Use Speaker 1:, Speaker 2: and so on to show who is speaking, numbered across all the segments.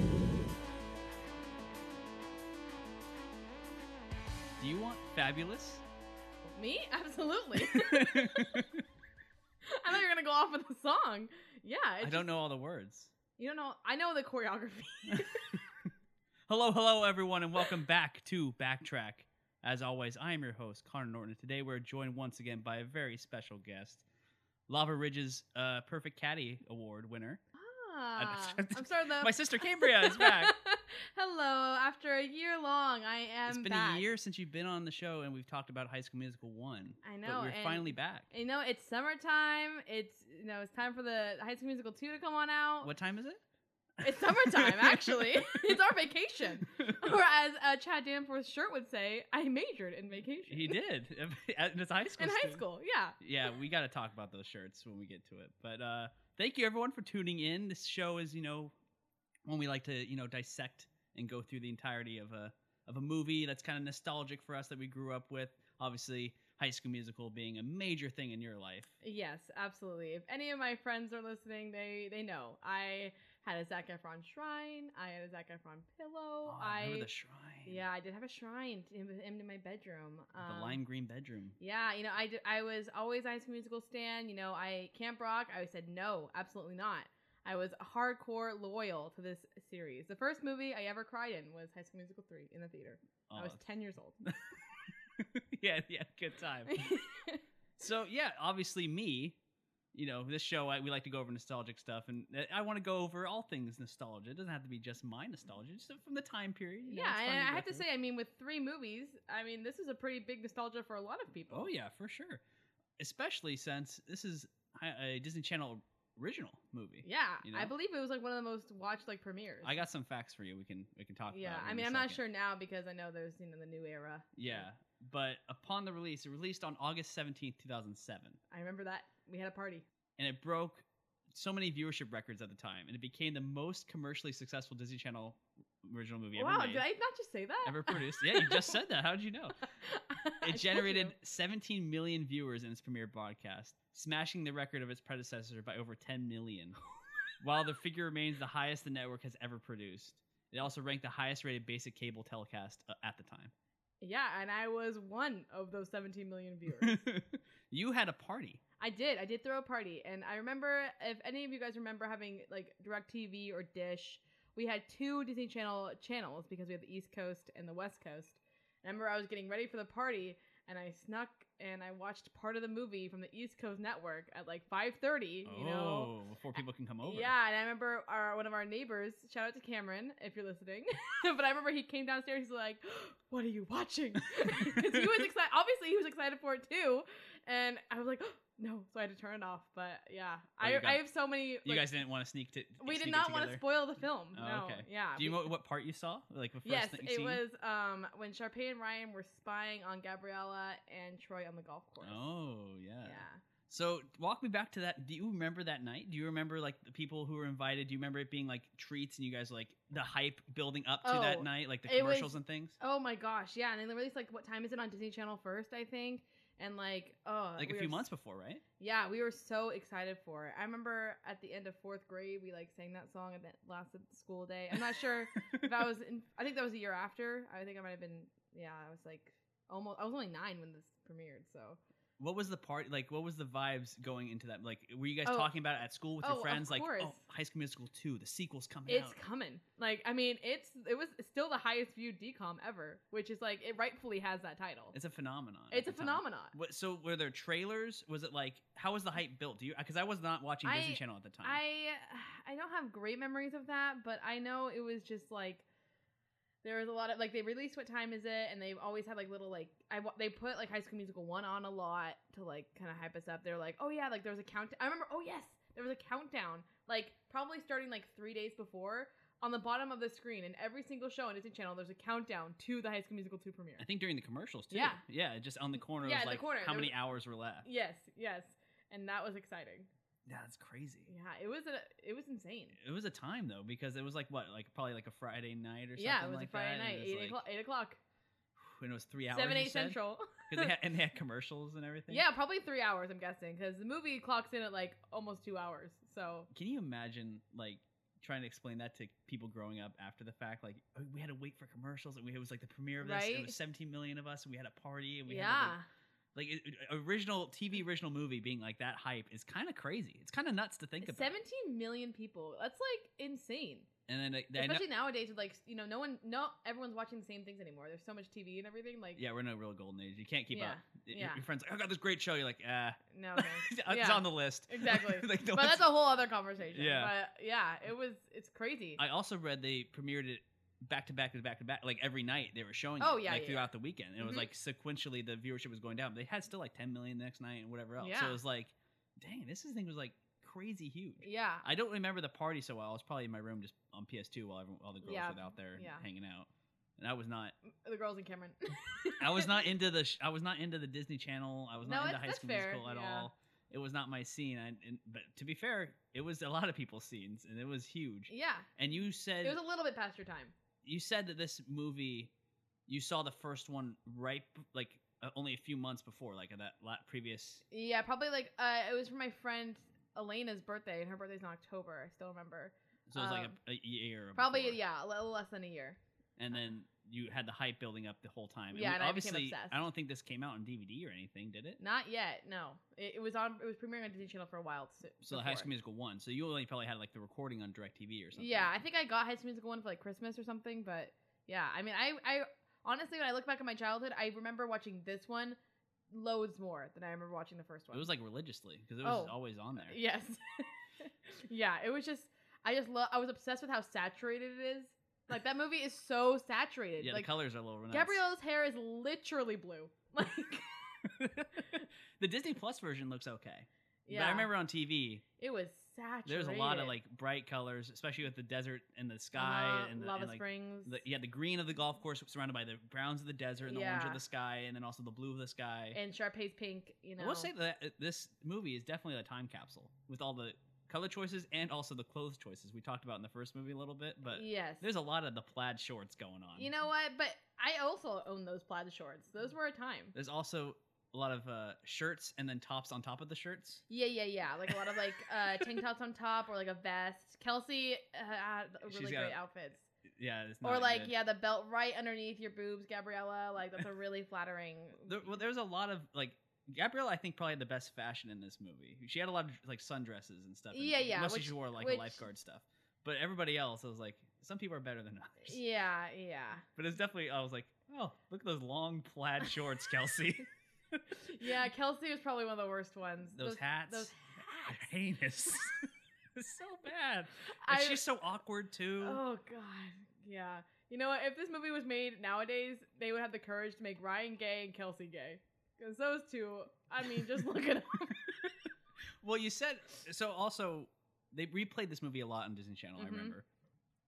Speaker 1: fabulous?
Speaker 2: Me? Absolutely. I thought you were gonna go off with the song. Yeah,
Speaker 1: I don't know all the words.
Speaker 2: you don't know. I know the choreography.
Speaker 1: Hello, hello, everyone, and welcome back to Backtrack. As always, I am your host, Connor Norton. and Today, we're joined once again by a very special guest, Lava Ridge's uh, Perfect Caddy Award winner.
Speaker 2: Ah,
Speaker 1: I-
Speaker 2: I'm sorry. The
Speaker 1: My sister Cambria is back.
Speaker 2: Hello. After a year long, I am.
Speaker 1: it's been
Speaker 2: back.
Speaker 1: a year since you've been on the show, and we've talked about High School Musical One.
Speaker 2: I
Speaker 1: but
Speaker 2: know,
Speaker 1: we're
Speaker 2: and-
Speaker 1: finally back.
Speaker 2: You know, it's summertime. It's you know, it's time for the High School Musical two to come on out.
Speaker 1: What time is it?
Speaker 2: It's summertime, actually. it's our vacation. Or as uh, Chad Danforth's shirt would say, I majored in vacation.
Speaker 1: he did. At his high school.
Speaker 2: In high
Speaker 1: student.
Speaker 2: school, yeah.
Speaker 1: yeah, we got to talk about those shirts when we get to it. But uh, thank you everyone for tuning in. This show is, you know, when we like to, you know, dissect and go through the entirety of a of a movie that's kind of nostalgic for us that we grew up with. Obviously, High School Musical being a major thing in your life.
Speaker 2: Yes, absolutely. If any of my friends are listening, they they know I had a Zac Efron shrine. I had a Zac Efron pillow.
Speaker 1: Oh, I
Speaker 2: I
Speaker 1: remember the shrine.
Speaker 2: yeah, um, I did have a shrine to him, him in my bedroom.
Speaker 1: The lime green bedroom.
Speaker 2: Yeah, you know, I, d- I was always High School Musical stan. You know, I Camp Rock. I always said no, absolutely not. I was hardcore loyal to this series. The first movie I ever cried in was High School Musical three in the theater. I
Speaker 1: Oh,
Speaker 2: was ten years old.
Speaker 1: yeah, yeah, good time. So yeah, obviously me. You know, this show I, we like to go over nostalgic stuff, and uh, I want to go over all things nostalgia. It doesn't have to be just my nostalgia; just from the time period. you know,
Speaker 2: yeah,
Speaker 1: it's fun
Speaker 2: and I
Speaker 1: go
Speaker 2: have to
Speaker 1: through.
Speaker 2: say, I mean, with three movies, I mean, this is a pretty big nostalgia for a lot of people.
Speaker 1: oh yeah, for sure. Especially since this is hi- a Disney Channel original movie.
Speaker 2: Yeah,
Speaker 1: You know?
Speaker 2: I believe it was like one of the most watched like premieres.
Speaker 1: I got some facts for you. We can we can talk.
Speaker 2: Yeah,
Speaker 1: about
Speaker 2: I
Speaker 1: in
Speaker 2: mean,
Speaker 1: a
Speaker 2: I'm not
Speaker 1: second.
Speaker 2: sure now because I know there's you know the new era.
Speaker 1: Yeah, but upon the release, it released on August seventeenth, two thousand seven.
Speaker 2: I remember that we had a party.
Speaker 1: and it broke so many viewership records at the time, and it became the most commercially successful Disney Channel original movie
Speaker 2: Oh, wow,
Speaker 1: ever made,
Speaker 2: did I not just say that?
Speaker 1: ever produced. Yeah, you just said that. How did you know?
Speaker 2: I
Speaker 1: It
Speaker 2: told
Speaker 1: generated
Speaker 2: you.
Speaker 1: 17 million viewers in its premiere broadcast, smashing the record of its predecessor by over 10 million. While the figure remains the highest the network has ever produced, it also ranked the highest rated basic cable telecast uh, at the time.
Speaker 2: Yeah, and I was one of those 17 million viewers.
Speaker 1: you had a party.
Speaker 2: I did. I did throw a party, and I remember if any of you guys remember having like DirecTV or Dish, we had two Disney Channel channels because we had the East Coast and the West Coast. And I remember I was getting ready for the party, and I snuck and I watched part of the movie from the East Coast network at like 5:30. You know.
Speaker 1: Oh, before people can come over.
Speaker 2: Yeah, and I remember our one of our neighbors. Shout out to Cameron if you're listening. but I remember he came downstairs. He's like, "What are you watching?" Because he was excited. Obviously, he was excited for it too. And I was like, "No!" So I had to turn it off. But yeah,
Speaker 1: Oh, you
Speaker 2: I,
Speaker 1: got-
Speaker 2: I have so many.
Speaker 1: You
Speaker 2: like,
Speaker 1: guys didn't want to sneak to.
Speaker 2: we
Speaker 1: sneak
Speaker 2: did
Speaker 1: it
Speaker 2: not want to
Speaker 1: together?
Speaker 2: spoil the film.
Speaker 1: Oh,
Speaker 2: no.
Speaker 1: okay.
Speaker 2: Yeah.
Speaker 1: Do you
Speaker 2: we-
Speaker 1: know what part you saw? Like the first
Speaker 2: Yes,
Speaker 1: thing
Speaker 2: it
Speaker 1: scene?
Speaker 2: was um, when Sharpay and Ryan were spying on Gabriella and Troy on the golf course.
Speaker 1: Oh yeah.
Speaker 2: Yeah.
Speaker 1: So walk me back to that. Do you remember that night? Do you remember like the people who were invited? Do you remember it being like treats and you guys like the hype building up to that
Speaker 2: Oh,
Speaker 1: night, like the
Speaker 2: it was-
Speaker 1: commercials and things?
Speaker 2: Oh my gosh, yeah, and then they released like what time is it on Disney Channel first, I think, and like oh,
Speaker 1: Like
Speaker 2: we
Speaker 1: a few
Speaker 2: were
Speaker 1: months before, right?
Speaker 2: Yeah, we were so excited for it. I remember at the end of fourth grade, we like sang that song at that last school day. I'm not sure if that was in, I think that was a year after. I think I might have been, yeah, I was like almost, I was only nine when this premiered. So,
Speaker 1: What was the part like? What was the vibes going into that? Like, were you guys
Speaker 2: Oh.
Speaker 1: talking about it at school with
Speaker 2: Oh,
Speaker 1: your
Speaker 2: of
Speaker 1: friends? Like,
Speaker 2: course.
Speaker 1: oh, High School Musical two, the sequel's coming
Speaker 2: it's
Speaker 1: out.
Speaker 2: coming. Like, I mean, it's, it was still the highest viewed DCOM ever, which is like, it rightfully has that title. It's,
Speaker 1: it's a phenomenon.
Speaker 2: a
Speaker 1: at the time.
Speaker 2: phenomenon.
Speaker 1: What, so were there trailers? Was it like how was the hype built? Do you because I was not watching Disney
Speaker 2: I-
Speaker 1: Channel at the time.
Speaker 2: I I don't have great memories of that, but I know it was just like there was a lot of like they released what time is it, and they always had like little like I wa- they put like High School Musical one on a lot to like kind of hype us up. They're like, oh yeah, like there was a count. I remember, oh yes, there was a countdown, like probably starting like three days before. On the bottom of the screen, in every single show on Disney Channel, there's a countdown to the High School Musical 2 premiere.
Speaker 1: I think during the commercials too.
Speaker 2: Yeah.
Speaker 1: yeah, just on the corner.
Speaker 2: Yeah,
Speaker 1: Yeah,
Speaker 2: at the
Speaker 1: like
Speaker 2: corner.
Speaker 1: How
Speaker 2: There
Speaker 1: many
Speaker 2: was-
Speaker 1: hours were left?
Speaker 2: Yes, yes, and that was exciting.
Speaker 1: That's crazy.
Speaker 2: Yeah, it was a, it was insane.
Speaker 1: It was a time though because it was like what, like probably like a Friday night or something.
Speaker 2: Yeah, it was
Speaker 1: like
Speaker 2: a Friday
Speaker 1: that, and
Speaker 2: night,
Speaker 1: it was
Speaker 2: eight
Speaker 1: like-
Speaker 2: o'clock. Eight o'clock.
Speaker 1: And it was three hours.
Speaker 2: seven
Speaker 1: you
Speaker 2: eight
Speaker 1: said?
Speaker 2: central.
Speaker 1: 'Cause they had, and they had commercials and everything.
Speaker 2: yeah, probably three hours. I'm guessing because the movie clocks in at like almost two hours. So
Speaker 1: Can you imagine like trying to explain that to people growing up after the fact, like oh, we had to wait for commercials, and we, it was like the premiere of this. And it
Speaker 2: Right.
Speaker 1: was 17 million of us, and we had a party, and we had to
Speaker 2: yeah.
Speaker 1: wait like it, it- original TV original movie being like that hype is kind of crazy. It's kind of nuts to think about.
Speaker 2: 17 million people. That's like insane.
Speaker 1: And then, like, I know-
Speaker 2: Especially nowadays with like, you know, no one, no, everyone's watching the same things anymore. There's so much TV and everything. Like,
Speaker 1: yeah, we're in a real golden age. You can't keep
Speaker 2: Yeah,
Speaker 1: up. Y- Your,
Speaker 2: yeah.
Speaker 1: your friend's like, I got this great show. You're like, ah,
Speaker 2: no. thanks.
Speaker 1: it's
Speaker 2: yeah.
Speaker 1: on the list.
Speaker 2: Exactly.
Speaker 1: like, no
Speaker 2: but
Speaker 1: one's-
Speaker 2: that's a whole other conversation.
Speaker 1: Yeah.
Speaker 2: But yeah, it was, it's crazy.
Speaker 1: I also read they premiered it back to back to back to back. Like every night they were showing.
Speaker 2: Oh,
Speaker 1: it,
Speaker 2: yeah,
Speaker 1: like
Speaker 2: yeah,
Speaker 1: throughout the weekend. And It was
Speaker 2: Mhm.
Speaker 1: like sequentially the viewership was going down. But they had still like 10 million the next night and whatever else. So
Speaker 2: Yeah.
Speaker 1: it was like, dang, this thing was like crazy huge.
Speaker 2: yeah.
Speaker 1: I don't remember the party so well. I was probably in my room just on PS2 while everyone, all the girls
Speaker 2: Yeah,
Speaker 1: were out there and
Speaker 2: yeah.
Speaker 1: hanging out. And I was not.
Speaker 2: The girls in Cameron.
Speaker 1: I was not into the. Sh- I was not into the Disney Channel. I was
Speaker 2: No,
Speaker 1: not into
Speaker 2: it's-
Speaker 1: High
Speaker 2: that's
Speaker 1: School
Speaker 2: fair,
Speaker 1: Musical at
Speaker 2: yeah.
Speaker 1: all. It was not my scene. I, and, but to be fair, it was a lot of people's scenes, and it was huge.
Speaker 2: yeah.
Speaker 1: And you said
Speaker 2: It was a little bit past your time.
Speaker 1: you said that this movie, you saw the first one right b- like uh, only a few months before, like uh, that la- previous.
Speaker 2: Yeah, probably like uh, it was for my friend Elena's birthday, and her birthday's in October. I still remember.
Speaker 1: So it was like
Speaker 2: Um,
Speaker 1: a, a year.
Speaker 2: Probably
Speaker 1: before.
Speaker 2: yeah, a little less than a year.
Speaker 1: And then you had the hype building up the whole time.
Speaker 2: Yeah,
Speaker 1: we-
Speaker 2: and I became
Speaker 1: obviously,
Speaker 2: obsessed.
Speaker 1: I don't think this came out on DVD or anything, did it?
Speaker 2: Not yet. No, it, it was on. It was premiering on Disney Channel for a while. So,
Speaker 1: So the High School
Speaker 2: before.
Speaker 1: Musical one. So you only probably had like the recording on Directv or something.
Speaker 2: Yeah, I think I got High School Musical one for like Christmas or something. But yeah, I mean, I I honestly, when I look back at my childhood, I remember watching this one loads more than I remember watching the first one.
Speaker 1: It was like religiously because it was
Speaker 2: Oh.
Speaker 1: always on there.
Speaker 2: yes, yeah, it was just. I just love. I was obsessed with how saturated it is. Like that movie is so saturated.
Speaker 1: Yeah,
Speaker 2: like
Speaker 1: the colors are a little nuts.
Speaker 2: Gabrielle's hair is literally blue. Like,
Speaker 1: the Disney Plus version looks okay.
Speaker 2: yeah,
Speaker 1: But I remember on TV,
Speaker 2: it was saturated.
Speaker 1: there's a lot of like bright colors, especially with the desert and the sky
Speaker 2: Uh-huh,
Speaker 1: and the
Speaker 2: lava
Speaker 1: and, like,
Speaker 2: springs.
Speaker 1: The, yeah, the green of the golf course surrounded by the browns of the desert and the orange of
Speaker 2: Yeah.
Speaker 1: the sky, and then also the blue of the sky.
Speaker 2: and Sharpay's pink. You know,
Speaker 1: I will say that uh, this movie is definitely a time capsule with all the color choices and also the clothes choices we talked about in the first movie a little bit. But
Speaker 2: yes,
Speaker 1: there's a lot of the plaid shorts going on.
Speaker 2: you know what? But I also own those plaid shorts. Those were a time.
Speaker 1: There's also a lot of uh, shirts and then tops on top of the shirts.
Speaker 2: Yeah, yeah, yeah. Like a lot of like uh, tank tops on top, or like a vest. Kelsey uh, had
Speaker 1: She's
Speaker 2: really
Speaker 1: got-
Speaker 2: great outfits.
Speaker 1: Yeah, it's not
Speaker 2: Or like
Speaker 1: good.
Speaker 2: yeah, the belt right underneath your boobs, Gabriella. Like that's a really flattering.
Speaker 1: There, well, there's a lot of like Gabrielle. I think probably had the best fashion in this movie. She had a lot of like sundresses and stuff. and
Speaker 2: Yeah, yeah,
Speaker 1: Mostly
Speaker 2: which-
Speaker 1: she wore like a
Speaker 2: which-
Speaker 1: lifeguard stuff. But everybody else, I was like, some people are better than others.
Speaker 2: yeah, yeah.
Speaker 1: But it's definitely, I was like, oh, look at those long plaid shorts, Kelsey.
Speaker 2: Yeah, Kelsey was probably one of the worst ones.
Speaker 1: those, hats.
Speaker 2: Those
Speaker 1: are
Speaker 2: hats.
Speaker 1: heinous. it's so bad. And
Speaker 2: I,
Speaker 1: she's so awkward too.
Speaker 2: oh god, yeah. You know what? If this movie was made nowadays, they would have the courage to make Ryan gay and Kelsey gay, because those two. I mean, just look at them.
Speaker 1: Well, you said so. Also, they replayed this movie a lot on Disney Channel. I
Speaker 2: Mhm.
Speaker 1: remember,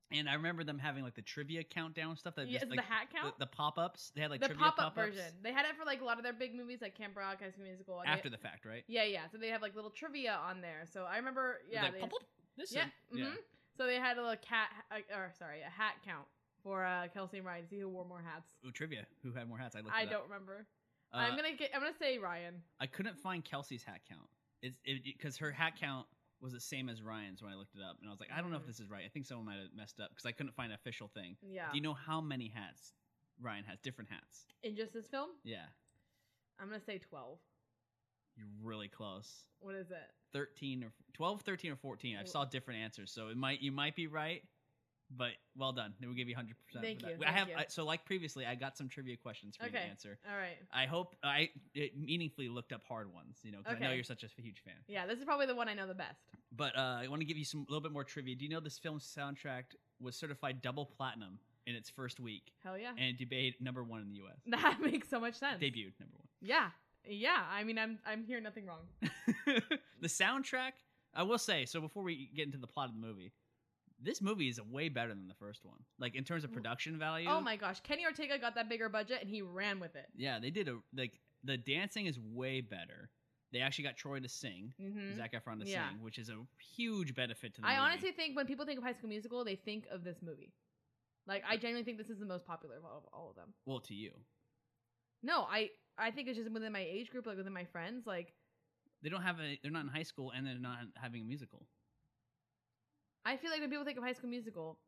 Speaker 1: and I remember them having like the trivia countdown stuff. That
Speaker 2: yes,
Speaker 1: just, like,
Speaker 2: the hat count.
Speaker 1: the, the pop-ups. They had like
Speaker 2: The,
Speaker 1: trivia
Speaker 2: pop up
Speaker 1: pop-ups
Speaker 2: version. They had it for like a lot of their big movies, like Camp Rock, High School Musical. and they-
Speaker 1: after the fact, right?
Speaker 2: yeah, yeah. So they have like little trivia on there. So I remember,
Speaker 1: It was
Speaker 2: yeah,
Speaker 1: like,
Speaker 2: they-
Speaker 1: pop, pop, this
Speaker 2: yeah,
Speaker 1: is-
Speaker 2: mhm. So they had a little cat, uh, or sorry, a hat count for uh, Kelsey and Ryan. See who wore more hats.
Speaker 1: Ooh, trivia. Who had more hats? I looked.
Speaker 2: I
Speaker 1: it up.
Speaker 2: don't remember.
Speaker 1: Uh,
Speaker 2: I'm gonna get, I'm gonna say Ryan.
Speaker 1: I couldn't find Kelsey's hat count. It's because her hat count was the same as Ryan's when I looked it up, and I was like, I don't know if
Speaker 2: Mm.
Speaker 1: this is right. I think someone might have messed up because I couldn't find an official thing.
Speaker 2: Yeah.
Speaker 1: Do you know how many hats Ryan has? Different hats.
Speaker 2: In just this film,
Speaker 1: Yeah,
Speaker 2: I'm gonna say 12.
Speaker 1: you're really close.
Speaker 2: What is it?
Speaker 1: 13 or 12 13 or 14 i
Speaker 2: Oh.
Speaker 1: saw different answers so it might you might be right but well done we'll give you 100% for
Speaker 2: Thank
Speaker 1: that.
Speaker 2: you,
Speaker 1: i
Speaker 2: thank
Speaker 1: have
Speaker 2: you.
Speaker 1: I, so like previously i got some trivia questions for you to
Speaker 2: Okay.
Speaker 1: answer
Speaker 2: All right.
Speaker 1: i hope i it meaningfully looked up hard ones you know 'cause i know
Speaker 2: Okay.
Speaker 1: you're such a huge fan
Speaker 2: Yeah, this is probably the one I know the best.
Speaker 1: but uh, i want to give you some a little bit more trivia do you know this film's soundtrack was certified double platinum in its first week
Speaker 2: Hell yeah.
Speaker 1: and debated number one in the us
Speaker 2: that makes so much sense.
Speaker 1: debuted number one
Speaker 2: Yeah. Yeah. I mean, I'm I'm hearing nothing wrong.
Speaker 1: the soundtrack, I will say, so before we get into the plot of the movie, this movie is way better than the first one. Like in terms of
Speaker 2: Mm.
Speaker 1: production value.
Speaker 2: Oh my gosh, Kenny Ortega got that bigger budget and he ran with it.
Speaker 1: Yeah, they did a like the dancing is way better. They actually got Troy to sing,
Speaker 2: Mm-hmm.
Speaker 1: Zac Efron to
Speaker 2: Yeah.
Speaker 1: sing, which is a huge benefit to the
Speaker 2: I
Speaker 1: movie.
Speaker 2: honestly think when people think of High School Musical, they think of this movie. Like, I genuinely think this is the most popular of all, of all of them.
Speaker 1: well to you.
Speaker 2: No, I I think it's just within my age group, like within my friends. Like,
Speaker 1: They don't have a they're not in high school and they're not having a musical.
Speaker 2: I feel like when people think of High School Musical,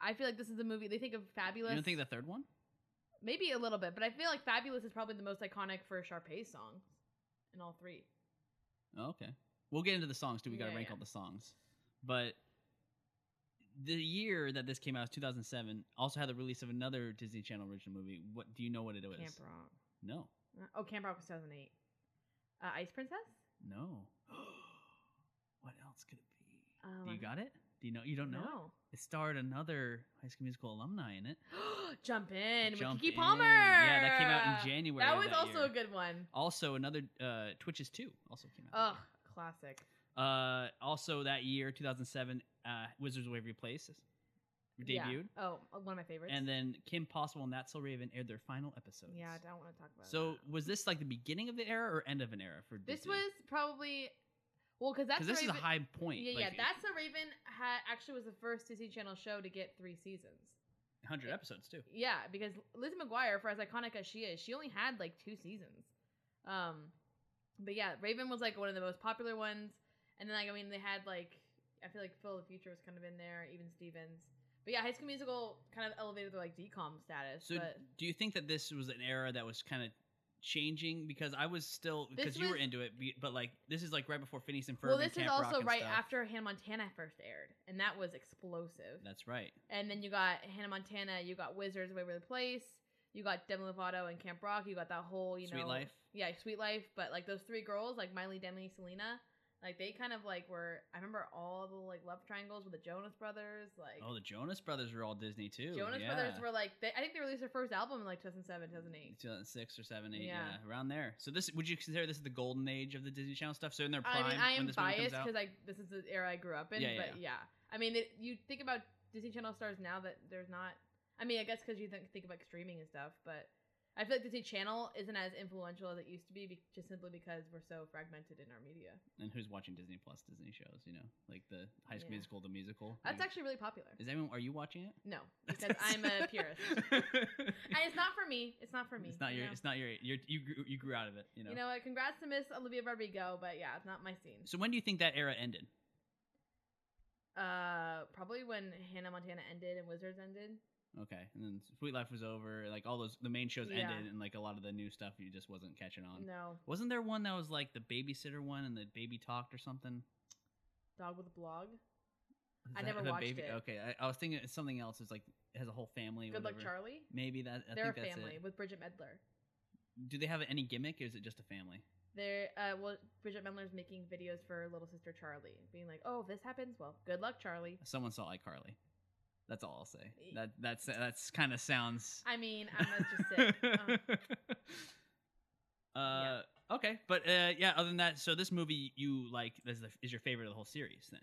Speaker 2: I feel like this is a movie they think of Fabulous.
Speaker 1: You don't think the third one?
Speaker 2: Maybe a little bit, but I feel like Fabulous is probably the most iconic for Sharpay's songs in all three.
Speaker 1: Oh, okay. We'll get into the songs too. We got to
Speaker 2: Yeah,
Speaker 1: rank
Speaker 2: yeah.
Speaker 1: all the songs. But the year that this came out, 2007, also had the release of another Disney Channel original movie. What do you know what it was?
Speaker 2: Camp Rock.
Speaker 1: No.
Speaker 2: Uh, Oh, Camp Rock was 2008. Uh, Ice Princess?
Speaker 1: No. what else could it be?
Speaker 2: Um,
Speaker 1: do
Speaker 2: I
Speaker 1: you got it? Do you know? You don't know? it?
Speaker 2: No.
Speaker 1: It starred another High School Musical alumni in it.
Speaker 2: Jump in
Speaker 1: Jump
Speaker 2: with Kiki
Speaker 1: in.
Speaker 2: Palmer.
Speaker 1: Yeah, that came out in January.
Speaker 2: That
Speaker 1: of
Speaker 2: was also
Speaker 1: year.
Speaker 2: a good one.
Speaker 1: Also, another uh, Twitches 2 also came out.
Speaker 2: Ugh, classic.
Speaker 1: Uh, also, that year, 2007, uh, Wizards of Waverly Place debuted.
Speaker 2: Yeah. Oh, one of my favorites.
Speaker 1: And then Kim Possible and That's So Raven aired their final episodes.
Speaker 2: yeah, I don't want to talk about.
Speaker 1: So
Speaker 2: that.
Speaker 1: was this like the beginning of the era or end of an era for
Speaker 2: this was probably well because that's
Speaker 1: because this
Speaker 2: Raven,
Speaker 1: is a high point.
Speaker 2: Yeah,
Speaker 1: like,
Speaker 2: yeah, that's the Raven had actually was the first Disney Channel show to get three seasons.
Speaker 1: 100 episodes too.
Speaker 2: Yeah, because Liz McGuire, for as iconic as she is, she only had like two seasons. Um, but yeah, Raven was like one of the most popular ones. And then like I mean, they had like I feel like Phil the Future was kind of in there, even Stevens. But yeah, High School Musical kind of elevated their like decom status.
Speaker 1: So
Speaker 2: but
Speaker 1: do you think that this was an era that was kind of changing because I was still because
Speaker 2: This
Speaker 1: you were
Speaker 2: was-
Speaker 1: into it, be- but like this is like right before Phineas and Ferb.
Speaker 2: well,
Speaker 1: and
Speaker 2: this is
Speaker 1: Camp Rock
Speaker 2: also
Speaker 1: and
Speaker 2: right
Speaker 1: stuff.
Speaker 2: after Hannah Montana first aired, and that was explosive.
Speaker 1: That's right.
Speaker 2: And then you got Hannah Montana, you got Wizards of Waverly Place, you got Demi Lovato and Camp Rock, you got that whole, you
Speaker 1: Sweet
Speaker 2: know,
Speaker 1: Life.
Speaker 2: yeah, Sweet Life. But like those three girls, like Miley, Demi, Selena, like they kind of like were. I remember all the like love triangles with the Jonas Brothers, like
Speaker 1: Oh, the Jonas Brothers were all Disney too.
Speaker 2: Jonas
Speaker 1: yeah.
Speaker 2: Brothers were like they, I think they released their first album in like 2007, 2008.
Speaker 1: 2006 or 7, 8, yeah.
Speaker 2: Yeah.
Speaker 1: around there. So this would you consider this the golden age of the Disney Channel stuff? So in their prime
Speaker 2: I mean, I
Speaker 1: when
Speaker 2: am
Speaker 1: this movie comes
Speaker 2: biased
Speaker 1: out.
Speaker 2: because I this is the era I grew up in,
Speaker 1: Yeah, yeah,
Speaker 2: but yeah. I mean, it, you think about Disney Channel stars now that there's not. I mean, I guess because you think think about streaming and stuff, but I feel like Disney Channel isn't as influential as it used to be, be just simply because we're so fragmented in our media.
Speaker 1: and who's watching Disney Plus Disney shows? You know, like the High School
Speaker 2: Yeah.
Speaker 1: Musical, the musical.
Speaker 2: That's
Speaker 1: You-
Speaker 2: actually really popular.
Speaker 1: Is anyone? Are you watching it?
Speaker 2: No, because I'm a purist. And it's not for me. It's not for me.
Speaker 1: It's not
Speaker 2: you
Speaker 1: your.
Speaker 2: know?
Speaker 1: It's not your. You're, you grew, you grew out of it. You know.
Speaker 2: You know what? Congrats to Miss Olivia Rodrigo, but yeah, it's not my scene.
Speaker 1: So when do you think that era ended?
Speaker 2: Uh, probably when Hannah Montana ended and Wizards ended.
Speaker 1: Okay, and then Sweet Life was over. Like all those, the main shows
Speaker 2: Yeah.
Speaker 1: ended, and like a lot of the new stuff you just wasn't catching on.
Speaker 2: No,
Speaker 1: Wasn't there one that was like the babysitter one and the baby talked or something?
Speaker 2: Dog with a Blog.
Speaker 1: Is
Speaker 2: I
Speaker 1: that
Speaker 2: never
Speaker 1: the
Speaker 2: watched
Speaker 1: baby-
Speaker 2: it.
Speaker 1: Okay, I, I was thinking it's something else. It's like it has a whole family.
Speaker 2: Good Luck
Speaker 1: whatever.
Speaker 2: Charlie.
Speaker 1: Maybe that. I
Speaker 2: They're a
Speaker 1: think that's
Speaker 2: family
Speaker 1: it.
Speaker 2: with Bridget Medler.
Speaker 1: Do they have any gimmick? or Is it just a family?
Speaker 2: They're uh, well, Bridget Medler's making videos for her little sister Charlie, being like, "Oh, if this happens. Well, good luck, Charlie."
Speaker 1: Someone saw iCarly. That's all I'll say.
Speaker 2: Y-
Speaker 1: That that's that's kind of sounds.
Speaker 2: I mean, I'm not just sick. Um,
Speaker 1: Uh, Okay, but uh, yeah. Other than that, so this movie you like is, the, is your favorite of the whole series. Then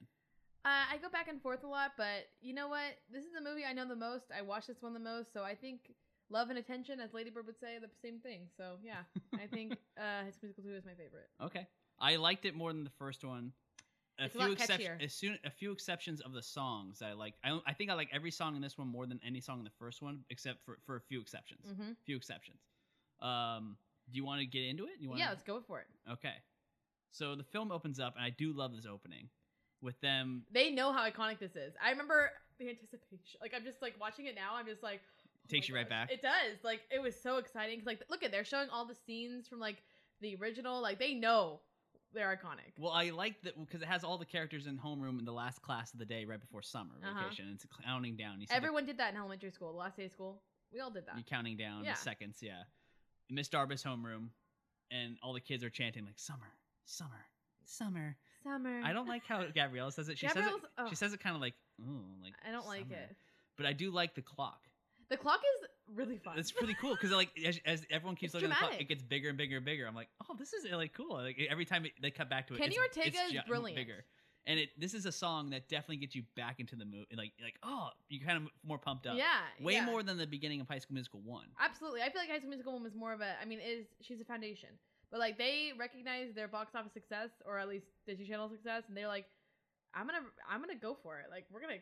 Speaker 2: uh, I go back and forth a lot, but you know what? This is the movie I know the most. I watch this one the most, so I think love and attention, as Lady Bird would say, are the same thing. So yeah, I think uh, High School Musical Two is my favorite.
Speaker 1: okay, I liked it more than the first one. A
Speaker 2: It's a
Speaker 1: few
Speaker 2: lot
Speaker 1: exceptions.
Speaker 2: catchier.
Speaker 1: A, soon, a few exceptions of the songs that I like. I, don't- I think I like every song in this one more than any song in the first one, except for for a few exceptions.
Speaker 2: Mm-hmm.
Speaker 1: Few exceptions. Um, do you want to get into it? You want
Speaker 2: Yeah, let's go for it.
Speaker 1: Okay. So the film opens up, and I do love this opening with them.
Speaker 2: They know how iconic this is. I remember the anticipation. Like I'm just like watching it now. I'm just like oh
Speaker 1: Takes
Speaker 2: my
Speaker 1: you right
Speaker 2: gosh.
Speaker 1: back.
Speaker 2: It does. Like it was so exciting. 'Cause, like look at they're showing all the scenes from like the original. Like they know they're iconic.
Speaker 1: Well, I like that because it has all the characters in homeroom in the last class of the day, right before summer
Speaker 2: Uh-huh.
Speaker 1: vacation. It's counting down. You see the-
Speaker 2: Everyone did that in elementary school. The last day of school, we all did that.
Speaker 1: you're counting down
Speaker 2: Yeah.
Speaker 1: the seconds. Yeah, Miss Darby's homeroom, and all the kids are chanting like "summer, summer, summer."
Speaker 2: Summer.
Speaker 1: I don't like how Gabriella says it. She says
Speaker 2: Gabrielle's-
Speaker 1: it.
Speaker 2: oh.
Speaker 1: She says it kind of like, "Ooh, like."
Speaker 2: I don't like
Speaker 1: summer."
Speaker 2: it.
Speaker 1: but I do like the clock.
Speaker 2: The clock is really fun.
Speaker 1: It's pretty cool because like as, as everyone keeps
Speaker 2: It's
Speaker 1: looking at the clock, it
Speaker 2: dramatic.
Speaker 1: gets bigger and bigger and bigger. I'm like, oh, this is like cool. Like every time it, they cut back to it,
Speaker 2: Kenny
Speaker 1: it's-
Speaker 2: Ortega
Speaker 1: it's
Speaker 2: is
Speaker 1: ju-
Speaker 2: brilliant.
Speaker 1: Bigger, and it this is a song that definitely gets you back into the mood. Like like oh, you kind of more pumped up.
Speaker 2: Yeah.
Speaker 1: way
Speaker 2: yeah.
Speaker 1: more than the beginning of High School Musical one.
Speaker 2: Absolutely. I feel like High School Musical one was more of a. I mean, it is she's a foundation, but like they recognize their box office success or at least Disney Channel success, and they're like, I'm gonna I'm gonna go for it. Like we're gonna.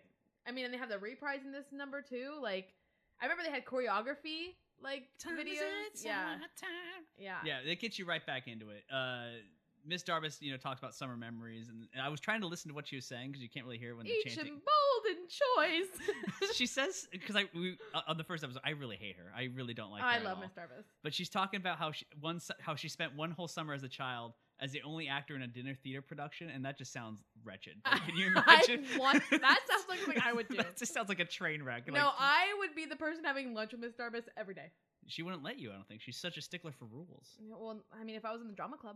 Speaker 2: I mean, and they have the reprise in this number too. Like I remember they had choreography like videos. Yeah, Ah. yeah.
Speaker 1: Yeah, it gets you right back into it. Uh, Miss Darvis, you know, talks about summer memories, and and I was trying to listen to what she was saying because you can't really hear when they're
Speaker 2: Each
Speaker 1: chanting.
Speaker 2: emboldened choice.
Speaker 1: she says because I we, uh, on the first episode, I really hate her. I really don't like. her
Speaker 2: I
Speaker 1: at
Speaker 2: love
Speaker 1: all.
Speaker 2: Miss Darvis.
Speaker 1: But she's talking about how she one su- how she spent one whole summer as a child as the only actor in a dinner theater production, and that just sounds wretched. Like, can you
Speaker 2: I
Speaker 1: imagine?
Speaker 2: want- that sounds like something I would do.
Speaker 1: that just sounds like a train wreck.
Speaker 2: no,
Speaker 1: like,
Speaker 2: I would be the person having lunch with Miss Darvis every day.
Speaker 1: she wouldn't let you. I don't think she's such a stickler for rules.
Speaker 2: You know, Well, I mean, if I was in the drama club,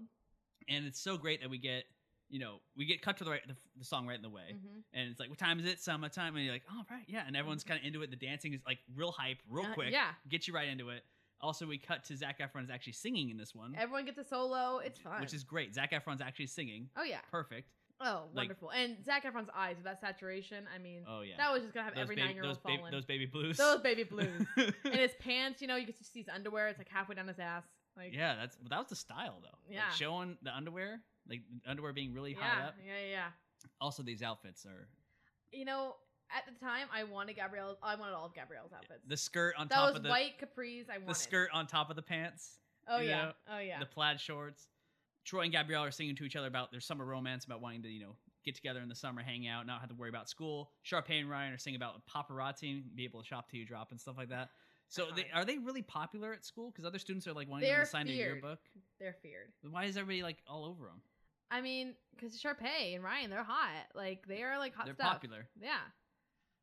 Speaker 1: And it's so great that we get you know we get cut to the right the, the song right in the way.
Speaker 2: Mhm.
Speaker 1: And it's like, what time is it? Summertime. And you're like, oh, right, yeah. And everyone's kind of into it. The dancing is like real hype, real
Speaker 2: Mm-hmm. Uh,
Speaker 1: quick.
Speaker 2: yeah,
Speaker 1: Get you right into it. Also, we cut to Zach Efron's actually singing in this one,
Speaker 2: everyone gets a solo. It's fun.
Speaker 1: which is great. Zach Efron's actually singing.
Speaker 2: oh yeah,
Speaker 1: Perfect.
Speaker 2: oh
Speaker 1: like-
Speaker 2: wonderful. And Zach Efron's eyes with that saturation. I mean,
Speaker 1: Oh, yeah.
Speaker 2: that was just gonna have every
Speaker 1: baby-
Speaker 2: nine year
Speaker 1: those
Speaker 2: old
Speaker 1: baby,
Speaker 2: falling.
Speaker 1: those baby blues.
Speaker 2: Those baby blues. and his pants, you know, you can just see his underwear. It's like halfway down his ass. Like
Speaker 1: yeah, that's but that was the style though. Like,
Speaker 2: Yeah.
Speaker 1: showing the underwear, like the underwear being really high
Speaker 2: yeah,
Speaker 1: up.
Speaker 2: yeah, yeah, yeah.
Speaker 1: Also, these outfits are
Speaker 2: You know, at the time, I wanted Gabrielle. I wanted all of Gabrielle's outfits.
Speaker 1: the skirt on
Speaker 2: that
Speaker 1: top
Speaker 2: was
Speaker 1: of the
Speaker 2: white capris. I wanted
Speaker 1: the skirt on top of the pants,
Speaker 2: Oh
Speaker 1: you
Speaker 2: yeah.
Speaker 1: know,
Speaker 2: oh yeah.
Speaker 1: the plaid shorts. Troy and Gabrielle are singing to each other about their summer romance, about wanting to you know get together in the summer, hang out, not have to worry about school. Sharpay and Ryan are singing about paparazzi, be able to shop till you drop and stuff like that. So they,
Speaker 2: Iconic.
Speaker 1: are they really popular at school? Because other students are like wanting them
Speaker 2: They're
Speaker 1: to sign their
Speaker 2: feared.
Speaker 1: yearbook.
Speaker 2: They're feared.
Speaker 1: Then Why is everybody like all over them?
Speaker 2: I mean, because Sharpay and Ryan, they're hot. Like they are like hot
Speaker 1: They're
Speaker 2: stuff.
Speaker 1: popular.
Speaker 2: Yeah.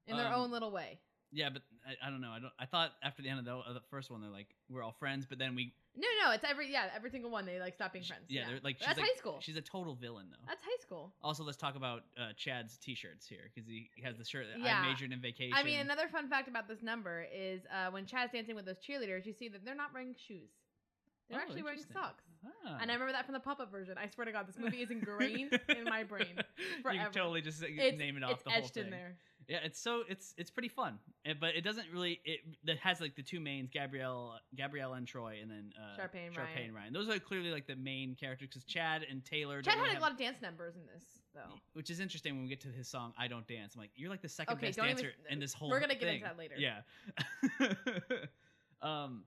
Speaker 2: In their
Speaker 1: Um,
Speaker 2: own little way.
Speaker 1: Yeah, but I, I don't know. I don't. I thought after the end of the, of the first one, they're like we're all friends, but then we
Speaker 2: No, no, it's every yeah, every single one they like stop being
Speaker 1: sh-
Speaker 2: friends.
Speaker 1: Yeah, they're like she's
Speaker 2: that's
Speaker 1: like-
Speaker 2: high school.
Speaker 1: She's a total villain though.
Speaker 2: That's high school.
Speaker 1: also, let's talk about uh, Chad's t-shirts here because he has the shirt that
Speaker 2: Yeah.
Speaker 1: I majored in vacation.
Speaker 2: I mean, another fun fact about this number is uh, when Chad's dancing with those cheerleaders, you see that they're not wearing shoes. They're
Speaker 1: Oh,
Speaker 2: actually wearing
Speaker 1: interesting.
Speaker 2: socks.
Speaker 1: Ah.
Speaker 2: And I remember that from the pop-up version. I swear to God, this movie is ingrained in my brain.
Speaker 1: You
Speaker 2: forever.
Speaker 1: can totally just uh,
Speaker 2: It's,
Speaker 1: name it off
Speaker 2: it's
Speaker 1: the whole
Speaker 2: etched
Speaker 1: thing.
Speaker 2: in there.
Speaker 1: Yeah, it's so it's it's pretty fun, Eh, but it doesn't really. It that has like the two mains, Gabrielle, Gabrielle and Troy, and then uh,
Speaker 2: Sharpay and Ryan.
Speaker 1: Those are clearly like the main characters because Chad and Taylor. don't
Speaker 2: Chad
Speaker 1: really
Speaker 2: had
Speaker 1: have-
Speaker 2: a lot of dance numbers in this, though.
Speaker 1: Which is interesting when we get to his song "I Don't Dance." I'm like, you're like the second
Speaker 2: Okay,
Speaker 1: best
Speaker 2: don't even-
Speaker 1: dancer in this whole.
Speaker 2: we're gonna get into
Speaker 1: thing.
Speaker 2: that later.
Speaker 1: Yeah. um,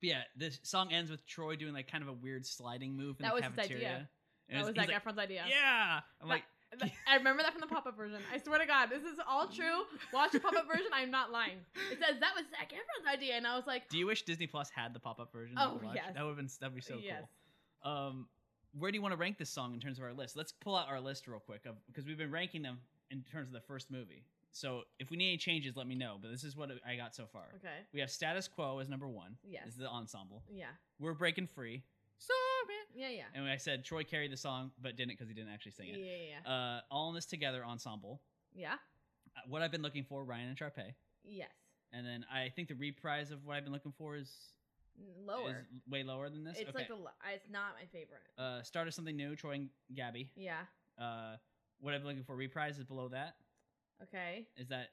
Speaker 1: but yeah, this song ends with Troy doing like kind of a weird sliding move in
Speaker 2: That
Speaker 1: the
Speaker 2: was his idea.
Speaker 1: cafeteria.
Speaker 2: That was
Speaker 1: And
Speaker 2: Zac
Speaker 1: he's- he's
Speaker 2: Efron's idea.
Speaker 1: like, yeah. I'm
Speaker 2: That-
Speaker 1: like,
Speaker 2: Th- I remember that from the pop-up version. I swear to God, this is all true. Watch the pop-up version. I'm not lying. It says that was Zac Efron's idea, and I was like,
Speaker 1: do you wish Disney Plus had the pop up version? that we
Speaker 2: Oh,
Speaker 1: watched?
Speaker 2: yes.
Speaker 1: That would have been that'd be so
Speaker 2: yes.
Speaker 1: cool. Um, where do you want to rank this song in terms of our list? Let's pull out our list real quick because we've been ranking them in terms of the first movie. So if we need any changes, let me know. But this is what I got so far.
Speaker 2: Okay.
Speaker 1: We have status quo as number one.
Speaker 2: Yes.
Speaker 1: This is the ensemble.
Speaker 2: Yeah.
Speaker 1: We're breaking free.
Speaker 2: Sorry. Yeah, yeah.
Speaker 1: And I said Troy carried the song, but didn't because he didn't actually sing
Speaker 2: Yeah,
Speaker 1: it.
Speaker 2: yeah, yeah.
Speaker 1: Uh, all in this together ensemble.
Speaker 2: Yeah.
Speaker 1: Uh, What I've been looking for, Ryan and Sharpay.
Speaker 2: Yes.
Speaker 1: And then I think the reprise of what I've been looking for is,
Speaker 2: N-
Speaker 1: is
Speaker 2: Lower.
Speaker 1: way lower than this.
Speaker 2: It's
Speaker 1: okay.
Speaker 2: like the. lo- I- It's not my favorite.
Speaker 1: uh, start of something new, Troy and Gabby.
Speaker 2: Yeah.
Speaker 1: Uh, what I've been looking for reprise is below that.
Speaker 2: Okay.
Speaker 1: Is that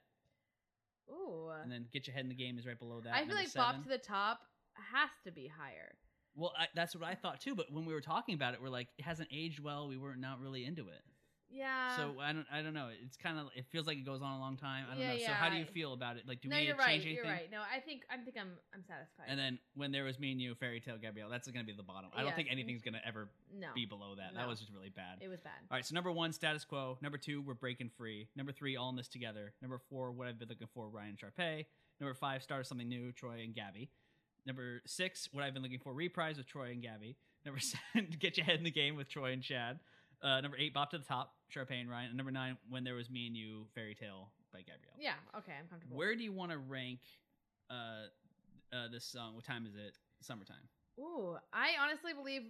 Speaker 2: Ooh.
Speaker 1: and then get your head in the game is right below that.
Speaker 2: I feel
Speaker 1: number
Speaker 2: like Bob
Speaker 1: seven.
Speaker 2: to the Top has to be higher.
Speaker 1: well, I, that's what I thought too. But when we were talking about it, we're like, it hasn't aged well. We were not really into it.
Speaker 2: Yeah.
Speaker 1: so I don't I don't know. It's kind of it feels like it goes on a long time. I don't
Speaker 2: Yeah,
Speaker 1: know. So
Speaker 2: yeah,
Speaker 1: how do you
Speaker 2: I-
Speaker 1: feel about it? Like, do
Speaker 2: no,
Speaker 1: we
Speaker 2: you're
Speaker 1: change
Speaker 2: right.
Speaker 1: anything?
Speaker 2: You're right. No, I think I think I'm I'm satisfied.
Speaker 1: And then when there was me and you, Fairy Tale Gabrielle, that's gonna be the bottom. I don't
Speaker 2: Yes.
Speaker 1: think anything's gonna ever
Speaker 2: no,
Speaker 1: be below that. That
Speaker 2: No.
Speaker 1: was just really bad.
Speaker 2: it was bad.
Speaker 1: all right, so number one, status quo. Number two, we're breaking free. Number three, all in this together. Number four, what I've been looking for, Ryan Sharpay. Number five, start of something new, Troy and Gabby. Number six, what I've been looking for, reprise with Troy and Gabby. Number seven, get your head in the game with Troy and Chad. Uh, number eight, Bop to the Top, Sharpay and Ryan. And number nine, When There Was Me and You, Fairy Tale by Gabrielle.
Speaker 2: Yeah. Okay. I'm comfortable.
Speaker 1: Where do you want to rank uh, uh, this song? What time is it? Summertime.
Speaker 2: Ooh, I honestly believe.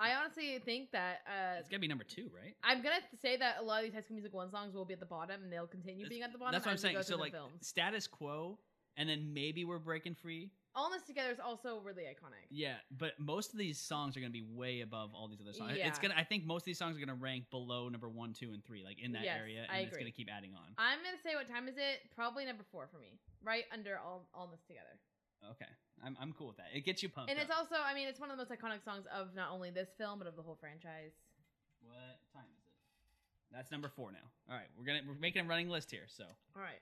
Speaker 2: I honestly think that uh,
Speaker 1: It's got to be number two, right?
Speaker 2: I'm gonna say that a lot of these High School Musical one songs will be at the bottom, and they'll continue
Speaker 1: That's-
Speaker 2: being at the bottom.
Speaker 1: That's what I'm
Speaker 2: as we
Speaker 1: saying.
Speaker 2: go
Speaker 1: So,
Speaker 2: through the
Speaker 1: like,
Speaker 2: films.
Speaker 1: status quo, and then maybe we're breaking free.
Speaker 2: All This Together is also really iconic.
Speaker 1: Yeah, but most of these songs are going to be way above all these other songs. It's
Speaker 2: Yeah.
Speaker 1: gonna. I think most of these songs are going to rank below number one, two, and three, like in that
Speaker 2: Yes,
Speaker 1: area, and
Speaker 2: I
Speaker 1: it's
Speaker 2: agree.
Speaker 1: going to keep adding on.
Speaker 2: I'm gonna say what time is it? Probably number four for me, right under All All This Together.
Speaker 1: Okay, I'm, I'm cool with that. It gets you pumped.
Speaker 2: and it's
Speaker 1: up.
Speaker 2: also, I mean, it's one of the most iconic songs of not only this film but of the whole franchise.
Speaker 1: What time is it? That's number four now. All right, we're gonna we're making a running list here. So
Speaker 2: All right.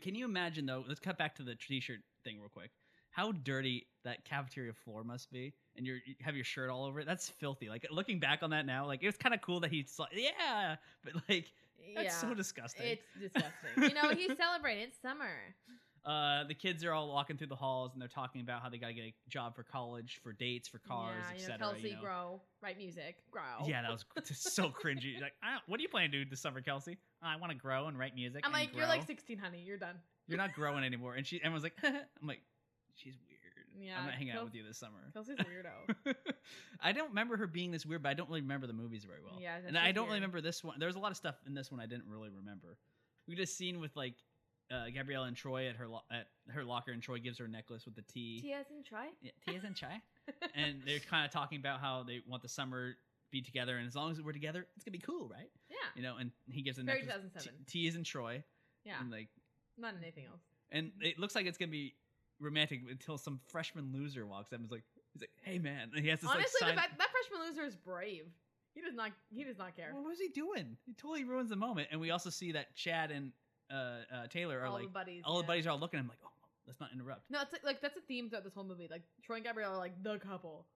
Speaker 1: can you imagine though? Let's cut back to the t-shirt thing real quick. how dirty that cafeteria floor must be, and you're, you have your shirt all over it. That's filthy. Like looking back on that now, like it was kind of cool that he's like, yeah, but like that's so disgusting.
Speaker 2: It's disgusting. you know, he's celebrating. It's summer.
Speaker 1: uh, the kids are all walking through the halls and they're talking about how they got to get a job for college, for dates, for cars,
Speaker 2: yeah, you know,
Speaker 1: etc.
Speaker 2: Kelsey, grow, write music, grow.
Speaker 1: Yeah, that was just so cringy. Like, I don't- what do you plan to do this summer, Kelsey? I want to grow and write music.
Speaker 2: I'm
Speaker 1: and
Speaker 2: like, you're like
Speaker 1: grow.
Speaker 2: 16, honey. You're done.
Speaker 1: you're not growing anymore. And she, everyone's like, I'm like, she's weird.
Speaker 2: Yeah,
Speaker 1: I'm not hanging out
Speaker 2: Kel-
Speaker 1: with you this summer.
Speaker 2: Kelsey's a weirdo.
Speaker 1: I don't remember her being this weird, but I don't really remember the movies very well.
Speaker 2: Yeah, that
Speaker 1: and I
Speaker 2: she's
Speaker 1: don't
Speaker 2: weird.
Speaker 1: really remember this one. There's a lot of stuff in this one I didn't really remember. We did a scene with like uh, Gabrielle and Troy at her lo- at her locker, and Troy gives her a necklace with the T.
Speaker 2: Tia's and Troy.
Speaker 1: Yeah, T is in Chai. and they're kind of talking about how they want the summer be together, and as long as we're together, it's gonna be cool, right?
Speaker 2: yeah,
Speaker 1: You know. And he gives a
Speaker 2: Very
Speaker 1: necklace. T,
Speaker 2: 2007.
Speaker 1: T is in Troy,
Speaker 2: yeah.
Speaker 1: and like,
Speaker 2: Not in anything else.
Speaker 1: and it looks like it's gonna be romantic until some freshman loser walks up and is like, he's like, "Hey, man!" And he has this
Speaker 2: Honestly,
Speaker 1: like sign.
Speaker 2: the fact, that freshman loser is brave. He does not. He does not care.
Speaker 1: Well, what was he doing? He totally ruins the moment. And we also see that Chad and uh, uh, Taylor are
Speaker 2: all
Speaker 1: like
Speaker 2: the buddies.
Speaker 1: all the
Speaker 2: yeah.
Speaker 1: buddies are all looking at him like, oh, let's not interrupt.
Speaker 2: No, it's like, like that's a theme throughout this whole movie. Like Troy and Gabrielle are like the couple.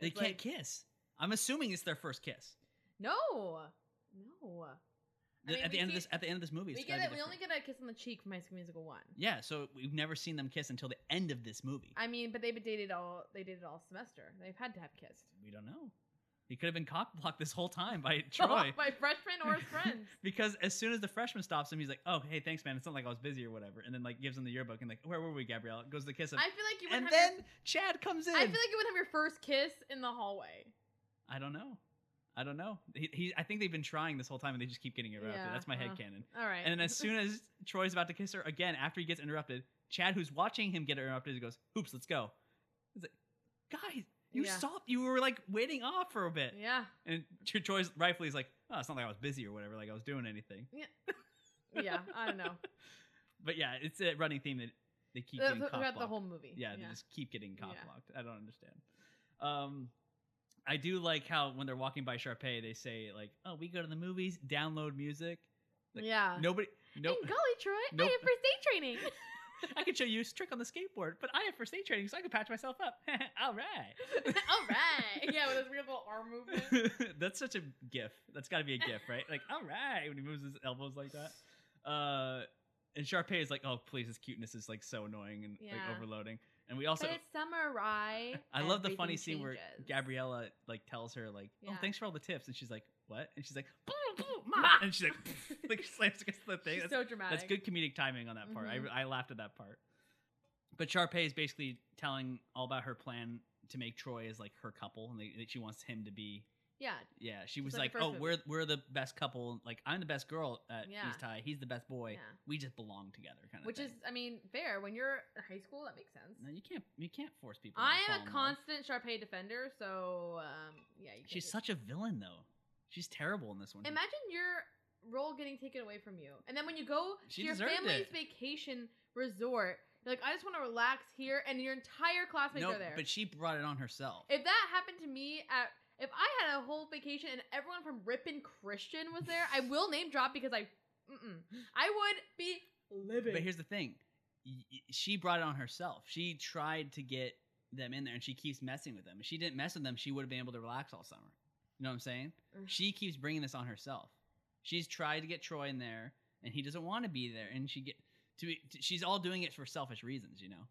Speaker 1: They
Speaker 2: It's
Speaker 1: can't
Speaker 2: like-
Speaker 1: kiss. I'm assuming it's their first kiss.
Speaker 2: No, no. I
Speaker 1: The-
Speaker 2: mean,
Speaker 1: at the
Speaker 2: we
Speaker 1: end of
Speaker 2: see-
Speaker 1: this, at the end of this movie, it's
Speaker 2: we
Speaker 1: gotta
Speaker 2: get
Speaker 1: be
Speaker 2: it. We only
Speaker 1: different.
Speaker 2: get a kiss on the cheek from High School Musical one.
Speaker 1: yeah. So we've never seen them kiss until the end of this movie.
Speaker 2: I mean, but they've dated all. They dated all semester. They've had to have kissed.
Speaker 1: we don't know. He could have been cock blocked this whole time by Troy.
Speaker 2: Oh my freshman or his friends.
Speaker 1: Because as soon as the freshman stops him, he's like, "Oh, hey, thanks, man. It's not like I was busy or whatever." And then like gives him the yearbook and like, "Where were we, Gabrielle?" Goes to kiss him,
Speaker 2: I feel like you
Speaker 1: and
Speaker 2: wouldn't have.
Speaker 1: then
Speaker 2: your,
Speaker 1: Chad comes in.
Speaker 2: I feel like you wouldn't have your first kiss in the hallway.
Speaker 1: I don't know. I don't know. He, he, I think they've been trying this whole time and they just keep getting interrupted.
Speaker 2: Yeah,
Speaker 1: That's my head
Speaker 2: uh.
Speaker 1: headcanon.
Speaker 2: All right.
Speaker 1: And then as soon as Troy's about to kiss her again, after he gets interrupted, Chad, who's watching him get interrupted, he goes, "Oops, let's go." He's like, "Guys, you
Speaker 2: Yeah.
Speaker 1: stopped. You were like waiting off for a bit."
Speaker 2: yeah,
Speaker 1: And Tr- Troy's rightfully is like, "Oh, it's not like I was busy or whatever. Like I was doing anything."
Speaker 2: yeah, I don't know.
Speaker 1: But yeah, it's a running theme that they keep
Speaker 2: Uh,
Speaker 1: getting
Speaker 2: th-
Speaker 1: cock
Speaker 2: throughout the
Speaker 1: blocked.
Speaker 2: whole movie.
Speaker 1: Yeah, they just keep getting cock
Speaker 2: Yeah.
Speaker 1: blocked. I don't understand. Um, I do like how when they're walking by Sharpay, they say like, "Oh, we go to the movies, download music." like,
Speaker 2: yeah.
Speaker 1: Nobody, no,
Speaker 2: And golly, Troy,
Speaker 1: Nope.
Speaker 2: I have first aid training.
Speaker 1: I could show you a trick on the skateboard, but I have first aid training, so I can patch myself up. All
Speaker 2: all right. Yeah, with his weird little arm movement.
Speaker 1: right, that's such a gif. That's got to be a gif, right? Like, all right, when he moves his elbows like that. Uh, and Sharpay is like, "Oh, please, his cuteness is like so annoying and
Speaker 2: Yeah.
Speaker 1: like overloading." And we also,
Speaker 2: but it's summer, right?
Speaker 1: I love the funny
Speaker 2: Everything
Speaker 1: scene where
Speaker 2: changes.
Speaker 1: Gabriella like tells her like, "Oh,
Speaker 2: Yeah.
Speaker 1: thanks for all the tips," and she's like, "What?" And she's like, "Boo, boo,
Speaker 2: Ma.
Speaker 1: ma!" and she's like, like slams against the thing.
Speaker 2: She's
Speaker 1: That's,
Speaker 2: so dramatic.
Speaker 1: that's good comedic timing on that part.
Speaker 2: Mhm.
Speaker 1: I, I laughed at that part. But Sharpay is basically telling all about her plan to make Troy as like her couple, and they, that she wants him to be.
Speaker 2: Yeah,
Speaker 1: Yeah, she was like,
Speaker 2: like the first
Speaker 1: "Oh,
Speaker 2: movie.
Speaker 1: we're we're the best couple. Like I'm the best girl at
Speaker 2: Yeah.
Speaker 1: East High. He's the best boy.
Speaker 2: Yeah.
Speaker 1: We just belong together." Kind of.
Speaker 2: which is, I mean, fair. When you're in high school, that makes sense.
Speaker 1: no, you can't you can't force people. to
Speaker 2: I
Speaker 1: fall
Speaker 2: am a
Speaker 1: in love.
Speaker 2: constant Sharpay defender, so um, yeah. You can't
Speaker 1: She's
Speaker 2: do-
Speaker 1: such a villain, though. She's terrible in this one.
Speaker 2: Imagine your role getting taken away from you, and then when you go
Speaker 1: She
Speaker 2: to your
Speaker 1: deserved
Speaker 2: family's
Speaker 1: it.
Speaker 2: vacation resort, you're like, I just want to relax here, and your entire classmates
Speaker 1: no,
Speaker 2: are there.
Speaker 1: but she brought it on herself.
Speaker 2: If that happened to me at if I had a whole vacation and everyone from Ripon Christian was there, I will name drop because I mm-mm, I would be living.
Speaker 1: but here's the thing: Y- y- she brought it on herself. She tried to get them in there, and she keeps messing with them. If she didn't mess with them, she would have been able to relax all summer. You know what I'm saying?
Speaker 2: Ugh.
Speaker 1: She keeps bringing this on herself. She's tried to get Troy in there, and he doesn't want to be there. And she get to. to- She's all doing it for selfish reasons, you know.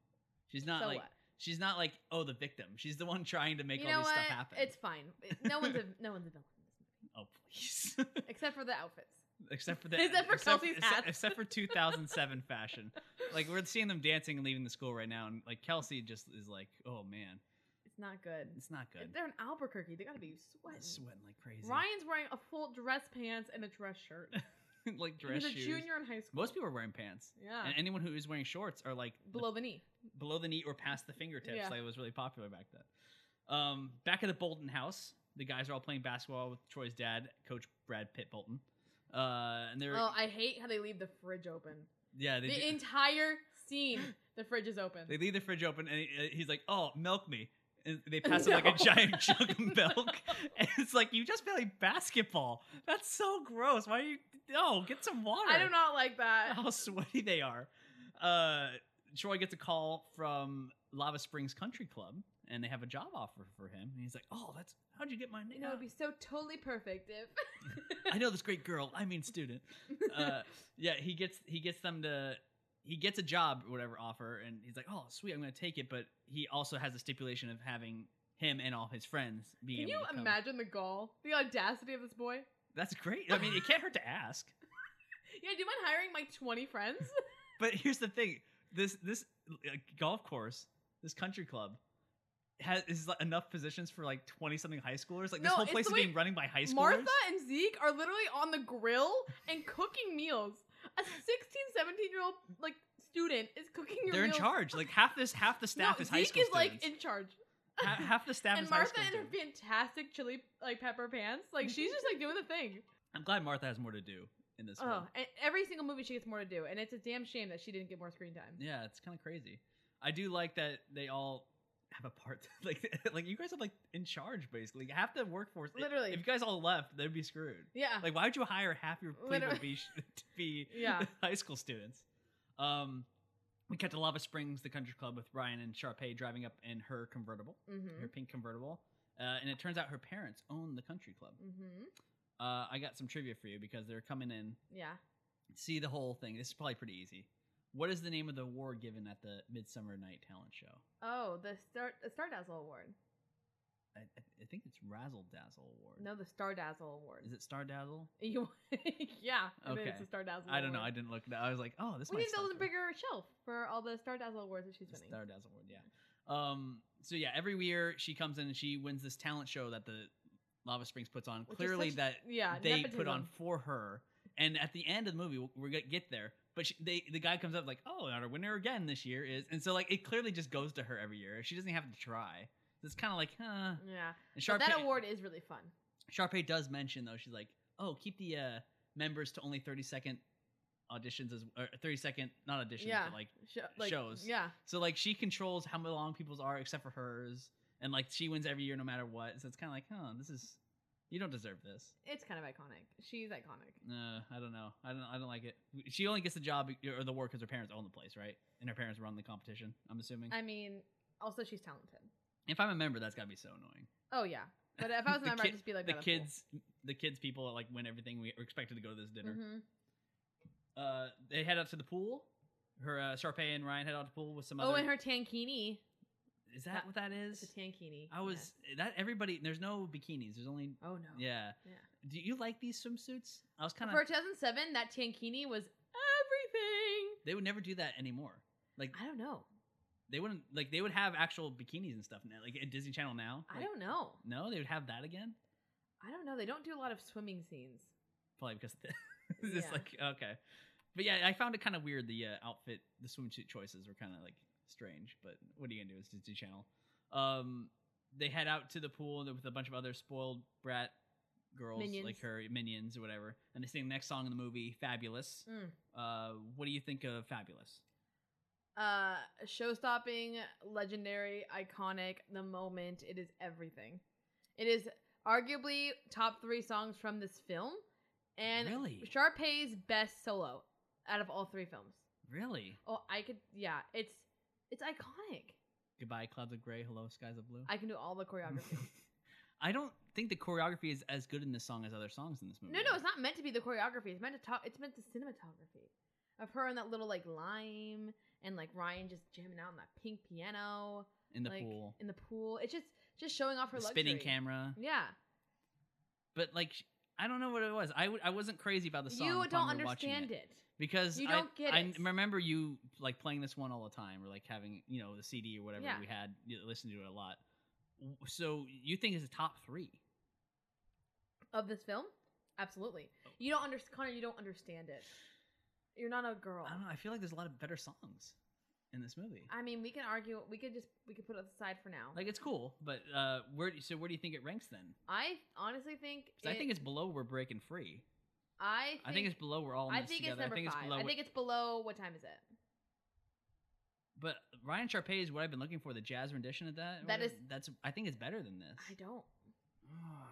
Speaker 1: She's not
Speaker 2: so
Speaker 1: like
Speaker 2: what?
Speaker 1: she's not like oh the victim. She's the one trying to make
Speaker 2: you
Speaker 1: all
Speaker 2: know
Speaker 1: this
Speaker 2: what?
Speaker 1: stuff happen.
Speaker 2: It's fine. It- No one's a no one's a villain in this movie
Speaker 1: oh please.
Speaker 2: except for the outfits.
Speaker 1: except for the
Speaker 2: Except for
Speaker 1: except,
Speaker 2: Kelsey's
Speaker 1: except-
Speaker 2: hats.
Speaker 1: except for 2007 fashion. Like we're seeing them dancing and leaving the school right now, and like Kelsey just is like, "Oh man,
Speaker 2: It's not good.
Speaker 1: it's not good."
Speaker 2: They're in Albuquerque. They gotta be
Speaker 1: I'm
Speaker 2: sweating.
Speaker 1: sweating like crazy.
Speaker 2: Ryan's wearing a full dress pants and a dress shirt.
Speaker 1: like dress
Speaker 2: He's a
Speaker 1: shoes.
Speaker 2: junior in high school.
Speaker 1: Most people are wearing pants,
Speaker 2: yeah,
Speaker 1: and anyone who is wearing shorts are like the-
Speaker 2: below the knee.
Speaker 1: below the knee or past the fingertips.
Speaker 2: Yeah.
Speaker 1: That was really popular back then. Um, back at the Bolton house, the guys are all playing basketball with Troy's dad, Coach Brad Pitt Bolton. Uh, and they're
Speaker 2: Oh, I hate how they leave the fridge open.
Speaker 1: yeah, they
Speaker 2: the
Speaker 1: do-
Speaker 2: entire scene, the fridge is open.
Speaker 1: They leave the fridge open, and he- he's like, "Oh, milk me." And they pass him like a giant jug of milk, and it's like you just play basketball. That's so gross. Why are you? No, get some water. Oh.
Speaker 2: I do not like that.
Speaker 1: How sweaty they are. Uh, Troy gets a call from Lava Springs Country Club, and they have a job offer for him. And he's like, "Oh, that's how'd you get my
Speaker 2: You
Speaker 1: name?"
Speaker 2: know, it'd be so totally perfect if.
Speaker 1: I know this great girl. I mean, student. Uh, yeah, he gets he gets them to he gets a job or whatever offer, and he's like, "Oh, sweet, I'm going to take it." But he also has the stipulation of having him and all his friends being.
Speaker 2: Can you
Speaker 1: able to come.
Speaker 2: imagine the gall, the audacity of this boy?
Speaker 1: That's great. I mean, it can't hurt to ask.
Speaker 2: Yeah, do you mind hiring my 20 friends?
Speaker 1: But here's the thing: this this uh, golf course, this country club, has is like, enough positions for like twenty something high schoolers. Like this
Speaker 2: No,
Speaker 1: whole
Speaker 2: it's
Speaker 1: place
Speaker 2: the
Speaker 1: is
Speaker 2: way
Speaker 1: being run by high schoolers.
Speaker 2: Martha and Zeke are literally on the grill and cooking meals. A 16, 17 year old like student is cooking your
Speaker 1: They're in
Speaker 2: meals.
Speaker 1: charge. Like half this half the staff
Speaker 2: no,
Speaker 1: is
Speaker 2: Zeke
Speaker 1: high school
Speaker 2: is like
Speaker 1: students.
Speaker 2: in charge.
Speaker 1: Ha- half the staff
Speaker 2: and
Speaker 1: is
Speaker 2: Martha
Speaker 1: high school
Speaker 2: in her
Speaker 1: students.
Speaker 2: fantastic chili like pepper pants, like she's just like doing the thing.
Speaker 1: I'm glad Martha has more to do in this one.
Speaker 2: Oh, and every single movie she gets more to do, and it's a damn shame that she didn't get more screen time.
Speaker 1: Yeah, it's kind of crazy. I do like that they all have a part. Like, like you guys are like in charge basically. Half the workforce. i-
Speaker 2: Literally.
Speaker 1: if you guys all left, they'd be screwed.
Speaker 2: Yeah,
Speaker 1: Like, why would you hire half your people to
Speaker 2: Literally.
Speaker 1: be sh- to be
Speaker 2: Yeah.
Speaker 1: high school students? Um, we cut to Lava Springs, the country club, with Ryan and Sharpay driving up in her convertible,
Speaker 2: mm-hmm.
Speaker 1: her pink convertible. Uh, and it turns out her parents own the country club.
Speaker 2: Mm-hmm.
Speaker 1: Uh, I got some trivia for you because they're coming in
Speaker 2: yeah.
Speaker 1: see the whole thing. This is probably pretty easy. What is the name of the award given at the Midsummer Night Talent Show?
Speaker 2: Oh, the Star the Star Dazzle Award.
Speaker 1: I, I I think it's Razzle Dazzle Award.
Speaker 2: No, the Star Dazzle Award.
Speaker 1: Is it Star Dazzle?
Speaker 2: You, yeah,
Speaker 1: Okay.
Speaker 2: it's the Star Dazzle.
Speaker 1: I don't know. I
Speaker 2: Award.
Speaker 1: didn't look. it up. I was like, oh, this.
Speaker 2: we
Speaker 1: might
Speaker 2: need to
Speaker 1: suck.
Speaker 2: build a bigger shelf for all the Star Dazzle awards that she's
Speaker 1: The
Speaker 2: winning.
Speaker 1: Star Dazzle Award. Yeah. Um. So yeah, every year she comes in and she wins this talent show that the Lava Springs puts on.
Speaker 2: Which is
Speaker 1: Clearly,
Speaker 2: such-
Speaker 1: that
Speaker 2: yeah,
Speaker 1: they
Speaker 2: Uh, nepotism.
Speaker 1: put on for her. And at the end of the movie, we're gonna get there. But she, they, the guy comes up like, "Oh, and our winner again this year is," and so like it clearly just goes to her every year. She doesn't have to try. It's kind of like, huh?
Speaker 2: Yeah,
Speaker 1: And
Speaker 2: but
Speaker 1: Sharpay,
Speaker 2: that award is really fun.
Speaker 1: Sharpay does mention though, she's like, "Oh, keep the uh, members to only thirty second auditions as or thirty second not auditions,
Speaker 2: Yeah.
Speaker 1: but like
Speaker 2: Sh- like,
Speaker 1: Shows.
Speaker 2: Yeah,
Speaker 1: so like she controls how long people's are except for hers, and like she wins every year no matter what. So it's kind of like, huh, this is you don't deserve this.
Speaker 2: it's kind of iconic. She's iconic.
Speaker 1: Uh, I don't know. I don't. I don't like it. She only gets the job or the work because her parents own the place, right? And her parents run the competition. I'm assuming.
Speaker 2: I mean, also she's talented.
Speaker 1: if I'm a member, that's got to be so annoying.
Speaker 2: Oh yeah, but if I was a
Speaker 1: The
Speaker 2: member,
Speaker 1: kid-
Speaker 2: I'd just be like,
Speaker 1: the
Speaker 2: "Oh, that's cool."
Speaker 1: kids, the kids, people like win everything. We are expected to go to this dinner.
Speaker 2: Mhm. Mm-hmm.
Speaker 1: uh, they head out to the pool. Her uh, Sharpay and Ryan head out to the pool with some
Speaker 2: Oh,
Speaker 1: other.
Speaker 2: and her tankini.
Speaker 1: is that what that
Speaker 2: It's
Speaker 1: is?
Speaker 2: a tankini.
Speaker 1: I was that everybody. There's no bikinis. There's only
Speaker 2: Yeah. Oh no.
Speaker 1: yeah.
Speaker 2: Yeah.
Speaker 1: Do you like these swimsuits? I was kind
Speaker 2: For
Speaker 1: of.
Speaker 2: 2007, that tankini was everything.
Speaker 1: They would never do that anymore. Like
Speaker 2: I don't know.
Speaker 1: they wouldn't. Like they would have actual bikinis and stuff now. Like at Disney Channel now.
Speaker 2: I
Speaker 1: Like,
Speaker 2: don't know.
Speaker 1: No, they would have that again.
Speaker 2: I don't know. They don't do a lot of swimming scenes.
Speaker 1: Probably because of the- it's
Speaker 2: Yeah.
Speaker 1: like okay. But yeah, I found it kind of weird. The uh, outfit, the swimsuit choices were kind of like strange. But what are you gonna do? It's Disney Channel. Um, they head out to the pool with a bunch of other spoiled brat girls, like
Speaker 2: Minions.
Speaker 1: her minions or whatever, and they sing the next song in the movie, "Fabulous."
Speaker 2: Mm.
Speaker 1: Uh, what do you think of "Fabulous"?
Speaker 2: Uh, show-stopping, legendary, iconic. The moment it is everything. It is arguably top three songs from this film, and
Speaker 1: Really?
Speaker 2: Sharpay's best solo out of all three films.
Speaker 1: Really?
Speaker 2: Oh, I could. Yeah, it's it's iconic.
Speaker 1: Goodbye, clouds of gray. Hello, skies of blue.
Speaker 2: I can do all the choreography.
Speaker 1: I don't think the choreography is as good in this song as other songs in this movie.
Speaker 2: No, no, it's not meant to be the choreography. It's meant to talk. It's meant the cinematography of her in that little like lime and like Ryan just jamming out on that pink piano
Speaker 1: in the
Speaker 2: like,
Speaker 1: pool.
Speaker 2: In the pool, it's just just showing off her
Speaker 1: The
Speaker 2: luxury.
Speaker 1: spinning camera.
Speaker 2: Yeah,
Speaker 1: but like sh- I don't know what it was. I w- I wasn't crazy about the song.
Speaker 2: you
Speaker 1: upon
Speaker 2: don't
Speaker 1: rewatching
Speaker 2: understand it.
Speaker 1: because
Speaker 2: You
Speaker 1: I-
Speaker 2: don't get
Speaker 1: I
Speaker 2: it.
Speaker 1: remember you like playing this one all the time, or like having you know the CD or whatever
Speaker 2: Yeah.
Speaker 1: we had. You listened to it a lot. W- So you think it's a top three?
Speaker 2: of this film. Absolutely,
Speaker 1: Oh.
Speaker 2: you don't understand, Connor. You don't understand it. You're not a girl.
Speaker 1: I don't know. I feel like there's a lot of better songs in this movie.
Speaker 2: I mean, we can argue. We could just we could put it aside for now.
Speaker 1: like it's cool, but uh, where do- so where do you think it ranks then?
Speaker 2: I honestly think.
Speaker 1: 'Cause I think
Speaker 2: it-
Speaker 1: it's below "We're Breaking Free."
Speaker 2: I think,
Speaker 1: I think it's below "We're All in
Speaker 2: I
Speaker 1: This
Speaker 2: think it's
Speaker 1: Together."
Speaker 2: number
Speaker 1: I think
Speaker 2: five.
Speaker 1: it's below.
Speaker 2: I think it's below. What time is it?
Speaker 1: but Ryan Sharpay is what I've been looking for. The jazz rendition of that. or
Speaker 2: That
Speaker 1: whatever.
Speaker 2: is-
Speaker 1: That's. I think it's better than this.
Speaker 2: I don't.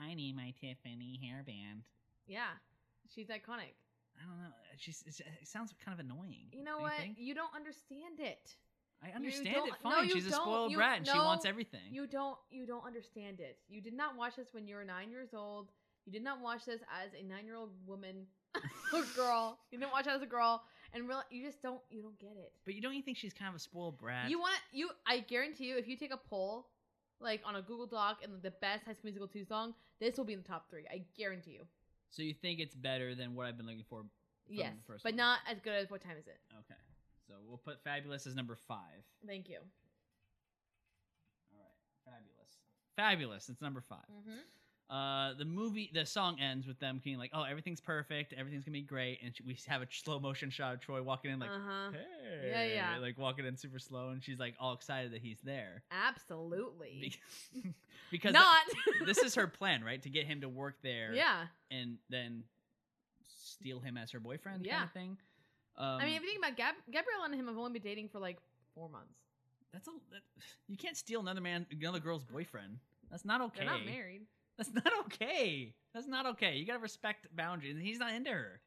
Speaker 1: I need my Tiffany hairband.
Speaker 2: Yeah, she's iconic.
Speaker 1: I don't know. She's, it's, it sounds kind of annoying.
Speaker 2: You know
Speaker 1: don't
Speaker 2: what?
Speaker 1: think?
Speaker 2: You don't understand it.
Speaker 1: I understand
Speaker 2: don't-
Speaker 1: it
Speaker 2: no,
Speaker 1: fine.
Speaker 2: you
Speaker 1: She's a
Speaker 2: don't.
Speaker 1: spoiled
Speaker 2: You-
Speaker 1: brat and she wants
Speaker 2: no,
Speaker 1: everything.
Speaker 2: You don't you don't understand it. You did not watch this when you were nine years old. You did not watch this as a nine year old woman or girl. You didn't watch it as a girl, and real you just don't you don't get it.
Speaker 1: but you don't you think she's kind of a spoiled brat?
Speaker 2: You want you? I guarantee you, if you take a poll, like on a Google Doc, and the best High School Musical two song, this will be in the top three. I guarantee you.
Speaker 1: so you think it's better than what I've been looking for?
Speaker 2: Yes,
Speaker 1: the first
Speaker 2: but
Speaker 1: one.
Speaker 2: not as good as what time is it?
Speaker 1: Okay. So we'll put Fabulous as number five.
Speaker 2: Thank you.
Speaker 1: All right. Fabulous. Fabulous. It's number 5
Speaker 2: Mhm.
Speaker 1: Uh, the movie, the song ends with them being like, "Oh, everything's perfect. Everything's gonna be great." And she, we have a slow motion shot of Troy walking in, like,
Speaker 2: uh huh.
Speaker 1: "Hey,"
Speaker 2: Yeah, yeah.
Speaker 1: like walking in super slow, and she's like all excited that he's there
Speaker 2: Absolutely.
Speaker 1: because, because
Speaker 2: not.
Speaker 1: this is her plan, right? To get him to work there,
Speaker 2: yeah.
Speaker 1: and then steal him as her boyfriend, kind
Speaker 2: Yeah.
Speaker 1: of thing. Um,
Speaker 2: I mean, if you think about Gab- Gabrielle and him have only been dating for like four months.
Speaker 1: that's a that, you can't steal another man, another girl's boyfriend. That's not okay.
Speaker 2: They're not married.
Speaker 1: That's not okay. That's not okay. You gotta respect boundaries. And he's not into her.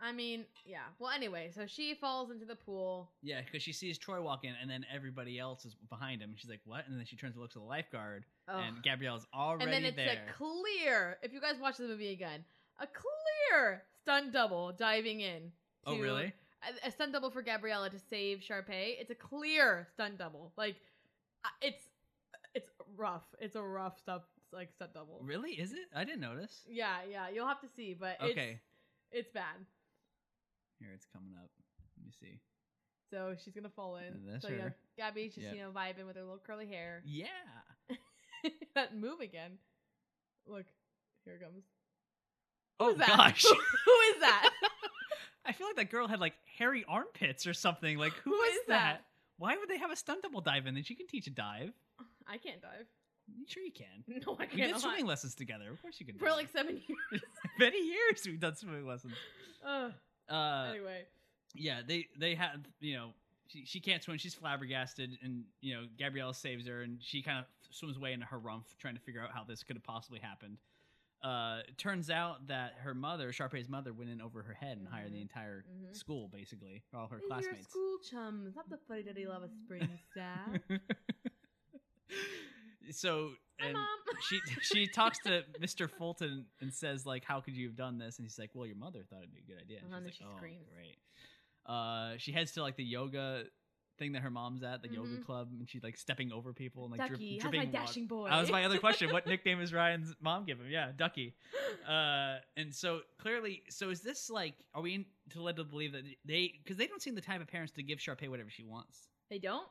Speaker 2: I mean, yeah. Well, anyway, so she falls into the pool.
Speaker 1: Yeah, because she sees Troy walk in, and then everybody else is behind him. And she's like, "What?" And then she turns and looks at the lifeguard,
Speaker 2: Ugh.
Speaker 1: and Gabrielle's already
Speaker 2: and then it's
Speaker 1: there.
Speaker 2: a clear. If you guys watch the movie again, a clear stunt double diving in.
Speaker 1: oh,
Speaker 2: to-
Speaker 1: really?
Speaker 2: a- a stunt double for Gabriella to save Sharpay. It's a clear stunt double. Like I- it's it's rough. It's a rough stuff like stunt double.
Speaker 1: Really? Is it? I didn't notice.
Speaker 2: Yeah, yeah. You'll have to see, but
Speaker 1: Okay.
Speaker 2: it's, it's bad.
Speaker 1: Here it's coming up. Let me see.
Speaker 2: So she's gonna fall in.
Speaker 1: That's
Speaker 2: so
Speaker 1: her.
Speaker 2: yeah, Gabby's just
Speaker 1: Yeah.
Speaker 2: you know vibing with her little curly hair.
Speaker 1: Yeah.
Speaker 2: that move again. Look, here it comes.
Speaker 1: Oh
Speaker 2: Who's that?
Speaker 1: gosh.
Speaker 2: who is that?
Speaker 1: I feel like that girl had like hairy armpits or something. Like who
Speaker 2: Who
Speaker 1: is
Speaker 2: is
Speaker 1: that?
Speaker 2: that?
Speaker 1: Why would they have a stunt double dive in? And she can teach a dive.
Speaker 2: I can't dive.
Speaker 1: Sure, you can.
Speaker 2: No, I
Speaker 1: We
Speaker 2: can't.
Speaker 1: did swimming lessons together. Of course, you can.
Speaker 2: for
Speaker 1: dive.
Speaker 2: like seven years.
Speaker 1: many years we've done swimming lessons.
Speaker 2: Ugh.
Speaker 1: Uh,
Speaker 2: anyway,
Speaker 1: yeah, they they have you know she, she can't swim. She's flabbergasted, and you know Gabrielle saves her, and she kind of swims away into her rump, trying to figure out how this could have possibly happened. Uh, it turns out that her mother, Sharpay's mother, went in over her head and hired the
Speaker 2: Mhm.
Speaker 1: entire
Speaker 2: Mhm.
Speaker 1: school, basically, all her
Speaker 2: These are your
Speaker 1: classmates.
Speaker 2: school chums, not the fuddy duddy lava springs staff.
Speaker 1: so
Speaker 2: Hi,
Speaker 1: and
Speaker 2: mom.
Speaker 1: she she talks to Mr. Fulton and says like, "How could you have done this?" And he's like, "Well, your mother thought it'd be a good idea." And
Speaker 2: Uh-huh,
Speaker 1: she's
Speaker 2: and
Speaker 1: like, "Oh,
Speaker 2: she screams.
Speaker 1: great." Uh, she heads to like the yoga thing that her mom's at, the yoga
Speaker 2: Mhm.
Speaker 1: club, and she's like stepping over people and like drip-
Speaker 2: Ducky, how's
Speaker 1: dripping
Speaker 2: my
Speaker 1: water.
Speaker 2: dashing boy?
Speaker 1: That was my other question. What nickname is Ryan's mom give him? Yeah, Ducky. Uh, and so clearly, so is this like, are we in- to led to believe that they, because they don't seem the type of parents to give Sharpay whatever she wants.
Speaker 2: they don't.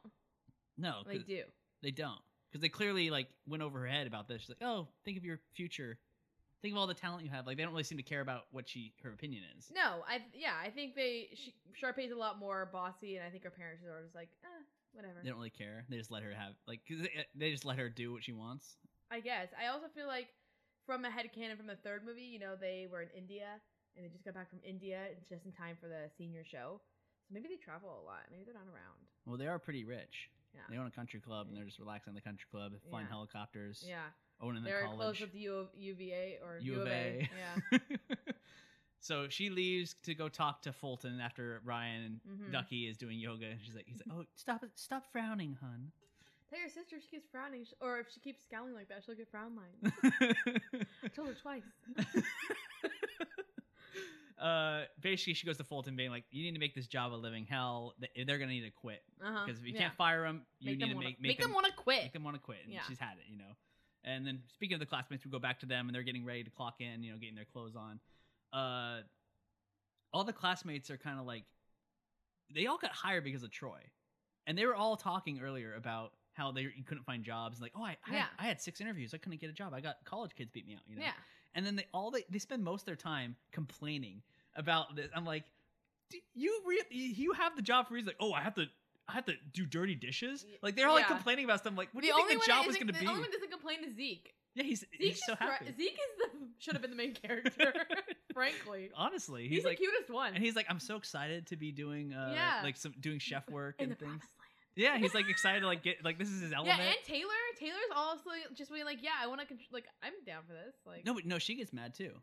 Speaker 1: No, 'cause-
Speaker 2: They do.
Speaker 1: they don't. Because they clearly like went over her head about this. She's like, oh, think of your future. Think of all the talent you have. Like they don't really seem to care about what she her opinion is.
Speaker 2: No, I yeah, I think they she, Sharpay's a lot more bossy, and I think her parents are just like, eh, whatever.
Speaker 1: They don't really care. They just let her have like 'cause they, they just let her do what she wants.
Speaker 2: I guess. I also feel like from a headcanon from the third movie, you know, they were in India and they just got back from India just in time for the senior show. So maybe they travel a lot. Maybe they're not around.
Speaker 1: Well, they are pretty rich.
Speaker 2: Yeah.
Speaker 1: They own a country club and they're just relaxing in the country club, flying
Speaker 2: Yeah.
Speaker 1: helicopters,
Speaker 2: Yeah.
Speaker 1: owning the
Speaker 2: They're close
Speaker 1: college,
Speaker 2: with the U of, UVA or
Speaker 1: U of A.
Speaker 2: Yeah.
Speaker 1: so she leaves to go talk to Fulton after Ryan and
Speaker 2: Mhm.
Speaker 1: Ducky is doing yoga, and she's like, he's like, oh, stop, it, stop frowning, hun.
Speaker 2: Tell your sister if she keeps frowning sh- or if she keeps scowling like that, she'll get frown lines. I told her twice.
Speaker 1: uh, basically, she goes to Fulton, being like, "You need to make this job a living hell. Th- They're gonna need to quit
Speaker 2: Uh-huh.
Speaker 1: because if you
Speaker 2: Yeah.
Speaker 1: can't fire them, you
Speaker 2: make
Speaker 1: need
Speaker 2: them
Speaker 1: to
Speaker 2: wanna,
Speaker 1: make, make them
Speaker 2: want to quit.
Speaker 1: make them want to quit." And
Speaker 2: Yeah.
Speaker 1: she's had it, you know. And then speaking of the classmates, we go back to them, and they're getting ready to clock in, you know, getting their clothes on. Uh, all the classmates are kind of like, they all got hired because of Troy, and they were all talking earlier about how they couldn't find jobs. Like, oh, I I,
Speaker 2: Yeah.
Speaker 1: I had six interviews, I couldn't get a job. I got college kids beat me out, you know
Speaker 2: Yeah.
Speaker 1: and then they all they, they spend most of their time complaining about this. I'm like, "Do you re- you have the job for reason? Like, oh, I have to I have to do dirty dishes.
Speaker 2: Y-
Speaker 1: Like they're all like
Speaker 2: yeah.
Speaker 1: complaining about something. Like, what do you
Speaker 2: only
Speaker 1: think the
Speaker 2: one
Speaker 1: job
Speaker 2: that
Speaker 1: was going
Speaker 2: isn't-
Speaker 1: to
Speaker 2: The
Speaker 1: be?
Speaker 2: only one that doesn't complain is Zeke.
Speaker 1: yeah, he's
Speaker 2: Zeke
Speaker 1: he's so
Speaker 2: is thri-
Speaker 1: happy.
Speaker 2: Zeke is the should have been the main character, frankly.
Speaker 1: Honestly, he's,
Speaker 2: He's,
Speaker 1: like,
Speaker 2: the cutest one.
Speaker 1: and he's like, I'm so excited to be doing uh
Speaker 2: Yeah.
Speaker 1: like some doing chef work
Speaker 2: in
Speaker 1: and
Speaker 2: the
Speaker 1: things.
Speaker 2: promised
Speaker 1: Yeah, he's like excited to like get like this is his
Speaker 2: land.
Speaker 1: element.
Speaker 2: Yeah, and Taylor. Taylor's also just being like, yeah, I want to contr like I'm down for this. Like,
Speaker 1: no, but no, she gets mad too,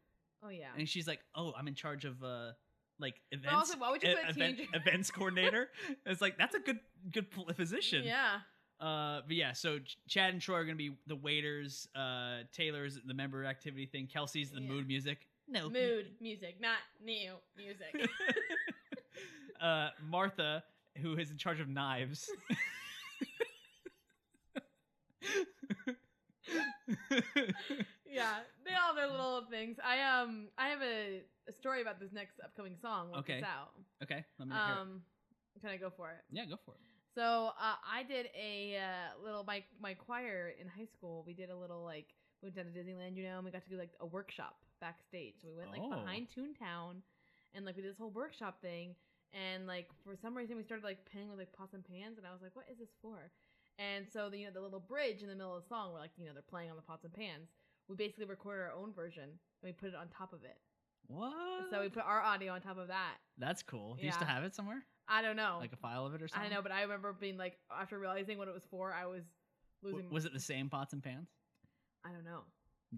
Speaker 2: oh yeah,
Speaker 1: and she's like, oh, I'm in charge of uh like
Speaker 2: But
Speaker 1: events
Speaker 2: also, why would you
Speaker 1: e-
Speaker 2: put a
Speaker 1: event-
Speaker 2: teenager?
Speaker 1: events coordinator. it's like that's a good good pl- position.
Speaker 2: Yeah.
Speaker 1: Uh, but yeah, so Ch- Chad and Troy are gonna be the waiters. Uh, Taylor's the member activity thing. Kelsey's the
Speaker 2: Yeah.
Speaker 1: mood music. No
Speaker 2: Mood music, not new music.
Speaker 1: uh, Martha, who is in charge of knives.
Speaker 2: yeah, they all have their little things. I um, I have a, a story about this next upcoming song. Once
Speaker 1: Okay.
Speaker 2: It's out.
Speaker 1: okay, let me hear it.
Speaker 2: Um, can I go for it?
Speaker 1: Yeah, go for it.
Speaker 2: So uh, I did a uh, little my my choir in high school. We did a little like we went down to Disneyland, you know, and we got to do like a workshop backstage. So we went like
Speaker 1: Oh.
Speaker 2: behind Toontown, and like we did this whole workshop thing. And like for some reason we started like playing with like pots and pans, and I was like, what is this for? And so the, you know the little bridge in the middle of the song, where like you know they're playing on the pots and pans. We basically recorded our own version and we put it on top of it.
Speaker 1: What?
Speaker 2: So we put our audio on top of that.
Speaker 1: That's cool. Do you still
Speaker 2: Yeah.
Speaker 1: have it somewhere?
Speaker 2: I don't know.
Speaker 1: Like a file of it or
Speaker 2: I
Speaker 1: something?
Speaker 2: know, but I remember being like, after realizing what it was for, I was
Speaker 1: W-
Speaker 2: losing.
Speaker 1: was it the same pots and pans?
Speaker 2: I don't know.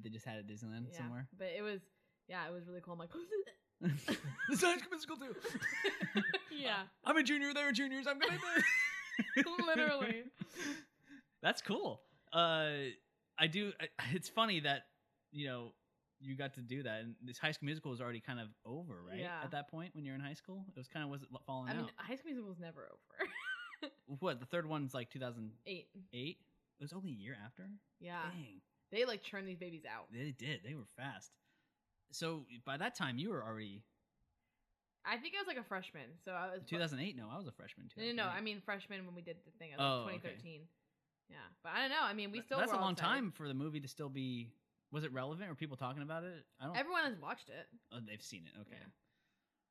Speaker 1: They just had it at Disneyland
Speaker 2: Yeah.
Speaker 1: somewhere?
Speaker 2: But it was, yeah, it was really cool. I'm like,
Speaker 1: the science musical too.
Speaker 2: yeah,
Speaker 1: I'm a junior. They're juniors. I'm gonna. do it.
Speaker 2: literally.
Speaker 1: That's cool. Uh, I do. I, it's funny that you know you got to do that, and this High School Musical was already kind of over, right?
Speaker 2: Yeah.
Speaker 1: At that point, when you're in high school, it was kind of was it falling
Speaker 2: I mean,
Speaker 1: out.
Speaker 2: High School Musical was never over.
Speaker 1: What the third one's like 2008.
Speaker 2: Eight.
Speaker 1: It was only a year after.
Speaker 2: Yeah.
Speaker 1: Dang,
Speaker 2: They like churned these babies out.
Speaker 1: they did. They were fast. So by that time, you were already
Speaker 2: I think I was like a freshman. So I was.
Speaker 1: 2008. No, I was a freshman.
Speaker 2: No, no, no.
Speaker 1: 2008.
Speaker 2: I mean, freshman when we did the thing. I was
Speaker 1: Oh,
Speaker 2: like
Speaker 1: okay.
Speaker 2: 2013. Yeah. But I don't know. I mean, we
Speaker 1: But
Speaker 2: still.
Speaker 1: that's
Speaker 2: were
Speaker 1: a
Speaker 2: all
Speaker 1: long
Speaker 2: excited.
Speaker 1: time for the movie to still be. Was it relevant? Were people talking about it? I don't.
Speaker 2: Everyone has watched it.
Speaker 1: Oh, they've seen it. Okay.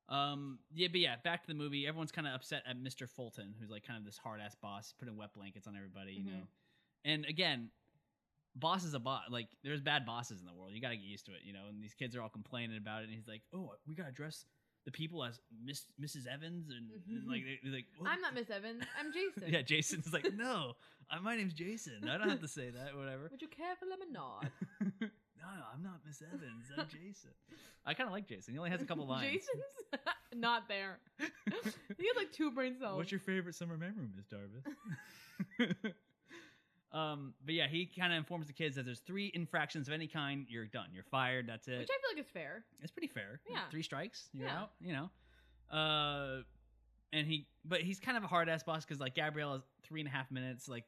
Speaker 1: Um. Yeah, but yeah, back to the movie. Everyone's kind of upset at Mr. Fulton, who's like kind of this hard ass boss, putting wet blankets on everybody. You
Speaker 2: Mhm.
Speaker 1: know. And again, boss is a boss. Like, there's bad bosses in the world. You got to get used to it. You know. And these kids are all complaining about it. And he's like, "Oh, we got to dress the people as Miss Mrs. Evans," and, and like they- they're like, "What?"
Speaker 2: Mm-hmm. I'm not Miss Evans. I'm Jason.
Speaker 1: yeah, Jason's like, "No, I, my name's Jason. I don't have to say that. Whatever."
Speaker 2: Would you care for lemonade?
Speaker 1: no, no, I'm not Miss Evans. I'm Jason. I kind of like Jason. He only has a couple lines.
Speaker 2: Jason's not there. he has like two brain cells.
Speaker 1: What's your favorite summer memory, Miss Darvis? um, but yeah, he kind of informs the kids that there's three infractions of any kind, you're done. You're fired. That's it.
Speaker 2: Which I feel like is fair.
Speaker 1: it's pretty fair.
Speaker 2: Yeah.
Speaker 1: Three strikes, you're
Speaker 2: Yeah.
Speaker 1: out. You know. Uh, and he, but he's kind of a hard ass boss because like Gabrielle is three and a half minutes like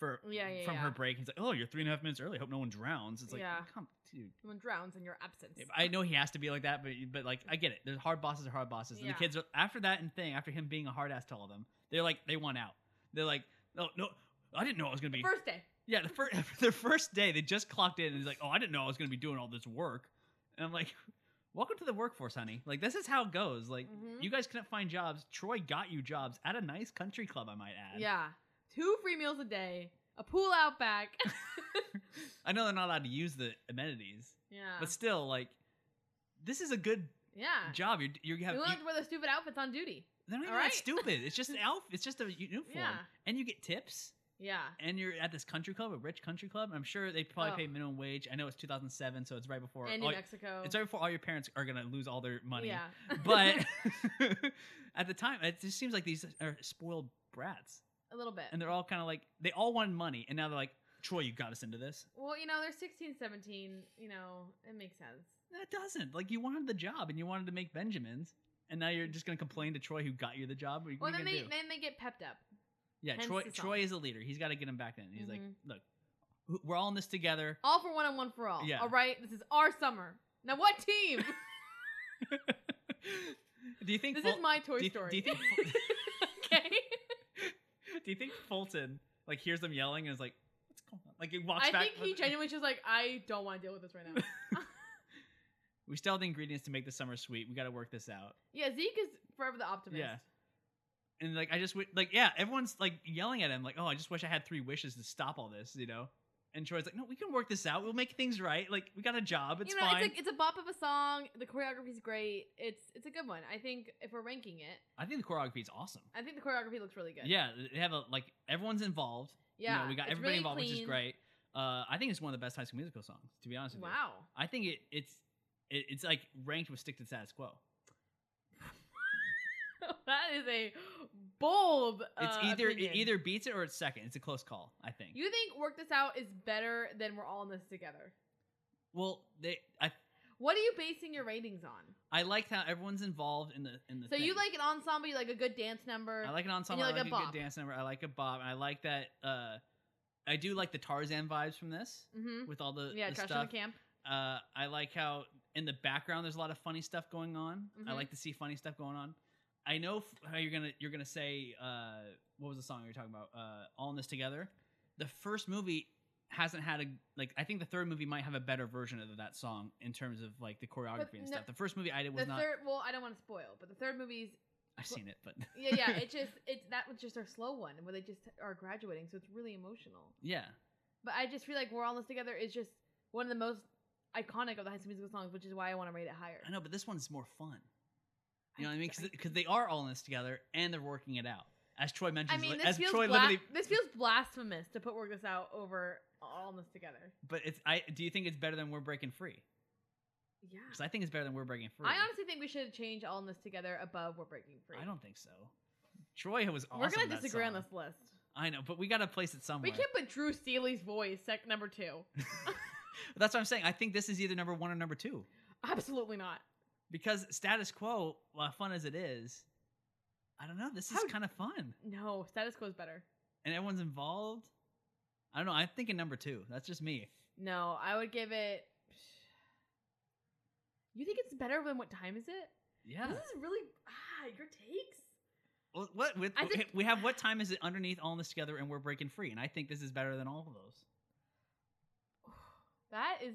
Speaker 1: for
Speaker 2: Yeah, yeah,
Speaker 1: from her
Speaker 2: yeah.
Speaker 1: break. He's like, oh, you're three and a half minutes early. Hope no one drowns. It's like,
Speaker 2: Yeah.
Speaker 1: come, dude.
Speaker 2: Someone drowns in your absence.
Speaker 1: Yeah, I know he has to be like that, but but like I get it. There's hard bosses are hard bosses, and the
Speaker 2: Yeah.
Speaker 1: kids are after that and thing after him being a hard ass to all of them. They're like they want out. They're like no no. I didn't know I was gonna be.
Speaker 2: First day.
Speaker 1: yeah, the first their first day they just clocked in and he's like, oh, I didn't know I was gonna be doing all this work. And I'm like, welcome to the workforce, honey. Like this is how it goes. Like
Speaker 2: Mhm.
Speaker 1: you guys couldn't find jobs. Troy got you jobs at a nice country club, I might add.
Speaker 2: Yeah. Two free meals a day, a pool out back.
Speaker 1: I know they're not allowed to use the amenities,
Speaker 2: yeah.
Speaker 1: but still, like, this is a good
Speaker 2: yeah.
Speaker 1: job. You're you have you-
Speaker 2: we won't have to wear those stupid outfits on duty.
Speaker 1: They're not even
Speaker 2: All
Speaker 1: that
Speaker 2: right.
Speaker 1: stupid. It's just an elf. It's just a uniform,
Speaker 2: Yeah.
Speaker 1: and you get tips.
Speaker 2: Yeah.
Speaker 1: And you're at this country club, a rich country club. I'm sure they probably
Speaker 2: Oh.
Speaker 1: pay minimum wage. I know it's 2007, so it's right before.
Speaker 2: and
Speaker 1: all-
Speaker 2: New Mexico.
Speaker 1: it's right before all your parents are gonna lose all their money.
Speaker 2: Yeah.
Speaker 1: But at the time, it just seems like these are spoiled brats,
Speaker 2: a little bit.
Speaker 1: and they're all kind of like they all wanted money, and now they're like, Troy, you got us into this.
Speaker 2: well, you know, they're 16, 17. You know, it makes sense.
Speaker 1: That doesn't like you wanted the job, and you wanted to make Benjamins, and now you're just gonna complain to Troy who got you the job. What are you
Speaker 2: Well,
Speaker 1: gonna
Speaker 2: then they
Speaker 1: do?
Speaker 2: then they get pepped up.
Speaker 1: Yeah,
Speaker 2: Hence
Speaker 1: Troy.
Speaker 2: the song.
Speaker 1: Troy is a leader. He's got to get him back in. He's like,
Speaker 2: Mhm.
Speaker 1: look, w- we're all in this together.
Speaker 2: All for one and one for all.
Speaker 1: Yeah.
Speaker 2: All right, this is our summer. Now, what team?
Speaker 1: do you think?
Speaker 2: this
Speaker 1: Ful-
Speaker 2: is my Toy
Speaker 1: do you-
Speaker 2: Story.
Speaker 1: Do you think?
Speaker 2: okay.
Speaker 1: do you think Fulton like hears them yelling and is like, what's going on? Like he walks
Speaker 2: I
Speaker 1: back.
Speaker 2: think he genuinely just like, I don't want to deal with this right now.
Speaker 1: we still have the ingredients to make the summer sweet. We got to work this out.
Speaker 2: Yeah, Zeke is forever the optimist.
Speaker 1: Yeah. And like I just w- like yeah, everyone's like yelling at him like, oh, I just wish I had three wishes to stop all this, you know. And Troy's like, no, we can work this out. We'll make things right. Like we got a job. It's
Speaker 2: you know,
Speaker 1: fine.
Speaker 2: it's a, it's a bop of a song. The choreography's great. It's it's a good one. I think if we're ranking it,
Speaker 1: I think the choreography is awesome.
Speaker 2: I think the choreography looks really good.
Speaker 1: Yeah, they have a like everyone's involved.
Speaker 2: yeah.
Speaker 1: you know, we got
Speaker 2: it's
Speaker 1: everybody
Speaker 2: really
Speaker 1: involved, which is
Speaker 2: clean.
Speaker 1: great. Uh, I think it's one of the best High School Musical songs, to be honest with you.
Speaker 2: Wow.
Speaker 1: I think it it's it, it's like ranked with Stick to the Status Quo.
Speaker 2: that is a bold.
Speaker 1: It's
Speaker 2: uh,
Speaker 1: either
Speaker 2: opinion.
Speaker 1: it either beats it or it's second. It's a close call, I think.
Speaker 2: You think work this out is better than we're all in this together?
Speaker 1: well, they I
Speaker 2: What are you basing your ratings on?
Speaker 1: I liked how everyone's involved in the in the.
Speaker 2: So you
Speaker 1: thing.
Speaker 2: like an ensemble, you like a good dance number.
Speaker 1: I like an ensemble.
Speaker 2: like
Speaker 1: I
Speaker 2: a
Speaker 1: like a,
Speaker 2: bop.
Speaker 1: good dance number. I like a bop. I like that. Uh, I do like the Tarzan vibes from this
Speaker 2: hmm
Speaker 1: with all the
Speaker 2: Yeah,
Speaker 1: the
Speaker 2: Trash
Speaker 1: stuff.
Speaker 2: on the Camp.
Speaker 1: Uh, I like how in the background there's a lot of funny stuff going on. I
Speaker 2: Mhm.
Speaker 1: like to see funny stuff going on. I know f- how you're gonna you're gonna say uh, what was the song you were talking about? Uh, All in this together. The first movie hasn't had a like. I think the third movie might have a better version of that song in terms of like the choreography and
Speaker 2: no-
Speaker 1: stuff. The first movie I did
Speaker 2: The
Speaker 1: was not.
Speaker 2: third, well, I don't want to spoil, but the third movie's
Speaker 1: I've seen it, but
Speaker 2: yeah, yeah. It just it's that was just our slow one where they just are graduating, so it's really emotional.
Speaker 1: yeah,
Speaker 2: But I just feel like we're all in this together is just one of the most iconic of the High School Musical songs, which is why I want to rate it higher.
Speaker 1: I know, but this one's more fun. You know what I mean?
Speaker 2: I-
Speaker 1: Because they are all in this together and they're working it out. As Troy
Speaker 2: I
Speaker 1: mentions,
Speaker 2: mean,
Speaker 1: like-
Speaker 2: this
Speaker 1: as
Speaker 2: feels
Speaker 1: Troy
Speaker 2: bla-
Speaker 1: literally,
Speaker 2: this feels blasphemous to put work this out over all in this together.
Speaker 1: but it's. I do you think it's better than We're Breaking Free?
Speaker 2: Yeah.
Speaker 1: Because I think it's better than We're Breaking Free.
Speaker 2: I honestly think we should change all in this together above we're breaking free.
Speaker 1: I don't think so. Troy was awesome.
Speaker 2: We're gonna
Speaker 1: in that
Speaker 2: disagree on
Speaker 1: song.
Speaker 2: this list.
Speaker 1: I know, but we gotta place it somewhere.
Speaker 2: We can't put Drew Seeley's voice sec number two.
Speaker 1: That's what I'm saying. I think this is either number one or number two
Speaker 2: Absolutely not.
Speaker 1: because status quo, well, fun as it is, I don't know. This is
Speaker 2: How-
Speaker 1: kind of fun,
Speaker 2: No, status quo is better.
Speaker 1: and everyone's involved. I don't know. I'm thinking number two. That's just me.
Speaker 2: No, I would give it. You think it's better than what time is it?
Speaker 1: Yeah.
Speaker 2: This is really ah your takes.
Speaker 1: Well, what with,
Speaker 2: I think-
Speaker 1: we have? What time is it underneath all this together? And we're breaking free. And I think this is better than all of those.
Speaker 2: That is,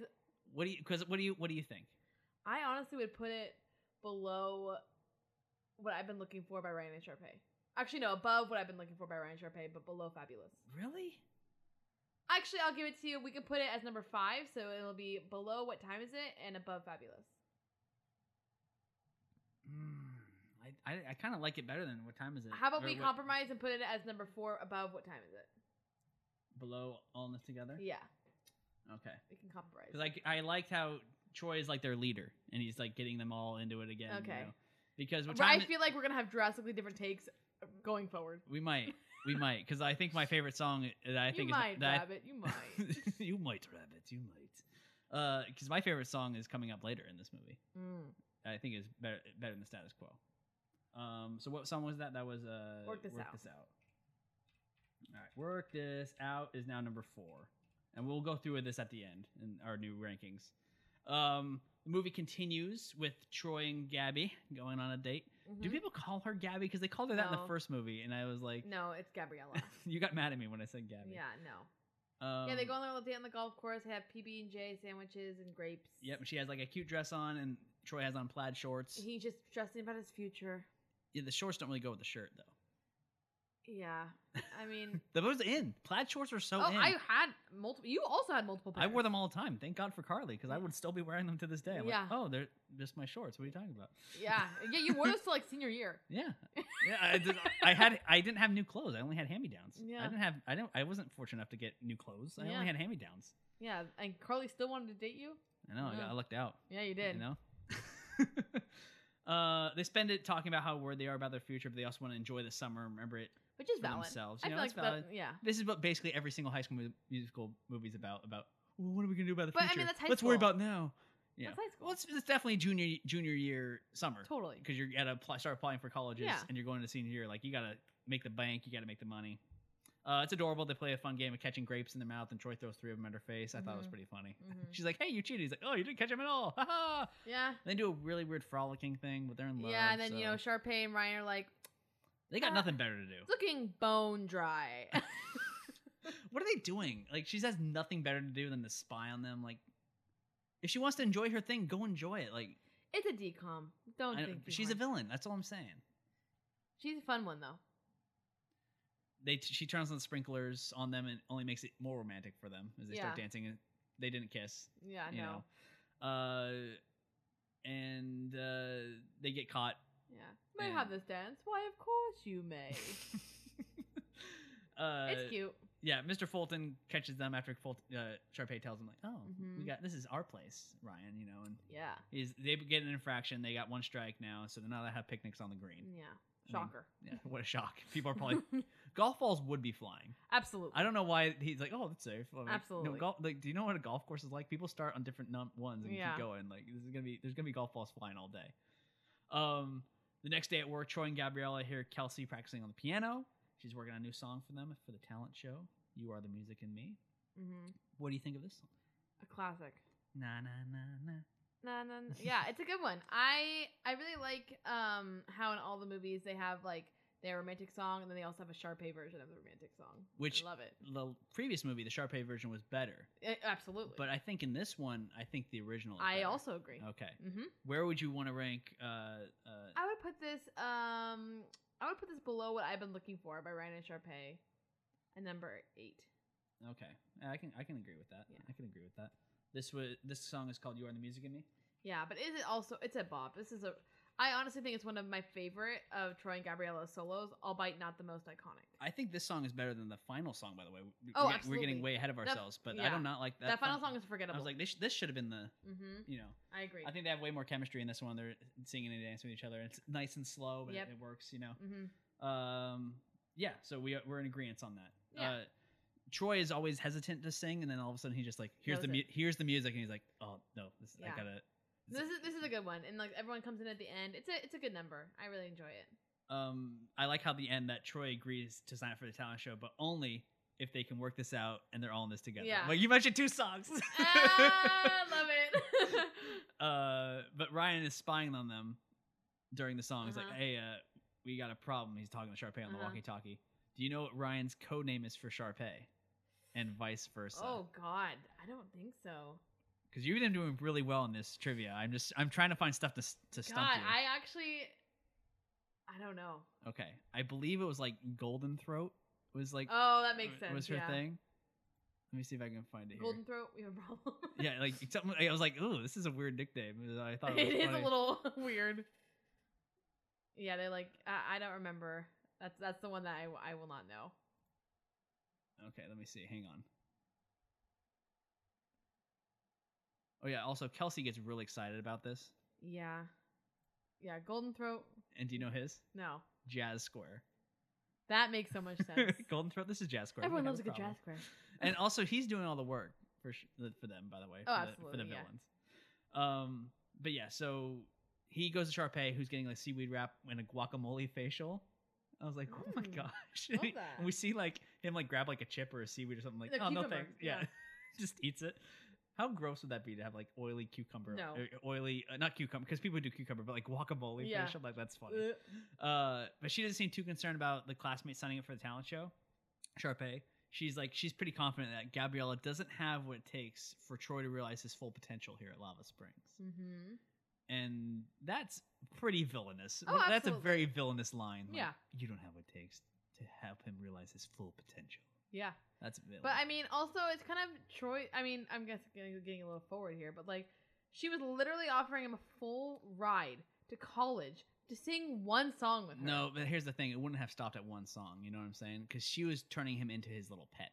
Speaker 1: What do you? Because what do you? What do you think?
Speaker 2: I honestly would put it below what I've been looking for by Ryan and Sharpay. Actually, no, above what I've been looking for by Ryan Sharpay, but below Fabulous.
Speaker 1: Really?
Speaker 2: Actually, I'll give it to you. We could put it as number five, so it'll be below what time is it and above Fabulous.
Speaker 1: Mm, I I, I kind of like it better than what time is it?
Speaker 2: How about
Speaker 1: Or
Speaker 2: we
Speaker 1: what-
Speaker 2: compromise and put it as number four above what time is it?
Speaker 1: below all this together?
Speaker 2: Yeah,
Speaker 1: Okay.
Speaker 2: we can compromise.
Speaker 1: Because I I liked how Troy is like their leader, and he's like getting them all into it again. you
Speaker 2: Okay.
Speaker 1: know? Because what
Speaker 2: But I
Speaker 1: time
Speaker 2: feel like we're gonna have drastically different takes going forward.
Speaker 1: we might we might because I think my favorite song that I think
Speaker 2: you might,
Speaker 1: is that
Speaker 2: Rabbit. You might.
Speaker 1: you might rabbit you might because my favorite song is coming up later in this movie.
Speaker 2: Mm.
Speaker 1: I think is better better than the status quo. Um, so what song was that? That was uh,
Speaker 2: Work This Out.
Speaker 1: All right, work this out is now number four, and we'll go through with this at the end in our new rankings. Um, the movie continues with Troy and Gabby going on a date. Do
Speaker 2: Mhm.
Speaker 1: people call her Gabby? Because they called her that in
Speaker 2: No.
Speaker 1: the first movie, and I was like,
Speaker 2: No, it's Gabriella.
Speaker 1: you got mad at me when I said Gabby.
Speaker 2: yeah, no.
Speaker 1: Um,
Speaker 2: yeah, they go on their little date on the golf course. Have PB and J sandwiches and grapes.
Speaker 1: Yep, she has like a cute dress on, and Troy has on plaid shorts.
Speaker 2: He's just stressing about his future.
Speaker 1: yeah, the shorts don't really go with the shirt though.
Speaker 2: Yeah, I mean,
Speaker 1: Those in plaid shorts are so
Speaker 2: oh,
Speaker 1: in.
Speaker 2: I had multiple. You also had multiple. Pairs.
Speaker 1: I wore them all the time. Thank God for Carly, because I
Speaker 2: Yeah.
Speaker 1: would still be wearing them to this day. I'm
Speaker 2: Yeah.
Speaker 1: like, oh, they're just my shorts. What are you talking about?
Speaker 2: Yeah, yeah, you wore those till like senior year.
Speaker 1: Yeah, yeah. I, did, I had I didn't have new clothes. I only had hand me downs.
Speaker 2: Yeah.
Speaker 1: I didn't have I didn't I wasn't fortunate enough to get new clothes. I
Speaker 2: Yeah.
Speaker 1: only had hand me downs.
Speaker 2: Yeah, and Carly still wanted to date you.
Speaker 1: I know. I,
Speaker 2: Yeah.
Speaker 1: got, I lucked out.
Speaker 2: Yeah, you did.
Speaker 1: You know. uh, they spend it talking about how worried they are about their future, but they also want to enjoy the summer. and Remember it
Speaker 2: Which is
Speaker 1: for
Speaker 2: valid.
Speaker 1: themselves.
Speaker 2: I
Speaker 1: You know,
Speaker 2: feel
Speaker 1: that's
Speaker 2: like that.
Speaker 1: valid.
Speaker 2: Yeah.
Speaker 1: This is what basically every single high school mu- musical movie is about. About well, what are we gonna do about the
Speaker 2: But, I mean,
Speaker 1: future?
Speaker 2: that's high
Speaker 1: Let's worry
Speaker 2: school.
Speaker 1: about now. Yeah.
Speaker 2: That's high school.
Speaker 1: Well, it's, it's definitely junior junior year summer
Speaker 2: totally.
Speaker 1: because you're gotta apply, start applying for colleges
Speaker 2: Yeah.
Speaker 1: and you're going to senior year. Like you gotta make the bank, you gotta make the money. Uh, it's adorable. They play a fun game of catching grapes in their mouth, and Troy throws three of them at her face. I thought it was
Speaker 2: Mhm.
Speaker 1: pretty funny.
Speaker 2: Mhm.
Speaker 1: She's like, "Hey, you cheated." He's like, "Oh, you didn't catch him at all." Ha ha.
Speaker 2: Yeah.
Speaker 1: And They do a really weird frolicking thing, but they're in love.
Speaker 2: yeah, and then you
Speaker 1: so-
Speaker 2: know Sharpay and Ryan are like
Speaker 1: they got
Speaker 2: uh,
Speaker 1: nothing better to do.
Speaker 2: "It's looking bone dry.
Speaker 1: What are they doing? Like she has nothing better to do than to spy on them. Like if she wants to enjoy her thing, go enjoy it. Like
Speaker 2: it's a decom. Don't
Speaker 1: I
Speaker 2: think
Speaker 1: don't-
Speaker 2: too
Speaker 1: she's a
Speaker 2: hard.
Speaker 1: villain. That's all I'm saying.
Speaker 2: She's a fun one though.
Speaker 1: they she turns on the sprinklers on them and only makes it more romantic for them as they start
Speaker 2: Yeah.
Speaker 1: dancing and they didn't kiss
Speaker 2: Yeah,
Speaker 1: you
Speaker 2: no.
Speaker 1: know uh and uh they get caught
Speaker 2: Yeah. May I have this dance? Why of course you may.
Speaker 1: uh
Speaker 2: it's cute.
Speaker 1: yeah mr fulton catches them after Fulton, uh Sharpay tells him like oh we
Speaker 2: Mhm.
Speaker 1: got this is our place ryan you know and
Speaker 2: Yeah.
Speaker 1: is they get an infraction they got one strike now so now they have picnics on the green
Speaker 2: Yeah. Shocker.
Speaker 1: Yeah, what a shock. People are probably golf balls would be flying.
Speaker 2: Absolutely.
Speaker 1: I don't know why he's like, oh, that's safe. I'm like, No,
Speaker 2: Absolutely.
Speaker 1: golf, like, do you know what a golf course is like? People start on different num- ones and
Speaker 2: Yeah.
Speaker 1: keep going. Like, this is gonna be there's gonna be golf balls flying all day. Um, the next day at work, Troy and Gabriella hear Kelsey practicing on the piano. She's working on a new song for them for the talent show. You are the music in me.
Speaker 2: hmm
Speaker 1: What do you think of this song?
Speaker 2: A classic.
Speaker 1: Na na na na.
Speaker 2: No, no, no. Yeah, it's a good one. I I really like um how in all the movies they have like their romantic song and then they also have a Sharpay version of the romantic song.
Speaker 1: Which-
Speaker 2: I love it.
Speaker 1: The previous movie, the Sharpay version, was better,
Speaker 2: I- absolutely.
Speaker 1: but I think in this one, I think the original. Is
Speaker 2: I
Speaker 1: better.
Speaker 2: also agree.
Speaker 1: Okay,
Speaker 2: hmm
Speaker 1: where would you want to rank? Uh, uh,
Speaker 2: I would put this um I would put this below what I've been looking for by Ryan and Sharpay, and number eight.
Speaker 1: Okay, I can I can agree with that.
Speaker 2: Yeah.
Speaker 1: I can agree with that. This was this song is called "You Are the Music in Me."
Speaker 2: Yeah, but is it also it's a bop. This is a I honestly think it's one of my favorite of Troy and Gabriella's solos, albeit not the most iconic.
Speaker 1: I think this song is better than the final song. By the way, We-
Speaker 2: Oh,
Speaker 1: we're, get- we're
Speaker 2: absolutely.
Speaker 1: getting way ahead of
Speaker 2: That-
Speaker 1: ourselves, but I
Speaker 2: yeah.
Speaker 1: do not like that.
Speaker 2: That, final
Speaker 1: fun-
Speaker 2: song is forgettable.
Speaker 1: I was like, this, this should have been the
Speaker 2: mm-hmm.
Speaker 1: you know.
Speaker 2: I agree.
Speaker 1: I think they have way more chemistry in this one. They're singing and dancing with each other. It's nice and slow, but
Speaker 2: Yep.
Speaker 1: it, it works. You know.
Speaker 2: mm-hmm.
Speaker 1: Um, yeah. So we are, we're in agreement on that.
Speaker 2: Yeah.
Speaker 1: Uh, Troy is always hesitant to sing, and then all of a sudden he's just like, "Here's
Speaker 2: Knows
Speaker 1: the mu- here's the music," and he's like, "Oh no, this,
Speaker 2: Yeah.
Speaker 1: I gotta."
Speaker 2: This is this is a good one, and like everyone comes in at the end. It's a it's a good number. I really enjoy it.
Speaker 1: um, I like how the end that Troy agrees to sign up for the talent show, but only if they can work this out and they're all in this together.
Speaker 2: Yeah. Uh.
Speaker 1: Like you mentioned two songs.
Speaker 2: ah, love it.
Speaker 1: uh, but Ryan is spying on them during the song. He's
Speaker 2: Uh-huh.
Speaker 1: like, "Hey, uh, we got a problem." He's talking to Sharpay on the
Speaker 2: Uh-huh.
Speaker 1: walkie-talkie. Do you know what Ryan's code name is for Sharpay? And vice versa.
Speaker 2: oh God, I don't think so.
Speaker 1: Because you've been doing really well in this trivia. I'm just I'm trying to find stuff to s- to stump
Speaker 2: God,
Speaker 1: you.
Speaker 2: I actually, I don't know.
Speaker 1: okay, I believe it was like Golden Throat was like
Speaker 2: Oh, that makes
Speaker 1: w-
Speaker 2: sense.
Speaker 1: Was her
Speaker 2: yeah.
Speaker 1: thing? Let me see if I can find it here.
Speaker 2: Golden throat, we have a problem.
Speaker 1: yeah, like something, I was like, "Ooh, this is a weird nickname." I thought it was
Speaker 2: it is
Speaker 1: funny.
Speaker 2: a little weird. Yeah, they're like I, I don't remember. That's that's the one that I, I will not know.
Speaker 1: Okay, let me see. Hang on. Oh yeah. Also, Kelsey gets really excited about this.
Speaker 2: Yeah, yeah. Golden throat,
Speaker 1: And do you know his
Speaker 2: no.
Speaker 1: Jazz Square?
Speaker 2: That makes so much sense.
Speaker 1: Golden Throat. This is Jazz Square.
Speaker 2: Everyone
Speaker 1: We
Speaker 2: loves a
Speaker 1: have
Speaker 2: good
Speaker 1: problem.
Speaker 2: jazz square.
Speaker 1: And also, he's doing all the work for sh- for them, by the way. for
Speaker 2: Oh,
Speaker 1: the- for the
Speaker 2: absolutely, yeah.
Speaker 1: villains. Um, but yeah, so he goes to Sharpay, who's getting like seaweed wrap and a guacamole facial. I was like, oh my
Speaker 2: Mm,
Speaker 1: gosh!
Speaker 2: love that.
Speaker 1: and we see like him like grab like a chip or a seaweed or something like,
Speaker 2: The
Speaker 1: oh no
Speaker 2: cucumber,
Speaker 1: thanks, yeah,
Speaker 2: yeah.
Speaker 1: just eats it. How gross would that be to have like oily cucumber,
Speaker 2: No.
Speaker 1: or oily uh, not cucumber because people do cucumber, but like guacamole
Speaker 2: Yeah.
Speaker 1: facial? Like that's funny.
Speaker 2: Ugh.
Speaker 1: Uh, but she doesn't seem too concerned about the classmate signing up for the talent show. Sharpay. She's like she's pretty confident that Gabriella doesn't have what it takes for Troy to realize his full potential here at Lava Springs,
Speaker 2: Mm-hmm.
Speaker 1: and that's pretty villainous.
Speaker 2: Oh,
Speaker 1: Th- that's a
Speaker 2: absolutely.
Speaker 1: very villainous line. like,
Speaker 2: Yeah.
Speaker 1: you don't have what it takes to help him realize his full potential.
Speaker 2: Yeah.
Speaker 1: That's villain.
Speaker 2: But I mean, also, it's kind of Troy. I mean, I'm guessing getting getting a little forward here, but like, she was literally offering him a full ride to college to sing one song with her.
Speaker 1: no, but here's the thing: it wouldn't have stopped at one song. You know what I'm saying? Because she was turning him into his little pet,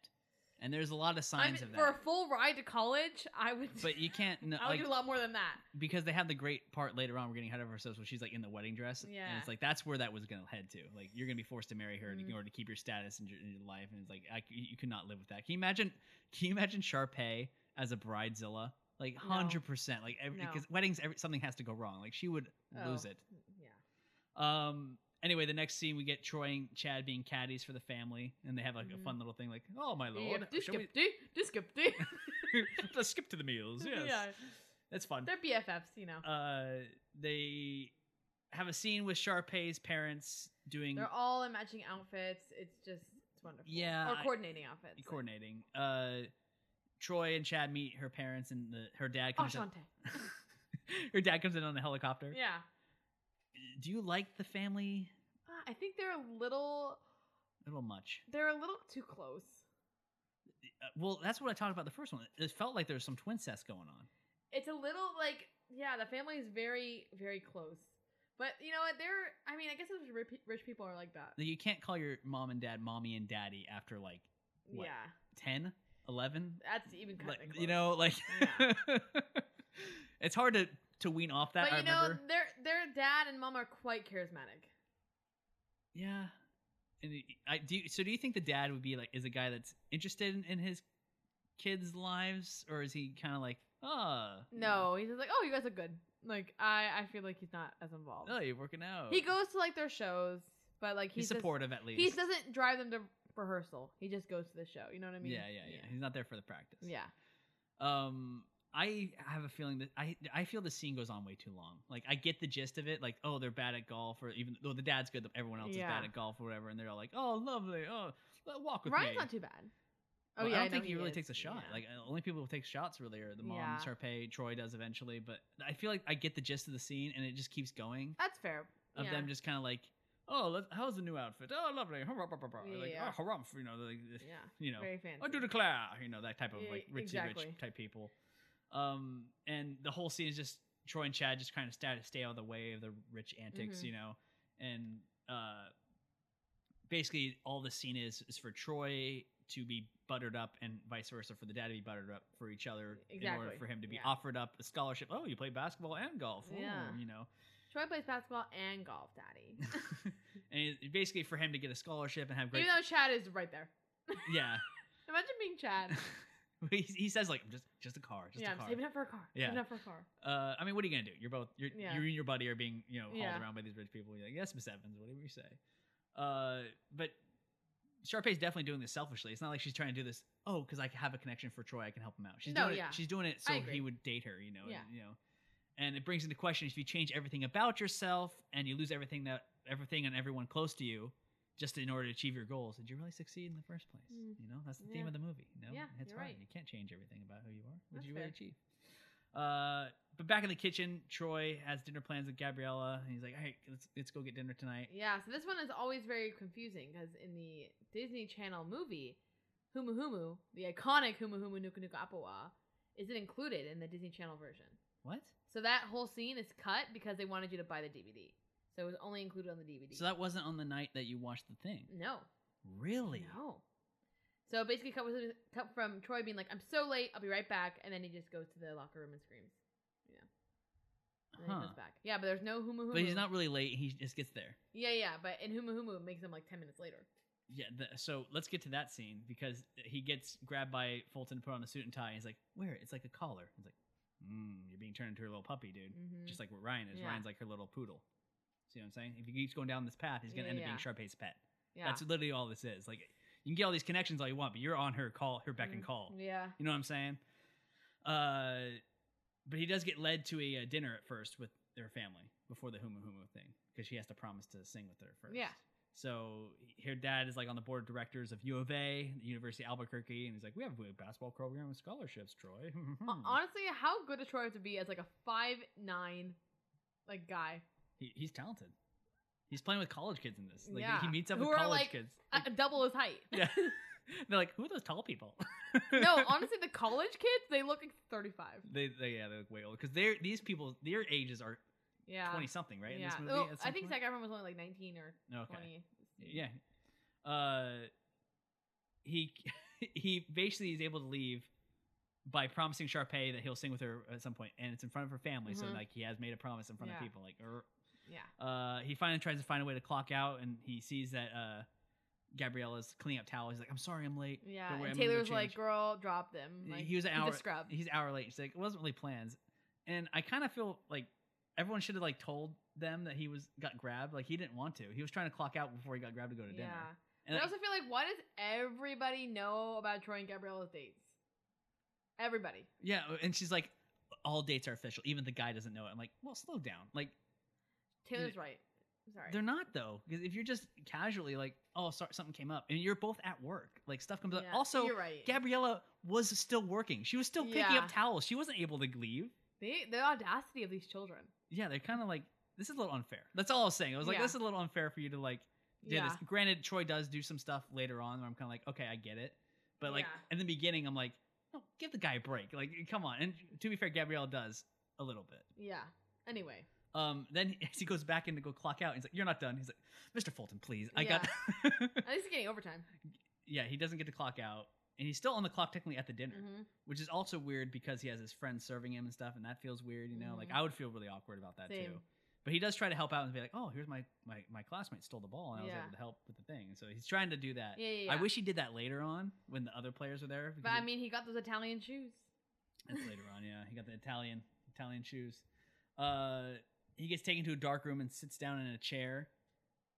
Speaker 1: and there's a lot of
Speaker 2: I
Speaker 1: signs
Speaker 2: mean,
Speaker 1: of
Speaker 2: for a
Speaker 1: that.
Speaker 2: full ride to college, I would.
Speaker 1: But you can't. No,
Speaker 2: I would
Speaker 1: like,
Speaker 2: do a lot more than that.
Speaker 1: because they have the great part later on. We're getting ahead of ourselves when she's like in the wedding dress, and
Speaker 2: Yeah.
Speaker 1: it's like that's where that was gonna head to. Like you're gonna be forced to marry her in
Speaker 2: Mhm.
Speaker 1: order to keep your status in your, in your life, and it's like I c you could not live with that. Can you imagine? Can you imagine Sharpay as a bridezilla? Like
Speaker 2: No.
Speaker 1: hundred percent. Like every,
Speaker 2: No.
Speaker 1: because weddings, every, something has to go wrong. Like she would lose
Speaker 2: Oh,
Speaker 1: it.
Speaker 2: Yeah.
Speaker 1: Um. Anyway, the next scene we get Troy and Chad being caddies for the family, and they have like a
Speaker 2: Mhm.
Speaker 1: fun little thing, like, "Oh my
Speaker 2: Yeah,
Speaker 1: lord,
Speaker 2: Disc
Speaker 1: shall we-
Speaker 2: skip do, disc skip do.
Speaker 1: let's skip to the meals." Yes,
Speaker 2: Yeah.
Speaker 1: that's fun.
Speaker 2: They're BFFs, you know.
Speaker 1: Uh, they have a scene with Sharpay's parents doing
Speaker 2: They're all in matching outfits. It's just it's wonderful.
Speaker 1: Yeah,
Speaker 2: Or
Speaker 1: I-
Speaker 2: coordinating outfits. like-
Speaker 1: coordinating. Uh, Troy and Chad meet her parents, and the, her dad
Speaker 2: Oh,
Speaker 1: comes. in,
Speaker 2: Shantae.
Speaker 1: her dad comes in on the helicopter.
Speaker 2: yeah.
Speaker 1: Do you like the family?
Speaker 2: Uh, I think they're a little
Speaker 1: A little much.
Speaker 2: they're a little too close.
Speaker 1: Uh, well, that's what I talked about the first one. It felt like there was some twin sets going on.
Speaker 2: It's a little like yeah, the family is very very close. But you know what? They're I mean, I guess those rich, rich people are like that.
Speaker 1: Like, You can't call your mom and dad mommy and daddy after like what?
Speaker 2: Yeah,
Speaker 1: 10, 11.
Speaker 2: that's even kind
Speaker 1: Like,
Speaker 2: of
Speaker 1: you know, like
Speaker 2: Yeah.
Speaker 1: it's hard to to wean off that.
Speaker 2: But
Speaker 1: I
Speaker 2: you know,
Speaker 1: remember.
Speaker 2: their their dad and mom are quite charismatic.
Speaker 1: Yeah. And it- I do. you- So do you think the dad would be like is a guy that's interested in, in his kids' lives, or is he kind of like, oh, you know,
Speaker 2: No, he's just like, oh, you guys are good. Like I, I feel like he's not as involved.
Speaker 1: oh, you're working out.
Speaker 2: He goes to like their shows, but like
Speaker 1: He's,
Speaker 2: he's, just-
Speaker 1: supportive at least.
Speaker 2: He doesn't drive them to rehearsal. He just goes to the show. You know what I mean?
Speaker 1: yeah, yeah, yeah, He's not there for the practice.
Speaker 2: Yeah.
Speaker 1: Um, I have a feeling that I I feel the scene goes on way too long. Like I get the gist of it. Like oh, they're bad at golf, or even though the dad's good, everyone else is
Speaker 2: Yeah.
Speaker 1: bad at golf or whatever, and they're all like, oh, lovely, oh, walk with
Speaker 2: Ryan's
Speaker 1: me.
Speaker 2: not too bad. Oh
Speaker 1: Well,
Speaker 2: yeah,
Speaker 1: I don't think
Speaker 2: know
Speaker 1: he really
Speaker 2: is.
Speaker 1: takes a shot.
Speaker 2: Yeah.
Speaker 1: Like uh, only people who take shots really are the mom,
Speaker 2: Yeah.
Speaker 1: Sharpay, Troy does eventually. But I feel like I get the gist of the scene, and it just keeps going
Speaker 2: that's fair.
Speaker 1: of
Speaker 2: yeah.
Speaker 1: them just kind of like, oh, let how's the new outfit? Oh, lovely, hurrah, hurrah, hurrah. like
Speaker 2: Yeah.
Speaker 1: oh, harumph, you know, like,
Speaker 2: yeah,
Speaker 1: you know,
Speaker 2: very fancy.
Speaker 1: I do declare, you know, that type of
Speaker 2: Yeah,
Speaker 1: like richy
Speaker 2: exactly.
Speaker 1: rich type people. Um, and the whole scene is just Troy and Chad just kind of stay, stay out of the way of the rich antics,
Speaker 2: Mhm.
Speaker 1: you know, and uh, basically all the scene is is for Troy to be buttered up and vice versa for the dad to be buttered up for each other in order
Speaker 2: Exactly,
Speaker 1: for him to be
Speaker 2: yeah.
Speaker 1: offered up a scholarship. Oh, you play basketball and golf, Ooh,
Speaker 2: Yeah.
Speaker 1: you know.
Speaker 2: Troy plays basketball and golf, Daddy.
Speaker 1: and it- basically for him to get a scholarship and have great,
Speaker 2: Even though Chad is right there.
Speaker 1: yeah.
Speaker 2: Imagine being Chad.
Speaker 1: he, he says like just just a car, just
Speaker 2: yeah,
Speaker 1: a
Speaker 2: I'm
Speaker 1: car.
Speaker 2: saving up for a car.
Speaker 1: Yeah.
Speaker 2: Saving up for a car.
Speaker 1: uh, I mean, what are you gonna do? You're both you're,
Speaker 2: Yeah.
Speaker 1: you and your buddy are being you know hauled
Speaker 2: Yeah.
Speaker 1: around by these rich people. You're like, yes, Miss Evans, whatever you say. Uh, but Sharpay's definitely doing this selfishly. It's not like she's trying to do this. Oh, because I have a connection for Troy, I can help him out. She's
Speaker 2: No,
Speaker 1: doing
Speaker 2: yeah.
Speaker 1: it. She's doing it so
Speaker 2: I
Speaker 1: he
Speaker 2: agree.
Speaker 1: would date her. You know.
Speaker 2: Yeah.
Speaker 1: And, you know. And it brings into question if you change everything about yourself and you lose everything that everything and everyone close to you just in order to achieve your goals, did you really succeed in the first place?
Speaker 2: Mm.
Speaker 1: You know, that's the
Speaker 2: Yeah.
Speaker 1: theme of the movie. You know?
Speaker 2: Yeah,
Speaker 1: it's
Speaker 2: you're
Speaker 1: hard.
Speaker 2: right.
Speaker 1: You can't change everything about who you are. What
Speaker 2: That's
Speaker 1: did you really
Speaker 2: fair.
Speaker 1: achieve? Uh, but back in the kitchen, Troy has dinner plans with Gabriella. And he's like, "Hey, let's let's go get dinner tonight."
Speaker 2: Yeah, so this one is always very confusing because in the Disney Channel movie, Humu Humu, the iconic Humu Humu Nuka Nuka Apawa, isn't included in the Disney Channel version.
Speaker 1: What?
Speaker 2: So that whole scene is cut because they wanted you to buy the DVD. So it was only included on the DVD.
Speaker 1: So that wasn't on the night that you watched the thing,
Speaker 2: no,
Speaker 1: really?
Speaker 2: no. So basically, cut was cut from Troy being like, "I'm so late, I'll be right back," and then he just goes to the locker room and screams. Yeah. And then
Speaker 1: Huh.
Speaker 2: he comes back. Yeah, but there's no Humu Humu.
Speaker 1: But he's not really late. He just gets there.
Speaker 2: Yeah, yeah, but in Humu Humu, it makes him like ten minutes later.
Speaker 1: Yeah. The, so let's get to that scene because he gets grabbed by Fulton, put on a suit and tie. And he's like, "Where?" It's like a collar. He's like, mm, "You're being turned into a little puppy, dude."
Speaker 2: Mhm.
Speaker 1: Just like what Ryan is.
Speaker 2: Yeah.
Speaker 1: Ryan's like her little poodle. See what I'm saying? If he keeps going down this path, he's gonna
Speaker 2: Yeah,
Speaker 1: end up
Speaker 2: yeah.
Speaker 1: being Sharpay's pet.
Speaker 2: yeah.
Speaker 1: That's literally all this is. Like you can get all these connections all you want, but you're on her call, her beck and
Speaker 2: Mm.
Speaker 1: call.
Speaker 2: Yeah.
Speaker 1: You know what I'm saying? Uh, but he does get led to a, uh dinner at first with their family before the Humu Humu thing because she has to promise to sing with her first.
Speaker 2: Yeah.
Speaker 1: So her dad is like on the board of directors of U of A, the University of Albuquerque, and he's like, "We have a basketball program with scholarships, Troy." Hmm.
Speaker 2: Hon- Honestly, how good is Troy to be as like a five nine, like guy?
Speaker 1: he, he's talented. He's playing with college kids in this. Like,
Speaker 2: Yeah.
Speaker 1: He meets up
Speaker 2: Who
Speaker 1: with
Speaker 2: are,
Speaker 1: college
Speaker 2: like,
Speaker 1: kids.
Speaker 2: Uh, double his height.
Speaker 1: yeah. They're like, "Who are those tall people?"
Speaker 2: no, honestly, the college kids they look like thirty five.
Speaker 1: They, they yeah, they look way older because they're these people. Their ages are
Speaker 2: Yeah.
Speaker 1: twenty something, right?
Speaker 2: Yeah.
Speaker 1: In this movie,
Speaker 2: Well,
Speaker 1: at
Speaker 2: I
Speaker 1: some
Speaker 2: think
Speaker 1: point?
Speaker 2: Zach Efron was only like nineteen or
Speaker 1: Okay.
Speaker 2: twenty.
Speaker 1: Yeah. Uh, he he basically is able to leave by promising Sharpay that he'll sing with her at some point, and it's in front of her family. So
Speaker 2: Mhm.
Speaker 1: like he has made a promise in front of
Speaker 2: Yeah.
Speaker 1: people. Like, er,
Speaker 2: Yeah.
Speaker 1: uh, he finally tries to find a way to clock out, and he sees that uh, Gabriella's cleaning up towels. He's like, "I'm sorry, I'm late."
Speaker 2: Yeah.
Speaker 1: Don't worry,
Speaker 2: and
Speaker 1: I'm gonna
Speaker 2: Taylor
Speaker 1: go
Speaker 2: was like,
Speaker 1: change."
Speaker 2: "Girl, drop them." Like,
Speaker 1: he was an
Speaker 2: he's
Speaker 1: hour
Speaker 2: a scrub.
Speaker 1: He's an hour late. She's like, it wasn't really plans. And I kind of feel like everyone should have like told them that he was got grabbed. Like he didn't want to. He was trying to clock out before he got grabbed to go to
Speaker 2: yeah.
Speaker 1: dinner.
Speaker 2: But
Speaker 1: And
Speaker 2: I
Speaker 1: like,
Speaker 2: also feel like, why does everybody know about Troy and Gabriella's dates? Everybody.
Speaker 1: yeah, uh, and she's like, all dates are official. Even the guy doesn't know it. I'm like, well, slow down. Like
Speaker 2: Taylor's right. I'm sorry.
Speaker 1: they're not though, because if you're just casually like, oh, sorry, something came up, and you're both at work, like stuff comes up.
Speaker 2: Yeah,
Speaker 1: Also,
Speaker 2: you're right.
Speaker 1: Gabriella was still working. She was still picking
Speaker 2: Yeah.
Speaker 1: up towels. She wasn't able to leave.
Speaker 2: They, the audacity of these children.
Speaker 1: Yeah, they're kind of like, this is a little unfair. That's all I was saying. I was like,
Speaker 2: Yeah.
Speaker 1: this is a little unfair for you to like do
Speaker 2: Yeah.
Speaker 1: this. Granted, Troy does do some stuff later on where I'm kind of like, okay, I get it. But like
Speaker 2: Yeah.
Speaker 1: in the beginning, I'm like, no, give the guy a break. Like, come on. And to be fair, Gabrielle does a little bit.
Speaker 2: Yeah. Anyway.
Speaker 1: Um, then he, as he goes back in to go clock out, he's like, "You're not done." He's like, "Mr. Fulton, please, I got."
Speaker 2: At least he's getting overtime.
Speaker 1: yeah, he doesn't get to clock out, and he's still on the clock technically at the dinner,
Speaker 2: hmm
Speaker 1: which is also weird because he has his friends serving him and stuff, and that feels weird. You know, like
Speaker 2: Mhm.
Speaker 1: I would feel really awkward about that
Speaker 2: Same.
Speaker 1: too. But he does try to help out and be like, "Oh, here's my my, my classmate stole the ball, and I was
Speaker 2: Yeah.
Speaker 1: able to help with the thing." So he's trying to do that.
Speaker 2: Yeah, yeah,
Speaker 1: I
Speaker 2: yeah.
Speaker 1: wish he did that later on when the other players are there.
Speaker 2: But
Speaker 1: because
Speaker 2: I
Speaker 1: it-
Speaker 2: mean, he got those Italian shoes.
Speaker 1: that's later on. Yeah, he got the Italian Italian shoes. Uh, he gets taken to a dark room and sits down in a chair.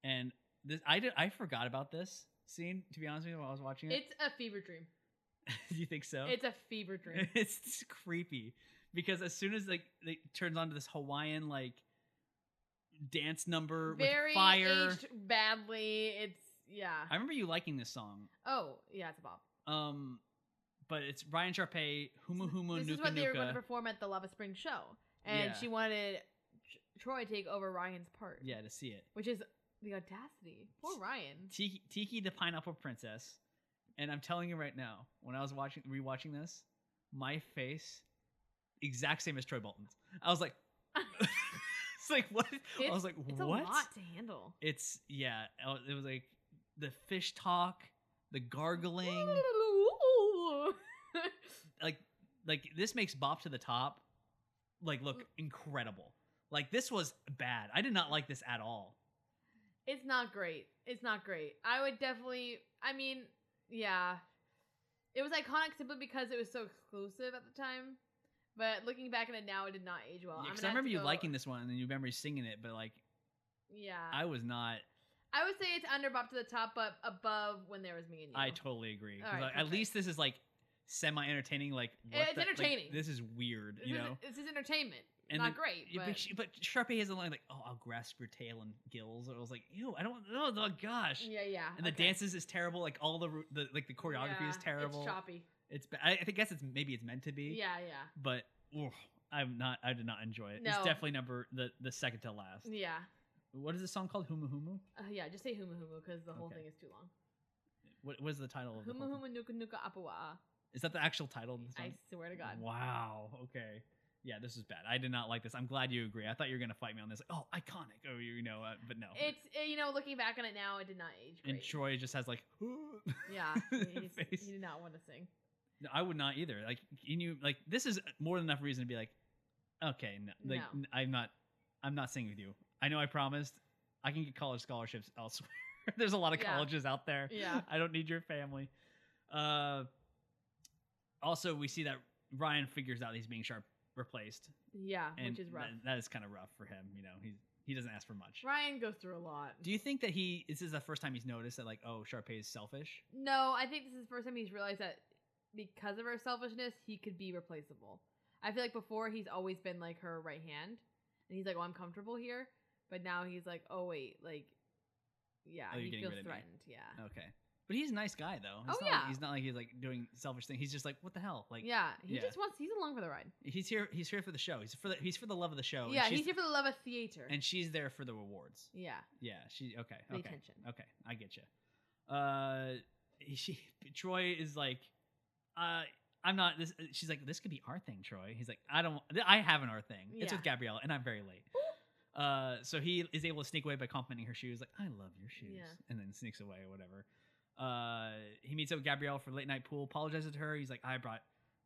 Speaker 1: And this, I did, I forgot about this scene. To be honest with you, while I was watching it,
Speaker 2: It's a fever dream.
Speaker 1: do you think so?
Speaker 2: It's a fever dream.
Speaker 1: it's just creepy because as soon as like it turns onto this Hawaiian like dance number
Speaker 2: Very
Speaker 1: with fire.
Speaker 2: aged badly. It's yeah.
Speaker 1: I remember you liking this song.
Speaker 2: oh yeah, it's a bop.
Speaker 1: Um, but it's Ryan Sharpe, Humu Humu
Speaker 2: this
Speaker 1: Nuka
Speaker 2: is what they were going to
Speaker 1: Nuka.
Speaker 2: perform at the Lava Spring show, and
Speaker 1: Yeah.
Speaker 2: she wanted Tr- Troy to take over Ryan's part.
Speaker 1: Yeah, to see it.
Speaker 2: which is the audacity. Poor Ryan.
Speaker 1: Tiki, Tiki the Pineapple Princess. And I'm telling you right now, when I was watching rewatching this, my face, exact same as Troy Bolton's. I was like, it's like what? I was like,
Speaker 2: It's
Speaker 1: what?
Speaker 2: a lot to handle.
Speaker 1: It's yeah. I was- It was like the fish talk, the gargling, like like this makes Bop to the Top like look
Speaker 2: Mm.
Speaker 1: incredible. Like this was bad. I did not like this at all.
Speaker 2: it's not great. It's not great. I would definitely. I mean, yeah, it was iconic simply because it was so exclusive at the time. But looking back at it now, it did not age well. I'm
Speaker 1: Because
Speaker 2: gonna
Speaker 1: I
Speaker 2: have to
Speaker 1: remember you
Speaker 2: go-
Speaker 1: liking this one and you remember singing it, but like
Speaker 2: Yeah, I,
Speaker 1: I was not.
Speaker 2: would say it's under Bop to the Top, but above when there was me and you.
Speaker 1: I totally agree. 'Cause,
Speaker 2: All right,
Speaker 1: like, at
Speaker 2: perfect.
Speaker 1: least this is like semi entertaining. Like what
Speaker 2: It's
Speaker 1: the- like,
Speaker 2: entertaining.
Speaker 1: this is weird,
Speaker 2: This
Speaker 1: you
Speaker 2: is-
Speaker 1: know.
Speaker 2: this is entertainment.
Speaker 1: And
Speaker 2: not
Speaker 1: the-
Speaker 2: great,
Speaker 1: Yeah,
Speaker 2: but
Speaker 1: But, she, but Sharpay has a line like, "Oh, I'll grasp your tail and gills." And I was like, "Ew, I don't know." Oh gosh.
Speaker 2: yeah, yeah.
Speaker 1: And the
Speaker 2: okay.
Speaker 1: dances is terrible. Like all the, ru- the like the choreography
Speaker 2: Yeah,
Speaker 1: is terrible.
Speaker 2: It's choppy.
Speaker 1: It's ba- I, I think guess it's maybe it's meant to be.
Speaker 2: Yeah, yeah.
Speaker 1: But oof, I'm not. I did not enjoy it. It's
Speaker 2: No.
Speaker 1: definitely number the the second to last.
Speaker 2: Yeah.
Speaker 1: What is the song called? Humu Humu.
Speaker 2: Uh, yeah, just say Humu Humu because the whole
Speaker 1: Okay.
Speaker 2: thing is too long.
Speaker 1: What was the title of the
Speaker 2: Humu
Speaker 1: whole thing?
Speaker 2: Humu Nuka Nuka Apawa'a.
Speaker 1: Is that the actual title? Of the song?
Speaker 2: I swear to God.
Speaker 1: Wow. Okay. Yeah, this is bad. I did not like this. I'm glad you agree. I thought you were gonna fight me on this. Like, oh, iconic. Oh, you know, uh, but no.
Speaker 2: It's, uh, you know, looking back on it now, it did not age
Speaker 1: and
Speaker 2: great.
Speaker 1: Troy just has like.
Speaker 2: yeah. he's-
Speaker 1: face.
Speaker 2: He did not want to sing.
Speaker 1: No, I would not either. Like, can you like this is more than enough reason to be like, okay, no, like
Speaker 2: No.
Speaker 1: n- I'm not, I'm not singing with you. I know I promised. I can get college scholarships elsewhere. There's a lot of
Speaker 2: Yeah.
Speaker 1: colleges out there.
Speaker 2: Yeah.
Speaker 1: I don't need your family. Uh, also, we see that Ryan figures out he's being sharp replaced,
Speaker 2: Yeah,
Speaker 1: and
Speaker 2: which is rough.
Speaker 1: that- that is kind of rough for him. You know, he he doesn't ask for much.
Speaker 2: Ryan goes through a lot.
Speaker 1: Do you think that he this is the first time he's noticed that like oh Sharpay is selfish?
Speaker 2: no, I think this is the first time he's realized that because of her selfishness, he could be replaceable. I feel like before he's always been like her right hand, and he's like, "Oh, I'm comfortable here," but now he's like, "Oh wait, like, yeah,
Speaker 1: Oh, you're
Speaker 2: he
Speaker 1: getting
Speaker 2: feels
Speaker 1: rid of me. Uh,
Speaker 2: threatened." Yeah,
Speaker 1: Okay. But he's a nice guy though. It's
Speaker 2: Oh,
Speaker 1: not like-
Speaker 2: yeah.
Speaker 1: he's not like he's like doing selfish thing. He's just like, what the hell? Like
Speaker 2: yeah, he
Speaker 1: yeah.
Speaker 2: just wants he's along for the ride.
Speaker 1: he's here he's here for the show. He's for the he's for the love of the show.
Speaker 2: yeah,
Speaker 1: Oh, and she's,
Speaker 2: he's here for the love of theater.
Speaker 1: and she's there for the rewards.
Speaker 2: yeah,
Speaker 1: Yeah, she okay.
Speaker 2: the
Speaker 1: okay.
Speaker 2: attention.
Speaker 1: Okay, I get you. Uh he- she Troy is like uh I'm not this she's like this could be our thing, Troy. He's like I don't I have an our thing. It's
Speaker 2: Yeah.
Speaker 1: with Gabrielle and I'm very late. Uh, so he is able to sneak away by complimenting her shoes, like "I love your shoes,"
Speaker 2: Yeah.
Speaker 1: and then sneaks away or whatever. Uh, he meets up with Gabrielle for late night pool, apologizes to her. He's like, "I brought,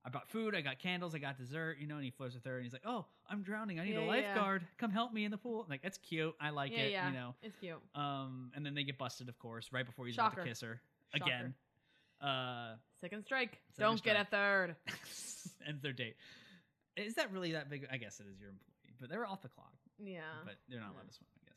Speaker 1: I brought food, I got candles, I got dessert," you know. And he flirts with her, and he's like, "Oh, I'm drowning, I need
Speaker 2: Yeah,
Speaker 1: a
Speaker 2: yeah.
Speaker 1: lifeguard. Come help me in the pool." Like that's cute, I like
Speaker 2: yeah,
Speaker 1: it,
Speaker 2: yeah,
Speaker 1: you know.
Speaker 2: it's cute.
Speaker 1: Um, and then they get busted, of course, right before he's about
Speaker 2: Shocker.
Speaker 1: to kiss her
Speaker 2: Shocker.
Speaker 1: again. Uh,
Speaker 2: Second strike. do
Speaker 1: Second
Speaker 2: Don't get
Speaker 1: strike.
Speaker 2: a third.
Speaker 1: ends their date. Is that really that big? I guess it is your employee, but they're off the clock,
Speaker 2: Yeah.
Speaker 1: but they're not
Speaker 2: Uh-huh. yeah.
Speaker 1: allowed to swim, I guess.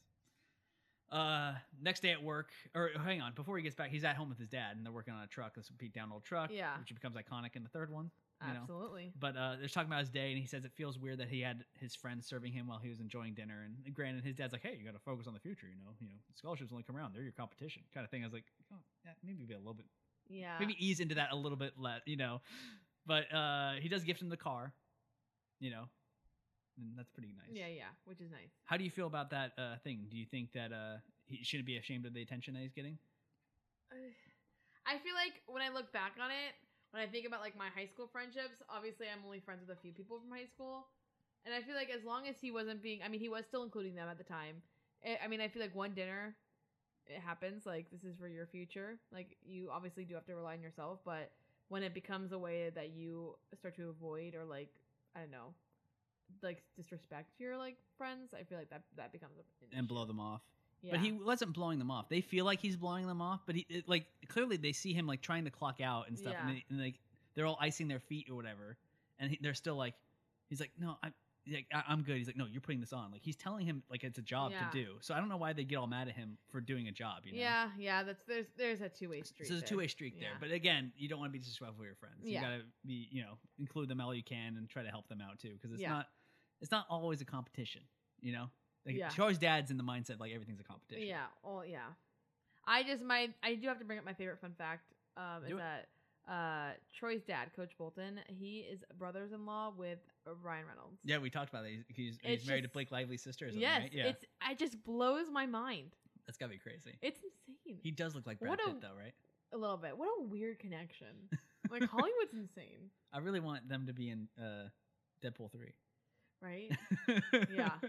Speaker 1: Uh, next day at work, or hang on, before he gets back, he's at home with his dad, and they're working on a truck, this Pete Down old truck,
Speaker 2: Yeah.
Speaker 1: which becomes iconic in the third one. You know,
Speaker 2: Absolutely.
Speaker 1: but uh, they're talking about his day, and he says it feels weird that he had his friends serving him while he was enjoying dinner. And granted, his dad's like, "Hey, you got to focus on the future, you know. You know, scholarships only come around; they're your competition." Kind of thing. I was like, oh, yeah, maybe be a little bit,
Speaker 2: Yeah.
Speaker 1: maybe ease into that a little bit, less, you know. But uh, he does gift him the car, you know, and that's pretty nice.
Speaker 2: Yeah, yeah, which is nice.
Speaker 1: How do you feel about that uh, thing? Do you think that uh, he shouldn't be ashamed of the attention that he's getting?
Speaker 2: I feel like when I look back on it, when I think about like my high school friendships, obviously I'm only friends with a few people from high school. And I feel like as long as he wasn't being, I mean, he was still including them at the time. Eh, I I mean, I feel like one dinner, it happens. Like, this is for your future. Like, you obviously do have to rely on yourself, but when it becomes a way that you start to avoid or like, I don't know, like disrespect your like friends, I feel like that that becomes a, an
Speaker 1: and
Speaker 2: issue.
Speaker 1: blow them off.
Speaker 2: Yeah.
Speaker 1: But he wasn't blowing them off. They feel like he's blowing them off, but he it, like clearly they see him like trying to clock out and stuff, and,
Speaker 2: Yeah.
Speaker 1: they, and like they're all icing their feet or whatever, and he, they're still like, he's like, no, I'm like I, I'm good. He's like, no, you're putting this on. Like he's telling him like it's a job
Speaker 2: Yeah.
Speaker 1: to do. So I don't know why they get all mad at him for doing a job. You know?
Speaker 2: Yeah, yeah. That's there's there's a two way
Speaker 1: So
Speaker 2: street.
Speaker 1: there's a
Speaker 2: there.
Speaker 1: two way streak there,
Speaker 2: Yeah.
Speaker 1: but again, you don't want to be disrespectful to your friends. You
Speaker 2: Yeah.
Speaker 1: gotta be, you know, include them all you can and try to help them out too, because it's
Speaker 2: Yeah.
Speaker 1: not, it's not always a competition. You know, like,
Speaker 2: Yeah.
Speaker 1: Char's dad's in the mindset like everything's a competition.
Speaker 2: Yeah. Oh, yeah. I just my I do have to bring up my favorite fun fact. Um,
Speaker 1: Do
Speaker 2: is
Speaker 1: it.
Speaker 2: that uh Troy's dad, Coach Bolton, he is brothers in law with Ryan Reynolds.
Speaker 1: Yeah, we talked about that. He's, he's,
Speaker 2: It's
Speaker 1: he's married to
Speaker 2: just-
Speaker 1: Blake Lively's sister. Or something,
Speaker 2: Yes,
Speaker 1: right? yeah,
Speaker 2: it's it just blows my mind.
Speaker 1: that's gotta be crazy.
Speaker 2: It's insane.
Speaker 1: He does look like Brad
Speaker 2: What a-
Speaker 1: Pitt, though, right?
Speaker 2: a little bit. What a weird connection. like Hollywood's insane,
Speaker 1: I really want them to be in uh, Deadpool three.
Speaker 2: right?
Speaker 1: yeah.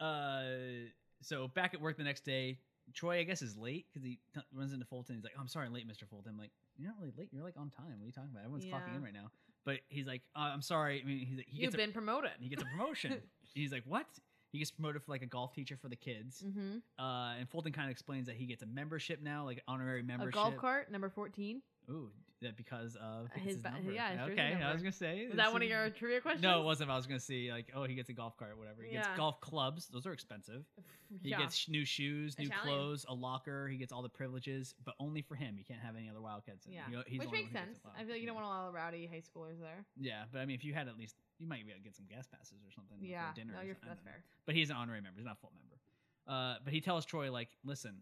Speaker 1: Uh, so back at work the next day, Troy, I guess, is late because he t- runs into Fulton. He's like, "Oh, I'm sorry, I'm late, Mr. Fulton." I'm like, "You're not really late. You're like on time. What are you talking about? Everyone's clocking
Speaker 2: Yeah.
Speaker 1: in right now." But he's like, uh, "I'm sorry." I mean, he's like, he
Speaker 2: You've
Speaker 1: gets
Speaker 2: been promoted.
Speaker 1: a, he gets a promotion. And he's like, "What?" He gets promoted for like a golf teacher for the kids.
Speaker 2: mm-hmm.
Speaker 1: Uh, and Fulton kind of explains that he gets a membership now, like honorary
Speaker 2: A
Speaker 1: membership.
Speaker 2: golf cart number fourteen.
Speaker 1: Ooh, that because of
Speaker 2: His
Speaker 1: his,
Speaker 2: ba-
Speaker 1: number.
Speaker 2: yeah, his jersey
Speaker 1: okay. I
Speaker 2: number.
Speaker 1: was gonna say
Speaker 2: Is
Speaker 1: it's-
Speaker 2: that one of your trivia questions?
Speaker 1: No, it wasn't. I was gonna say like, oh, he gets a golf cart, whatever. He gets
Speaker 2: Yeah.
Speaker 1: golf clubs; those are expensive. He
Speaker 2: yeah.
Speaker 1: gets sh- new shoes, new
Speaker 2: Italian.
Speaker 1: clothes, a locker. He gets all the privileges, but only for him. He can't have any other Wildcats. In.
Speaker 2: Yeah.
Speaker 1: He- he's the
Speaker 2: Which
Speaker 1: only
Speaker 2: makes
Speaker 1: one who gets
Speaker 2: sense.
Speaker 1: allowed.
Speaker 2: I feel like you don't
Speaker 1: Yeah.
Speaker 2: want a lot of rowdy high schoolers there.
Speaker 1: Yeah, but I mean, if you had at least, you might be able to get some guest passes or something.
Speaker 2: Yeah.
Speaker 1: for dinner.
Speaker 2: no,
Speaker 1: or
Speaker 2: you're,
Speaker 1: something. I
Speaker 2: that's
Speaker 1: don't know.
Speaker 2: fair.
Speaker 1: But he's an honorary member. He's not a full member. Uh, but he tells Troy like, listen.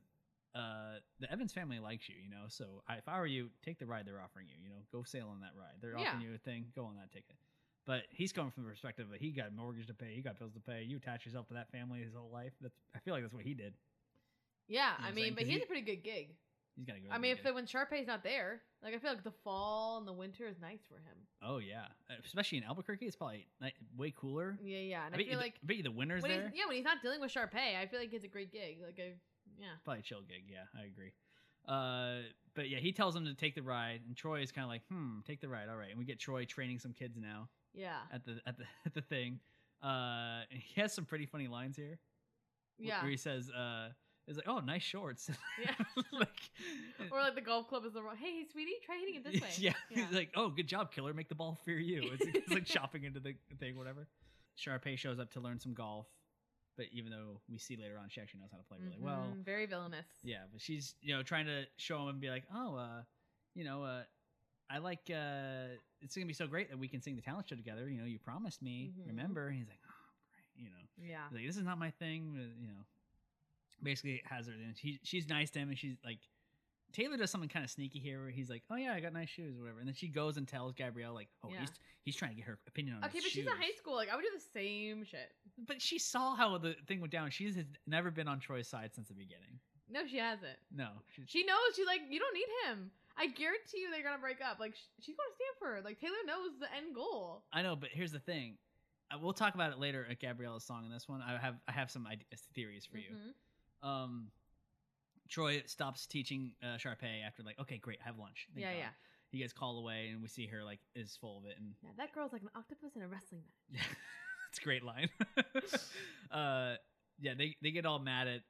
Speaker 1: Uh, the Evans family likes you, you know. So I, if I were you, take the ride they're offering you. You know, go sail on that ride. They're offering you a thing. Go on that ticket. But he's coming from the perspective that he got mortgage to pay, he got bills to pay. You attach yourself to that family his whole life. That's I feel like that's what he did. You
Speaker 2: Yeah,
Speaker 1: know what
Speaker 2: I
Speaker 1: I'm
Speaker 2: mean,
Speaker 1: saying?
Speaker 2: but
Speaker 1: 'Cause
Speaker 2: he has
Speaker 1: he-
Speaker 2: a pretty good gig.
Speaker 1: He's got to go.
Speaker 2: I mean, if
Speaker 1: the,
Speaker 2: the, when Sharpay's not there, like I feel like the fall and the winter is nice for him.
Speaker 1: oh yeah, especially in Albuquerque, it's probably like, way cooler.
Speaker 2: Yeah, yeah, and
Speaker 1: I
Speaker 2: I,
Speaker 1: bet, you
Speaker 2: feel
Speaker 1: the,
Speaker 2: like
Speaker 1: I bet you the winners
Speaker 2: when he's,
Speaker 1: there.
Speaker 2: yeah, when he's not dealing with Sharpay, I feel like it's a great gig. Like I, yeah,
Speaker 1: probably a chill gig. Yeah, I agree. Uh, but yeah, he tells him to take the ride, and Troy is kind of like, hmm, take the ride, all right. And we get Troy training some kids now
Speaker 2: yeah,
Speaker 1: at the at the at the thing. Uh, and he has some pretty funny lines here. wh-
Speaker 2: yeah.
Speaker 1: where he says, uh, it's like, oh, nice shorts.
Speaker 2: Yeah.
Speaker 1: like,
Speaker 2: Or like the golf club is the wrong. Hey, sweetie, try hitting it this way.
Speaker 1: Yeah.
Speaker 2: yeah.
Speaker 1: He's like, oh, good job, killer. Make the ball fear you. It's, like- it's like chopping into the thing, whatever. Sharpay shows up to learn some golf, but even though we see later on she actually knows how to play really well.
Speaker 2: Mhm, Very villainous.
Speaker 1: Yeah, but she's you know trying to show him and be like, oh, uh, you know, uh, I like. Uh, it's gonna be so great that we can sing the talent show together. You know, you promised me.
Speaker 2: Mhm.
Speaker 1: Remember? And he's like, oh, great. You know,
Speaker 2: yeah,
Speaker 1: He's like this is not my thing uh, you know basically has her then she, she's nice to him and she's like taylor does something kind of sneaky here where he's like oh yeah i got nice shoes or whatever and then she goes and tells gabrielle like oh
Speaker 2: Yeah.
Speaker 1: he's he's trying to get her opinion on
Speaker 2: Okay,
Speaker 1: his
Speaker 2: but she's in
Speaker 1: shoes."
Speaker 2: high school. Like I would do the same shit.
Speaker 1: but she saw how the thing went down she's has never been on troy's side since the beginning
Speaker 2: No, she hasn't.
Speaker 1: no she's,
Speaker 2: She knows. She's like, you don't need him. I guarantee you they're gonna break up. Like sh- she's going to Stanford. Like Taylor knows the end goal.
Speaker 1: i know but here's the thing I, we'll talk about it later at gabriella's song in this one i have i have some ideas, theories for you
Speaker 2: Mhm.
Speaker 1: um troy stops teaching uh, Sharpay after like okay great have lunch Thank
Speaker 2: Yeah,
Speaker 1: God.
Speaker 2: yeah,
Speaker 1: he gets called away and we see her like is full of it and
Speaker 2: yeah. That girl's like an octopus in a wrestling match.
Speaker 1: yeah it's a great line uh yeah they they get all mad at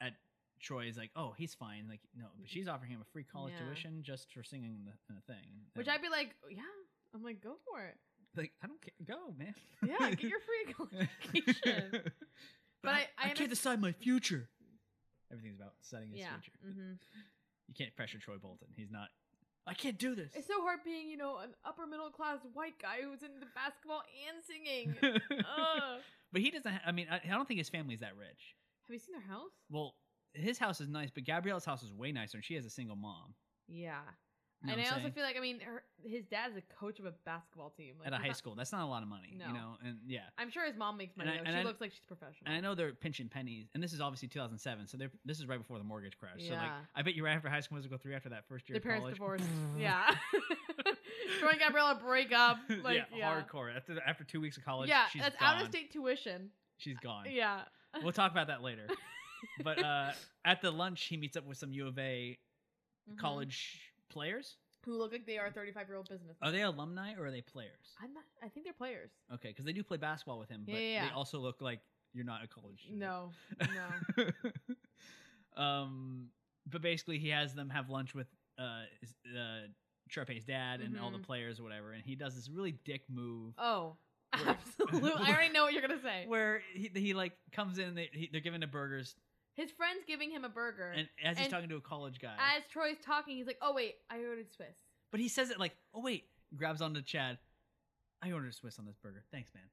Speaker 1: at troy is like oh he's fine like no but she's offering him a free college
Speaker 2: Yeah.
Speaker 1: tuition just for singing in the, in the thing And
Speaker 2: Which
Speaker 1: they're
Speaker 2: I'd be like, yeah. I'm like, go for it.
Speaker 1: like i don't care go man
Speaker 2: Yeah, get your free qualification.
Speaker 1: but,
Speaker 2: But
Speaker 1: I,
Speaker 2: I- I
Speaker 1: I
Speaker 2: under-
Speaker 1: can't decide my future everything's about setting his
Speaker 2: yeah.
Speaker 1: future
Speaker 2: hmm
Speaker 1: you can't pressure troy bolton he's not i can't do this
Speaker 2: It's so hard being, you know, an upper middle class white guy who's into basketball and singing. Ugh.
Speaker 1: but he doesn't ha- i mean I, I don't think his family's that rich
Speaker 2: Have you seen their house?
Speaker 1: Well, his house is nice, but Gabrielle's house is way nicer, and she has a single mom.
Speaker 2: Yeah.
Speaker 1: You know what
Speaker 2: and I
Speaker 1: I'm
Speaker 2: also
Speaker 1: saying?
Speaker 2: feel like, I mean, her, his dad's a coach of a basketball team. Like,
Speaker 1: at a
Speaker 2: he's
Speaker 1: high
Speaker 2: not-
Speaker 1: school, that's not a lot of money,
Speaker 2: No.
Speaker 1: you know. And yeah,
Speaker 2: I'm sure his mom makes money,
Speaker 1: And I-
Speaker 2: though.
Speaker 1: and
Speaker 2: she
Speaker 1: I-
Speaker 2: looks like she's professional.
Speaker 1: and I know they're pinching pennies, and this is obviously 2007, so they're this is right before the mortgage crash. So like,
Speaker 2: Yeah.
Speaker 1: I bet you right after high school musical three, after that first year,
Speaker 2: Their
Speaker 1: of
Speaker 2: parents
Speaker 1: college,
Speaker 2: divorced. yeah. Troy and Gabriella break up. Like,
Speaker 1: yeah,
Speaker 2: yeah.
Speaker 1: hardcore. After the- after two weeks of college,
Speaker 2: Yeah,
Speaker 1: she's
Speaker 2: that's
Speaker 1: gone.
Speaker 2: out of state tuition.
Speaker 1: She's gone.
Speaker 2: Yeah.
Speaker 1: We'll talk about that later. but uh, at the lunch, he meets up with some U of A
Speaker 2: Mhm.
Speaker 1: college players.
Speaker 2: who look like they are 35 year old business.
Speaker 1: Are they alumni or are they players?
Speaker 2: I'm not. I think they're players.
Speaker 1: Okay, because they do play basketball with him, but
Speaker 2: Yeah, yeah,
Speaker 1: they
Speaker 2: yeah.
Speaker 1: also look like you're not a college. student.
Speaker 2: No, no.
Speaker 1: um, but basically, he has them have lunch with uh, his- uh Sharpay's dad and all the
Speaker 2: Mhm.
Speaker 1: players or whatever, and he does this really dick move
Speaker 2: Oh,
Speaker 1: Where-
Speaker 2: absolutely. I already know what you're gonna say.
Speaker 1: where he, he like comes in, they, he, they're giving the burgers,
Speaker 2: His friend's giving him a burger,
Speaker 1: and as he's
Speaker 2: And-
Speaker 1: talking to a college guy,
Speaker 2: as Troy's talking, he's like, "Oh wait, I ordered Swiss."
Speaker 1: but he says it like, "Oh wait," grabs onto Chad. I ordered Swiss on this burger. Thanks, man.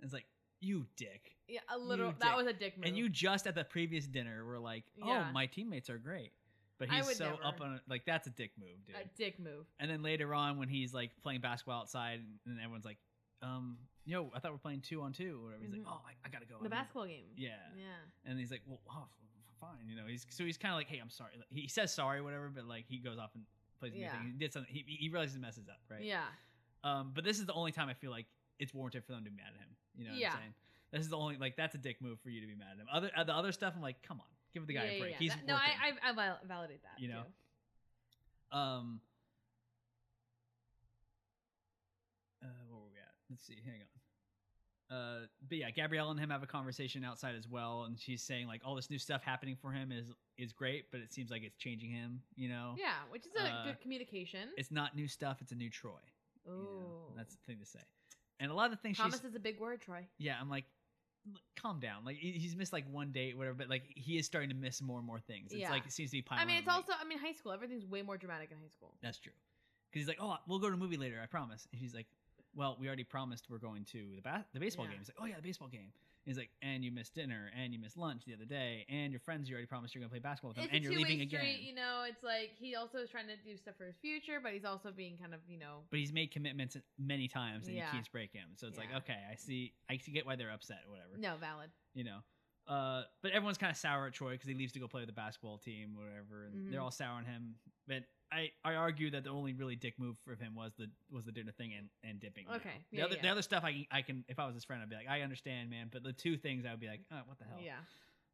Speaker 1: And it's like, you dick.
Speaker 2: Yeah, a little.
Speaker 1: You
Speaker 2: That
Speaker 1: dick.
Speaker 2: was a dick move.
Speaker 1: And you just at the previous dinner were like, "Oh,
Speaker 2: Yeah.
Speaker 1: my teammates are great," but
Speaker 2: I
Speaker 1: he's
Speaker 2: would
Speaker 1: so up
Speaker 2: never.
Speaker 1: on it. Like that's a dick move, dude.
Speaker 2: a dick move.
Speaker 1: and then later on, when he's like playing basketball outside, and, and everyone's like, "Um, yo, I thought we are playing two on two or whatever." He's
Speaker 2: Mhm.
Speaker 1: like, "Oh, I, I gotta go."
Speaker 2: The
Speaker 1: I need-"
Speaker 2: basketball game.
Speaker 1: Yeah.
Speaker 2: Yeah.
Speaker 1: and he's like, "Well, oh, f- f- fine," you know. He's so he's kind of like, "Hey, I'm sorry." Like, He says sorry, whatever, but like he goes off and plays. a new
Speaker 2: Yeah.
Speaker 1: thing. He did something. He, he realizes he messes up, right?
Speaker 2: Yeah.
Speaker 1: Um, but this is the only time I feel like it's warranted for them to be mad at him. You know what
Speaker 2: Yeah.
Speaker 1: I'm saying? This is the only like that's a dick move for you to be mad at him. Other uh, the other stuff, I'm like, come on, give the guy
Speaker 2: yeah,
Speaker 1: a
Speaker 2: yeah,
Speaker 1: break.
Speaker 2: yeah.
Speaker 1: He's
Speaker 2: That- no, I, I I val- validate that.
Speaker 1: You know?
Speaker 2: too.
Speaker 1: I, um. Uh, where were we at? Let's see. Hang on. Uh, but yeah, Gabrielle and him have a conversation outside as well, and she's saying like all this new stuff happening for him is is great, but it seems like it's changing him. You know,
Speaker 2: Yeah, which is a
Speaker 1: Uh,
Speaker 2: good communication.
Speaker 1: it's not new stuff; it's a new Troy.
Speaker 2: Ooh.
Speaker 1: you know? that's the thing to say. And a lot of the things she's
Speaker 2: Promise is a big word, Troy.
Speaker 1: Yeah, I'm like, "L- calm down. Like he- he's missed like one date, whatever. But like he is starting to miss more and more things. It's
Speaker 2: Yeah.
Speaker 1: like it seems to be piling.
Speaker 2: I mean, it's
Speaker 1: on, like-
Speaker 2: also. I mean, high school. Everything's way more dramatic in high school.
Speaker 1: that's true. Because he's like, oh, we'll go to a movie later. I promise. And she's like, well, we already promised we're going to the ba- the baseball
Speaker 2: Yeah.
Speaker 1: game. He's like, oh yeah, the baseball game. And he's like, and you missed dinner, and you missed lunch the other day, and your friends you already promised you're gonna play basketball with them,
Speaker 2: It's
Speaker 1: and
Speaker 2: a
Speaker 1: you're
Speaker 2: two-way
Speaker 1: leaving
Speaker 2: street,
Speaker 1: again.
Speaker 2: you know. It's like he also is trying to do stuff for his future, but he's also being kind of, you know,
Speaker 1: But he's made commitments many times, and
Speaker 2: Yeah.
Speaker 1: he keeps breaking them. So it's
Speaker 2: Yeah.
Speaker 1: like, okay, I see, I get why they're upset, or whatever.
Speaker 2: no valid.
Speaker 1: you know. Uh, but everyone's kind of sour at Troy because he leaves to go play with the basketball team, whatever, and they're
Speaker 2: Mhm.
Speaker 1: all sour on him. But I, I argue that the only really dick move for him was the was the dinner thing and, and dipping. you know.
Speaker 2: Okay,
Speaker 1: The
Speaker 2: yeah,
Speaker 1: other
Speaker 2: yeah.
Speaker 1: the other stuff I can, I can if I was his friend I'd be like I understand man, but the two things I would be like oh, what the hell.
Speaker 2: Yeah,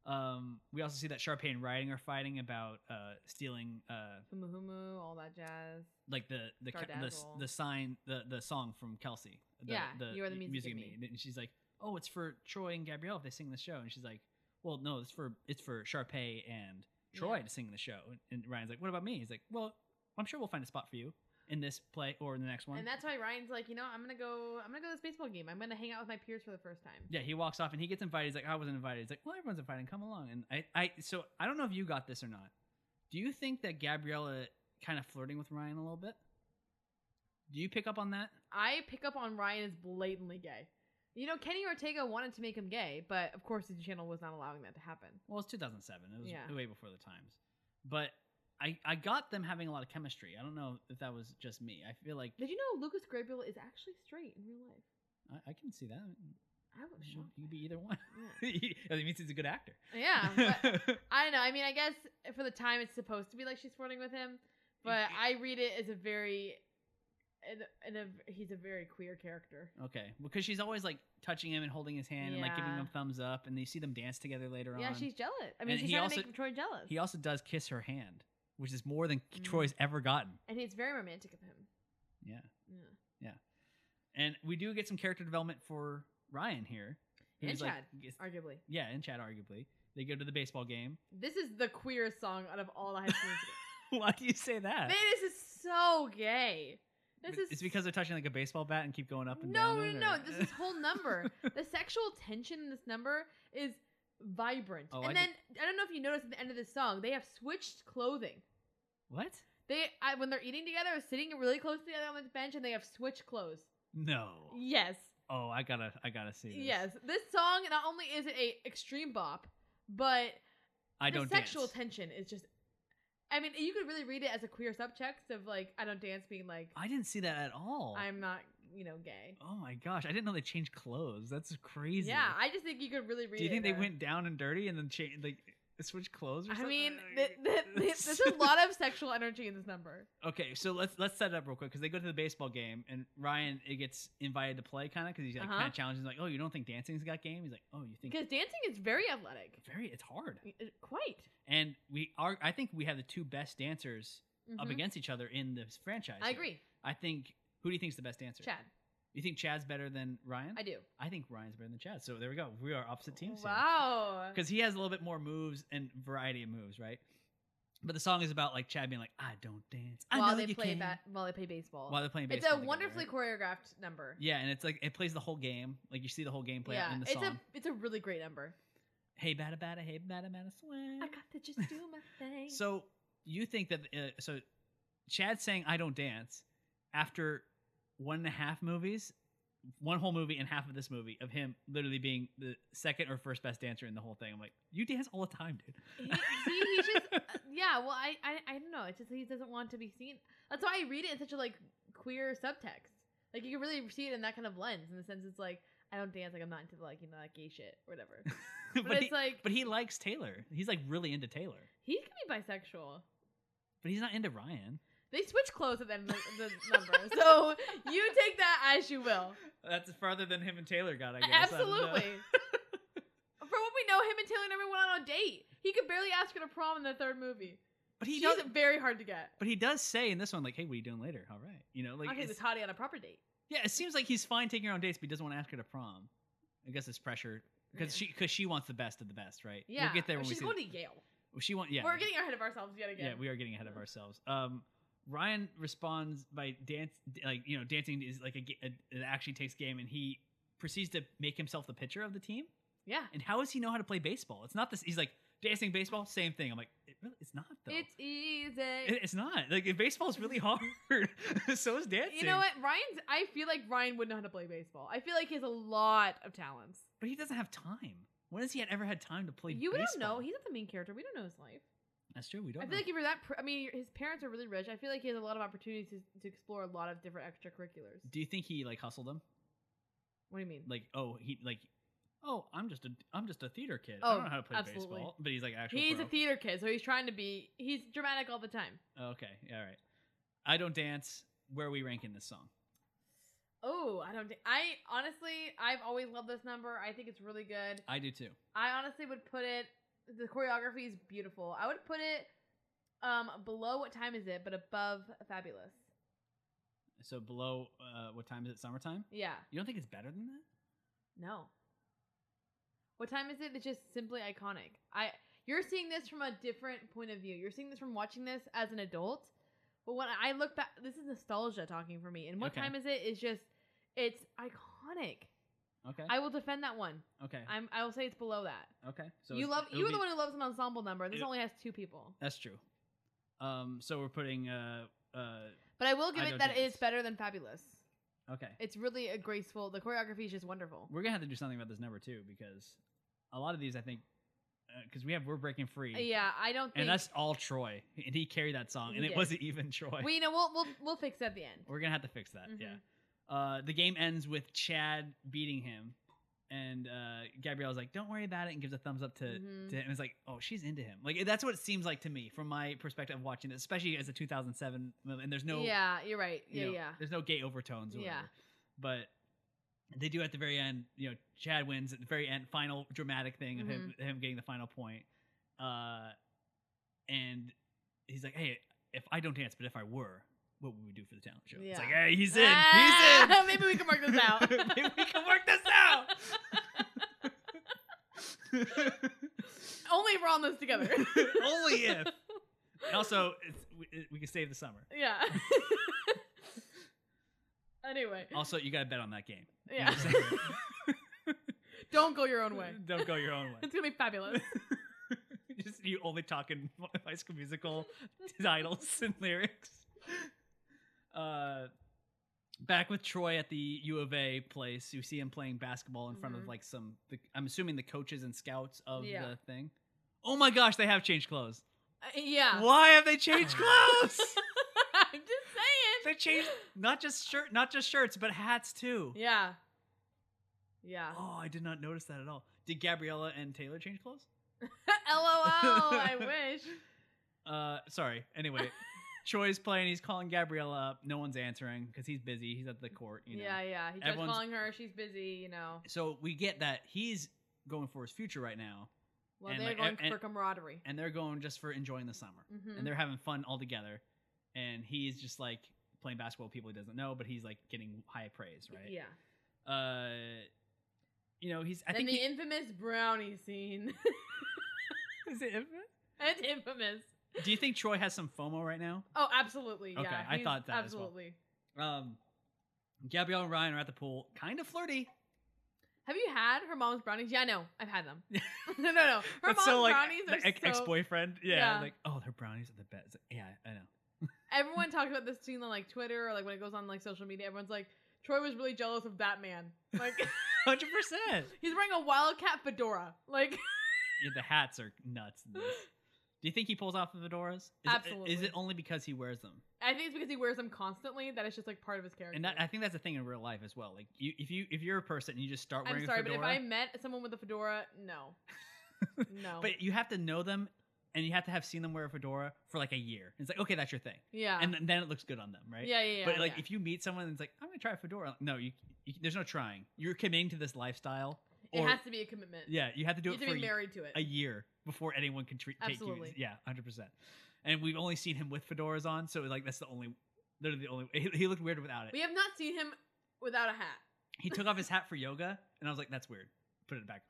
Speaker 1: Um, we also see that Sharpay and Riding are fighting about uh stealing uh
Speaker 2: humu humu, all that jazz.
Speaker 1: like the the ca- the, s-
Speaker 2: Stardazzle.
Speaker 1: the sign the the song from Kelsey. The,
Speaker 2: Yeah, You Are the Music of Me.
Speaker 1: And she's like, "Oh, it's for Troy and Gabrielle if they sing the show." And she's like, "Well, no, it's for it's for Sharpay and Troy
Speaker 2: Yeah.
Speaker 1: to sing the show." And, and Ryan's like, "What about me?" He's like, "Well, I'm sure we'll find a spot for you in this play or in the next one."
Speaker 2: And that's why Ryan's like, you know, I'm gonna go. I'm gonna go to this baseball game. I'm gonna hang out with my peers for the first time.
Speaker 1: yeah, he walks off and he gets invited. He's like, "I wasn't invited." He's like, "Well, everyone's invited. Come along." And I I so I don't know if you got this or not. Do you think that Gabriella kind of flirting with Ryan a little bit? Do you pick up on that?
Speaker 2: I pick up on Ryan is blatantly gay. You know, Kenny Ortega wanted to make him gay, but of course, the channel was not allowing that to happen.
Speaker 1: Well, it's 2007. It was
Speaker 2: Yeah.
Speaker 1: way before the times. But I, I got them having a lot of chemistry. I don't know if that was just me. I feel like
Speaker 2: Did you know Lucas Grabeel is actually straight in real life?
Speaker 1: I, I can see that.
Speaker 2: I was
Speaker 1: You
Speaker 2: shocked.
Speaker 1: could be either one.
Speaker 2: Yeah.
Speaker 1: that means he's a good actor.
Speaker 2: Yeah, but I don't know. I mean, I guess for the time it's supposed to be like she's flirting with him, but I read it as a very, and a he's a very queer character.
Speaker 1: okay, because she's always like touching him and holding his hand and like giving
Speaker 2: Yeah.
Speaker 1: him thumbs up, and you see them dance together later
Speaker 2: Yeah,
Speaker 1: on.
Speaker 2: she's jealous. I mean,
Speaker 1: And
Speaker 2: she's
Speaker 1: he
Speaker 2: trying
Speaker 1: also-
Speaker 2: to make Troy jealous,
Speaker 1: He also does kiss her hand, which is more than
Speaker 2: Mm.
Speaker 1: Troy's ever gotten.
Speaker 2: and it's very romantic of him.
Speaker 1: Yeah,
Speaker 2: Yeah.
Speaker 1: and we do get some character development for Ryan here.
Speaker 2: And
Speaker 1: who's,
Speaker 2: Chad.
Speaker 1: gets-
Speaker 2: Arguably,
Speaker 1: yeah, and Chad arguably. They go to the baseball game.
Speaker 2: this is the queerest song out of all the high school. musicals.
Speaker 1: Why do you say that?
Speaker 2: Man, this is so gay. This
Speaker 1: But
Speaker 2: is
Speaker 1: it's because they're touching like a baseball bat and keep going up and
Speaker 2: no,
Speaker 1: down.
Speaker 2: no,
Speaker 1: it,
Speaker 2: no.
Speaker 1: or-
Speaker 2: This is whole number. the sexual tension in this number is vibrant.
Speaker 1: Oh, I
Speaker 2: and
Speaker 1: did-
Speaker 2: then I don't know if you noticed at the end of this song, they have switched clothing.
Speaker 1: what?
Speaker 2: They I, when they're eating together, or sitting really close together on the bench, and they have switched clothes.
Speaker 1: No.
Speaker 2: Yes,
Speaker 1: Oh, I gotta, I gotta see. This.
Speaker 2: yes. This song not only is it a extreme bop, but
Speaker 1: I
Speaker 2: the
Speaker 1: don't
Speaker 2: sexual
Speaker 1: dance.
Speaker 2: tension is just. I mean, you could really read it as a queer subtext of like I don't dance being like
Speaker 1: I didn't see that at all.
Speaker 2: I'm not you know gay.
Speaker 1: Oh my gosh, I didn't know they changed clothes. That's crazy.
Speaker 2: Yeah, I just think you could really read.
Speaker 1: Do you
Speaker 2: it
Speaker 1: think they
Speaker 2: there.
Speaker 1: went down and dirty and then changed, like switched clothes? Or
Speaker 2: I
Speaker 1: something?
Speaker 2: mean, th- th- th- there's a lot of sexual energy in this number.
Speaker 1: Okay, so let's let's set it up real quick because they go to the baseball game and Ryan it gets invited to play kind of because he's like
Speaker 2: Uh-huh.
Speaker 1: kind of challenging like, oh, you don't think dancing's got game? He's like, oh, you think
Speaker 2: Because dancing is very athletic. uh,
Speaker 1: very? It's hard.
Speaker 2: Quite.
Speaker 1: And we are. I think we have the two best dancers up
Speaker 2: Mhm.
Speaker 1: against each other in this franchise.
Speaker 2: I
Speaker 1: here.
Speaker 2: agree.
Speaker 1: I think who do you think's the best dancer?
Speaker 2: Chad,
Speaker 1: You think Chad's better than Ryan?
Speaker 2: I do.
Speaker 1: I think Ryan's better than Chad. So there we go. We are opposite teams. here.
Speaker 2: Wow.
Speaker 1: because he has a little bit more moves and variety of moves, right? But the song is about like Chad being like, "I don't dance." I
Speaker 2: While
Speaker 1: know
Speaker 2: they
Speaker 1: you
Speaker 2: play
Speaker 1: can.
Speaker 2: ba- while they play baseball.
Speaker 1: While they're playing
Speaker 2: it's
Speaker 1: baseball,
Speaker 2: a
Speaker 1: together,
Speaker 2: wonderfully
Speaker 1: right?
Speaker 2: choreographed number.
Speaker 1: Yeah, and it's like it plays the whole game. Like you see the whole game play out in the
Speaker 2: it's
Speaker 1: song.
Speaker 2: a it's a really great number.
Speaker 1: Hey, bada bada, hey, bada bada,
Speaker 2: I
Speaker 1: swing.
Speaker 2: got to just do my thing.
Speaker 1: So you think that uh, so Chad saying "I don't dance" after one and a half movies, one whole movie and half of this movie of him literally being the second or first best dancer in the whole thing. I'm like, you dance all the time, dude.
Speaker 2: he, see, he's just uh, yeah. Well, I, I I don't know. It's just he doesn't want to be seen. That's why I read it in such a like queer subtext. Like you can really see it in that kind of lens. In the sense, it's like I don't dance. Like I'm not into like you know like gay shit or whatever.
Speaker 1: but,
Speaker 2: But,
Speaker 1: he,
Speaker 2: it's like
Speaker 1: but he likes Taylor. He's like really into Taylor.
Speaker 2: he can be bisexual.
Speaker 1: But he's not into Ryan.
Speaker 2: They switch clothes at the end of the, the number, so you take that as you will.
Speaker 1: That's farther than him and Taylor got, I guess. I don't know.
Speaker 2: Absolutely. From what we know, him and Taylor never went on a date. He could barely ask her to prom in the third movie.
Speaker 1: But he
Speaker 2: She's
Speaker 1: does.
Speaker 2: very hard to get.
Speaker 1: But he does say in this one, like, "Hey, what are you doing later?" All right, you know, like,
Speaker 2: I'll take
Speaker 1: it's-
Speaker 2: this hottie on a proper date.
Speaker 1: yeah, it seems like he's fine taking her on dates, but he doesn't want to ask her to prom. I guess it's pressure because
Speaker 2: Yeah.
Speaker 1: she because she wants the best of the best, right?
Speaker 2: Yeah,
Speaker 1: we'll get there
Speaker 2: Oh,
Speaker 1: when
Speaker 2: she's
Speaker 1: we see.
Speaker 2: going
Speaker 1: the-
Speaker 2: to Yale.
Speaker 1: she want yeah.
Speaker 2: We're getting ahead of ourselves yet again.
Speaker 1: Yeah, we are getting ahead of
Speaker 2: Mhm.
Speaker 1: ourselves. Um, Ryan responds by dance, like you know, dancing is like a, ga- a- it actually takes game, and he proceeds to make himself the pitcher of the team.
Speaker 2: yeah.
Speaker 1: And how does he know how to play baseball? It's not this. He's like dancing baseball, same thing. I'm like, it really, it's not though.
Speaker 2: It's easy.
Speaker 1: It- it's not like baseball is really hard. so is dancing.
Speaker 2: you know what? Ryan's. I feel like Ryan would know how to play baseball. I feel like he has a lot of talents.
Speaker 1: But he doesn't have time. When has he had- ever had time to play?
Speaker 2: you don't know.
Speaker 1: baseball?
Speaker 2: He's not the main character. We don't know his life.
Speaker 1: That's true. We don't.
Speaker 2: I
Speaker 1: know.
Speaker 2: feel like if you're that. Pr- I mean, his parents are really rich. I feel like he has a lot of opportunities to, to explore a lot of different extracurriculars.
Speaker 1: Do you think he like hustled them?
Speaker 2: What do you mean?
Speaker 1: Like, oh, he like, oh, I'm just a I'm just a theater kid. I
Speaker 2: Oh,
Speaker 1: don't know how to play
Speaker 2: absolutely.
Speaker 1: baseball. But he's like actual.
Speaker 2: He's
Speaker 1: pro.
Speaker 2: a theater kid, so he's trying to be. He's dramatic all the time.
Speaker 1: okay, all right. I don't dance. Where are we ranking this song?
Speaker 2: Oh, I don't. thi- I honestly, I've always loved this number. I think it's really good.
Speaker 1: I do too.
Speaker 2: I honestly would put it. The choreography is beautiful. I would put it um below what time is it, but above fabulous.
Speaker 1: So below, uh, what time is it? Summertime.
Speaker 2: Yeah.
Speaker 1: You don't think it's better than that?
Speaker 2: No. What time is it? It's just simply iconic. I. You're seeing this from a different point of view. You're seeing this from watching this as an adult. But when I look back, this is nostalgia talking for me. And what
Speaker 1: Okay.
Speaker 2: time is it? Is just, it's iconic.
Speaker 1: Okay.
Speaker 2: I will defend that one.
Speaker 1: okay.
Speaker 2: I'm, I will say it's below that.
Speaker 1: okay. So
Speaker 2: you
Speaker 1: it's-
Speaker 2: love
Speaker 1: it
Speaker 2: you
Speaker 1: would
Speaker 2: are the
Speaker 1: be-
Speaker 2: one who loves an ensemble number. This
Speaker 1: it-
Speaker 2: only has two people,
Speaker 1: That's true. Um. So we're putting. Uh. Uh.
Speaker 2: but I will give
Speaker 1: I
Speaker 2: it
Speaker 1: don't
Speaker 2: that
Speaker 1: think
Speaker 2: it's
Speaker 1: it's-
Speaker 2: better than fabulous.
Speaker 1: Okay.
Speaker 2: It's really a graceful. The choreography is just wonderful.
Speaker 1: We're gonna have to do something about this number too because a lot of these I think because we have we're breaking free.
Speaker 2: Uh, Yeah, I don't think.
Speaker 1: And that's all Troy, and he carried that song,
Speaker 2: He
Speaker 1: and it
Speaker 2: did.
Speaker 1: wasn't even Troy.
Speaker 2: well, you know, we'll we'll we'll fix it at the end.
Speaker 1: We're gonna have to fix that.
Speaker 2: Mhm.
Speaker 1: Yeah. Uh, the game ends with Chad beating him, and uh, Gabrielle's like, "Don't worry about it," and gives a thumbs up to
Speaker 2: Mhm.
Speaker 1: to him. It's like, "Oh, she's into him." Like that's what it seems like to me from my perspective of watching it, especially as a 2007 movie. And there's no
Speaker 2: yeah, you're right.
Speaker 1: you
Speaker 2: Yeah,
Speaker 1: know,
Speaker 2: yeah.
Speaker 1: There's no gay overtones. Or
Speaker 2: Yeah.
Speaker 1: Whatever. But they do at the very end. You know, Chad wins at the very end, final dramatic thing of him
Speaker 2: Mm-hmm.
Speaker 1: him getting the final point. Uh, and he's like, "Hey, if I don't dance, but if I were, what would we do for the talent show?" It's
Speaker 2: Yeah.
Speaker 1: like, "Hey, he's in. he's
Speaker 2: Ah,
Speaker 1: in.
Speaker 2: maybe we can work this out.
Speaker 1: maybe we can work this out."
Speaker 2: Only if we're on this together.
Speaker 1: Only if. And also, it's, we, we can save the summer.
Speaker 2: yeah. anyway,
Speaker 1: Also, you got to bet on that game.
Speaker 2: yeah. Don't go your own way.
Speaker 1: Don't go your own way.
Speaker 2: It's gonna be fabulous.
Speaker 1: Just you only talking High School Musical titles and lyrics. Uh, back with Troy at the U of A place, you see him playing basketball in front of
Speaker 2: Mhm.
Speaker 1: like some. The, I'm assuming the coaches and scouts of
Speaker 2: Yeah.
Speaker 1: the thing. Oh my gosh, they have changed clothes.
Speaker 2: Uh, yeah.
Speaker 1: Why have they changed clothes?
Speaker 2: I'm just saying.
Speaker 1: they changed not just shirt, not just shirts, but hats too.
Speaker 2: Yeah. Yeah.
Speaker 1: Oh, I did not notice that at all. Did Gabriella and Taylor change clothes?
Speaker 2: LOL. I wish.
Speaker 1: Uh, sorry. Anyway, Troy's playing. He's calling Gabriella up. No one's answering because he's busy. He's at the court. You know.
Speaker 2: Yeah, yeah. He kept
Speaker 1: everyone's-
Speaker 2: calling her. She's busy, you know.
Speaker 1: So we get that he's going for his future right now,
Speaker 2: Well,
Speaker 1: And,
Speaker 2: they're
Speaker 1: like,
Speaker 2: going
Speaker 1: and-
Speaker 2: for camaraderie.
Speaker 1: and they're going just for enjoying the summer,
Speaker 2: Mhm.
Speaker 1: and they're having fun all together. and he's just like playing basketball with people he doesn't know, but he's like getting high praise, right?
Speaker 2: Yeah.
Speaker 1: Uh, you know, he's I
Speaker 2: and
Speaker 1: think
Speaker 2: the
Speaker 1: he-
Speaker 2: infamous brownie scene.
Speaker 1: is it
Speaker 2: That's infamous.
Speaker 1: Do you think Troy has some FOMO right now?
Speaker 2: Oh, absolutely.
Speaker 1: Okay,
Speaker 2: yeah.
Speaker 1: I
Speaker 2: He's-
Speaker 1: thought that as well.
Speaker 2: Absolutely.
Speaker 1: Um, Gabrielle and Ryan are at the pool, kind of flirty.
Speaker 2: Have you had her mom's brownies? Yeah, no, I've had them. no, no, no. Her
Speaker 1: That's
Speaker 2: mom's
Speaker 1: so like
Speaker 2: brownies are
Speaker 1: the ex-
Speaker 2: so.
Speaker 1: ex-boyfriend. Yeah,
Speaker 2: Yeah.
Speaker 1: like oh, their brownies are the best. It's like, yeah, I know.
Speaker 2: Everyone talks about this scene on like Twitter or like when it goes on like social media. Everyone's like, Troy was really jealous of that man. Like
Speaker 1: Hundred percent.
Speaker 2: he's wearing a wildcat fedora. Like
Speaker 1: The hats are nuts. in this. Do you think he pulls off the fedoras? Is it- is
Speaker 2: Absolutely.
Speaker 1: it only because he wears them?
Speaker 2: I think it's because he wears them constantly that it's just like part of his character.
Speaker 1: And that, I think that's a thing in real life as well. Like you, if you if you're a person and you just start wearing
Speaker 2: I'm sorry,
Speaker 1: a
Speaker 2: but if
Speaker 1: fedora,
Speaker 2: I met someone with a fedora, no, no,
Speaker 1: but you have to know them and you have to have seen them wear a fedora for like a year. It's like okay, that's your thing,
Speaker 2: yeah,
Speaker 1: and th- then it looks good on them, right?
Speaker 2: yeah, yeah, yeah.
Speaker 1: but like
Speaker 2: yeah.
Speaker 1: if you meet someone and it's like I'm gonna try a fedora, no, you, you there's no trying. You're committing to this lifestyle.
Speaker 2: it
Speaker 1: or-
Speaker 2: has to be a commitment.
Speaker 1: Yeah, you have to do
Speaker 2: you have
Speaker 1: it
Speaker 2: to
Speaker 1: for
Speaker 2: be
Speaker 1: a y-
Speaker 2: married to it.
Speaker 1: a year before anyone can treat take you.
Speaker 2: Absolutely.
Speaker 1: as- Yeah, hundred percent. And we've only seen him with fedoras on, so like that's the only. They're the only. He, he looked weird without it.
Speaker 2: we have not seen him without a hat.
Speaker 1: He took off his hat for yoga, and I was like, "That's weird." Put it back.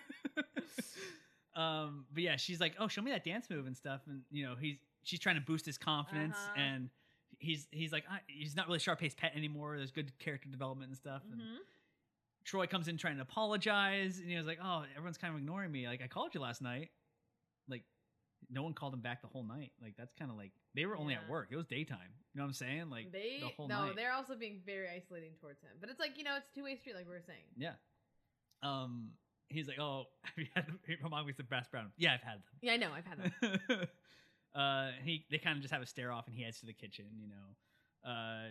Speaker 1: um, but yeah, she's like, "Oh, show me that dance move and stuff," and you know, he's she's trying to boost his confidence,
Speaker 2: Uh-huh.
Speaker 1: and he's he's like, I, he's not really sharp paced pet anymore. There's good character development and stuff. And
Speaker 2: Mhm.
Speaker 1: Troy comes in trying to apologize, and he was like, "Oh, everyone's kind of ignoring me. Like, I called you last night. Like, no one called him back the whole night. Like, that's kind of like they were only
Speaker 2: Yeah.
Speaker 1: at work. It was daytime. You know what I'm saying? Like,
Speaker 2: they
Speaker 1: the whole
Speaker 2: no,
Speaker 1: night.
Speaker 2: they're also being very isolating towards him. But it's like you know, it's two way street, like we were saying.
Speaker 1: Yeah. Um, he's like, oh, have you had them? My mom makes the best brown. Yeah, I've had
Speaker 2: Yeah, I know, I've had them.
Speaker 1: them. uh, he they kind of just have a stare off, and he heads to the kitchen. You know, uh,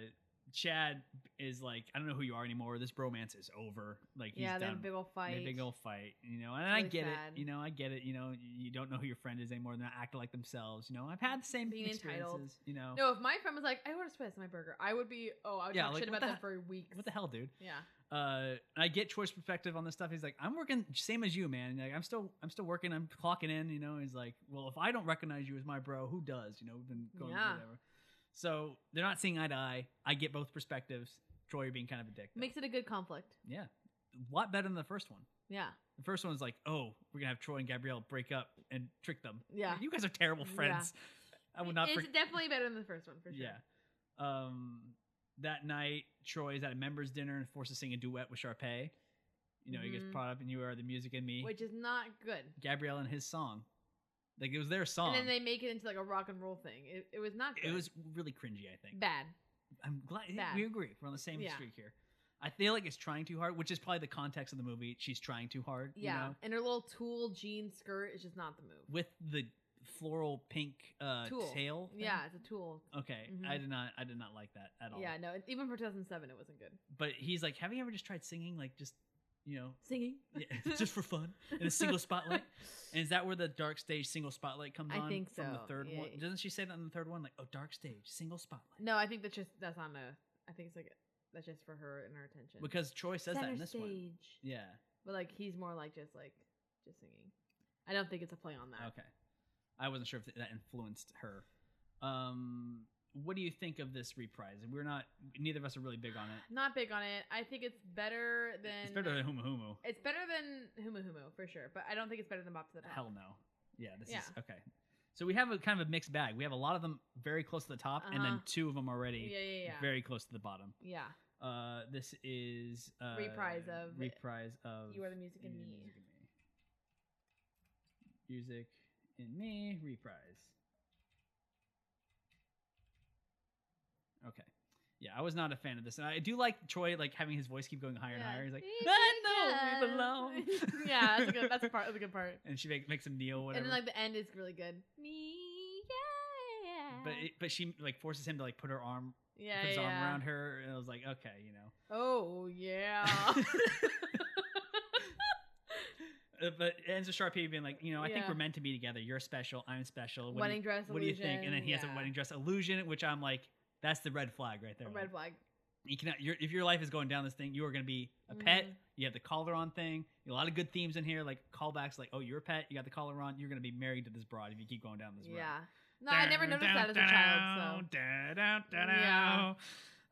Speaker 1: Chad is like, I don't know who you are anymore. This bromance is over. Like, he's
Speaker 2: yeah, they had a
Speaker 1: done.
Speaker 2: big old
Speaker 1: They
Speaker 2: fight.
Speaker 1: had a big old fight. You know, and
Speaker 2: It's
Speaker 1: I
Speaker 2: really
Speaker 1: get
Speaker 2: sad.
Speaker 1: it. You know, I get it. You know, you don't know who your friend is anymore. They're not acting like themselves. You know, I've had the same
Speaker 2: Being
Speaker 1: experiences.
Speaker 2: entitled.
Speaker 1: You know,
Speaker 2: No, if my friend was like, I ordered Swiss on my burger, I would be, oh, I would
Speaker 1: Yeah,
Speaker 2: talk
Speaker 1: like,
Speaker 2: shit
Speaker 1: what
Speaker 2: about
Speaker 1: the
Speaker 2: that
Speaker 1: he-
Speaker 2: for weeks.
Speaker 1: what the hell, dude?
Speaker 2: Yeah,
Speaker 1: uh i get choice perspective on this stuff he's like i'm working same as you man like i'm still i'm still working i'm clocking in you know he's like well if i don't recognize you as my bro who does you know we've been going through
Speaker 2: Yeah.
Speaker 1: whatever so they're not seeing eye to eye i get both perspectives troy you're being kind of a dick though.
Speaker 2: makes it a good conflict.
Speaker 1: yeah a lot better than the first one
Speaker 2: Yeah,
Speaker 1: the first one was like oh we're gonna have troy and gabrielle break up and trick them
Speaker 2: yeah.
Speaker 1: you guys are terrible
Speaker 2: Yeah.
Speaker 1: friends i would not
Speaker 2: It's
Speaker 1: forg-
Speaker 2: definitely better than the first one for sure.
Speaker 1: yeah um that night troy is at a members dinner and forced to sing a duet with Sharpay. you know he gets
Speaker 2: Mhm.
Speaker 1: brought up and you are the music and me
Speaker 2: which is not good.
Speaker 1: gabrielle and his song like it was their song
Speaker 2: And then they make it into like a rock and roll thing. It, it was not. Good.
Speaker 1: it was really cringy i think
Speaker 2: bad.
Speaker 1: i'm glad
Speaker 2: bad.
Speaker 1: we agree we're on the same
Speaker 2: Yeah.
Speaker 1: streak here i feel like it's trying too hard which is probably the context of the movie she's trying too hard
Speaker 2: Yeah,
Speaker 1: you know
Speaker 2: and her little tulle jean skirt is just not the move.
Speaker 1: with the floral pink uh
Speaker 2: Tulle.
Speaker 1: tail thing.
Speaker 2: Yeah, it's a tulle.
Speaker 1: okay
Speaker 2: Mhm.
Speaker 1: i did not i did not like that at all
Speaker 2: Yeah, no, it- even for 2007, it wasn't good.
Speaker 1: but he's like have you ever just tried singing like just you know
Speaker 2: Singing.
Speaker 1: yeah, just for fun in a single spotlight. And is that where the dark stage single spotlight comes
Speaker 2: I
Speaker 1: on?
Speaker 2: think
Speaker 1: From the
Speaker 2: so,
Speaker 1: third
Speaker 2: yeah,
Speaker 1: one,
Speaker 2: yeah.
Speaker 1: doesn't she say that in the third one? Like, oh, dark stage single spotlight.
Speaker 2: No, I think that's just that's on a. I think it's like that's just for her and her attention.
Speaker 1: Because Troy says that in this one. Yeah.
Speaker 2: But like he's more like just like just singing. I don't think it's a play on that.
Speaker 1: Okay. I wasn't sure if that influenced her. Um, what do you think of this reprise? We're not. Neither of us are really big on it.
Speaker 2: Not big on it. I think it's better than
Speaker 1: it's better than Humu Humu.
Speaker 2: It's better than Humu Humu for sure, but I don't think it's better than Bop to the Top.
Speaker 1: Hell no. Yeah. This is
Speaker 2: Oh. Yeah.
Speaker 1: okay. So we have a kind of a mixed bag. We have a lot of them very close to the top, and then
Speaker 2: Uh-huh.
Speaker 1: two of them
Speaker 2: Yeah,
Speaker 1: already
Speaker 2: yeah, yeah.
Speaker 1: very close to the bottom.
Speaker 2: yeah.
Speaker 1: Uh, this is uh,
Speaker 2: Reprise of-
Speaker 1: reprise of
Speaker 2: You are the music in
Speaker 1: You Are the
Speaker 2: me.
Speaker 1: Music in Me. Music in me reprise. Okay, yeah, I was not a fan of this, and I do like Troy like having his voice keep going higher and
Speaker 2: Yeah.
Speaker 1: higher. He's like,
Speaker 2: We
Speaker 1: I know we
Speaker 2: belong."
Speaker 1: belong.
Speaker 2: yeah, that's a good. That's a part. That's a good part.
Speaker 1: and she make, makes him kneel, whatever.
Speaker 2: And then like the end is really good. Me, yeah.
Speaker 1: but it, but she like forces him to like put her arm,
Speaker 2: yeah,
Speaker 1: put his
Speaker 2: yeah.
Speaker 1: arm around her, and I was like, okay, you know.
Speaker 2: Oh yeah.
Speaker 1: Uh, but it ends with Sharpie being like, you know, I think
Speaker 2: Yeah.
Speaker 1: we're meant to be together. You're special. I'm special. What, do,
Speaker 2: wedding
Speaker 1: you,
Speaker 2: dress.
Speaker 1: what do you think? And then
Speaker 2: illusion,
Speaker 1: he has
Speaker 2: yeah.
Speaker 1: a wedding dress illusion, which I'm like, that's the red flag right there.
Speaker 2: A
Speaker 1: Like,
Speaker 2: red flag.
Speaker 1: You cannot. Your, if your life is going down this thing, you are going to be a pet.
Speaker 2: Mhm.
Speaker 1: You have the collar on thing. A lot of good themes in here, like callbacks, like oh, you're a pet. You got the collar on. You're going to be married to this broad if you keep going down this road.
Speaker 2: Yeah. No, I never noticed that as a child. So
Speaker 1: Yeah.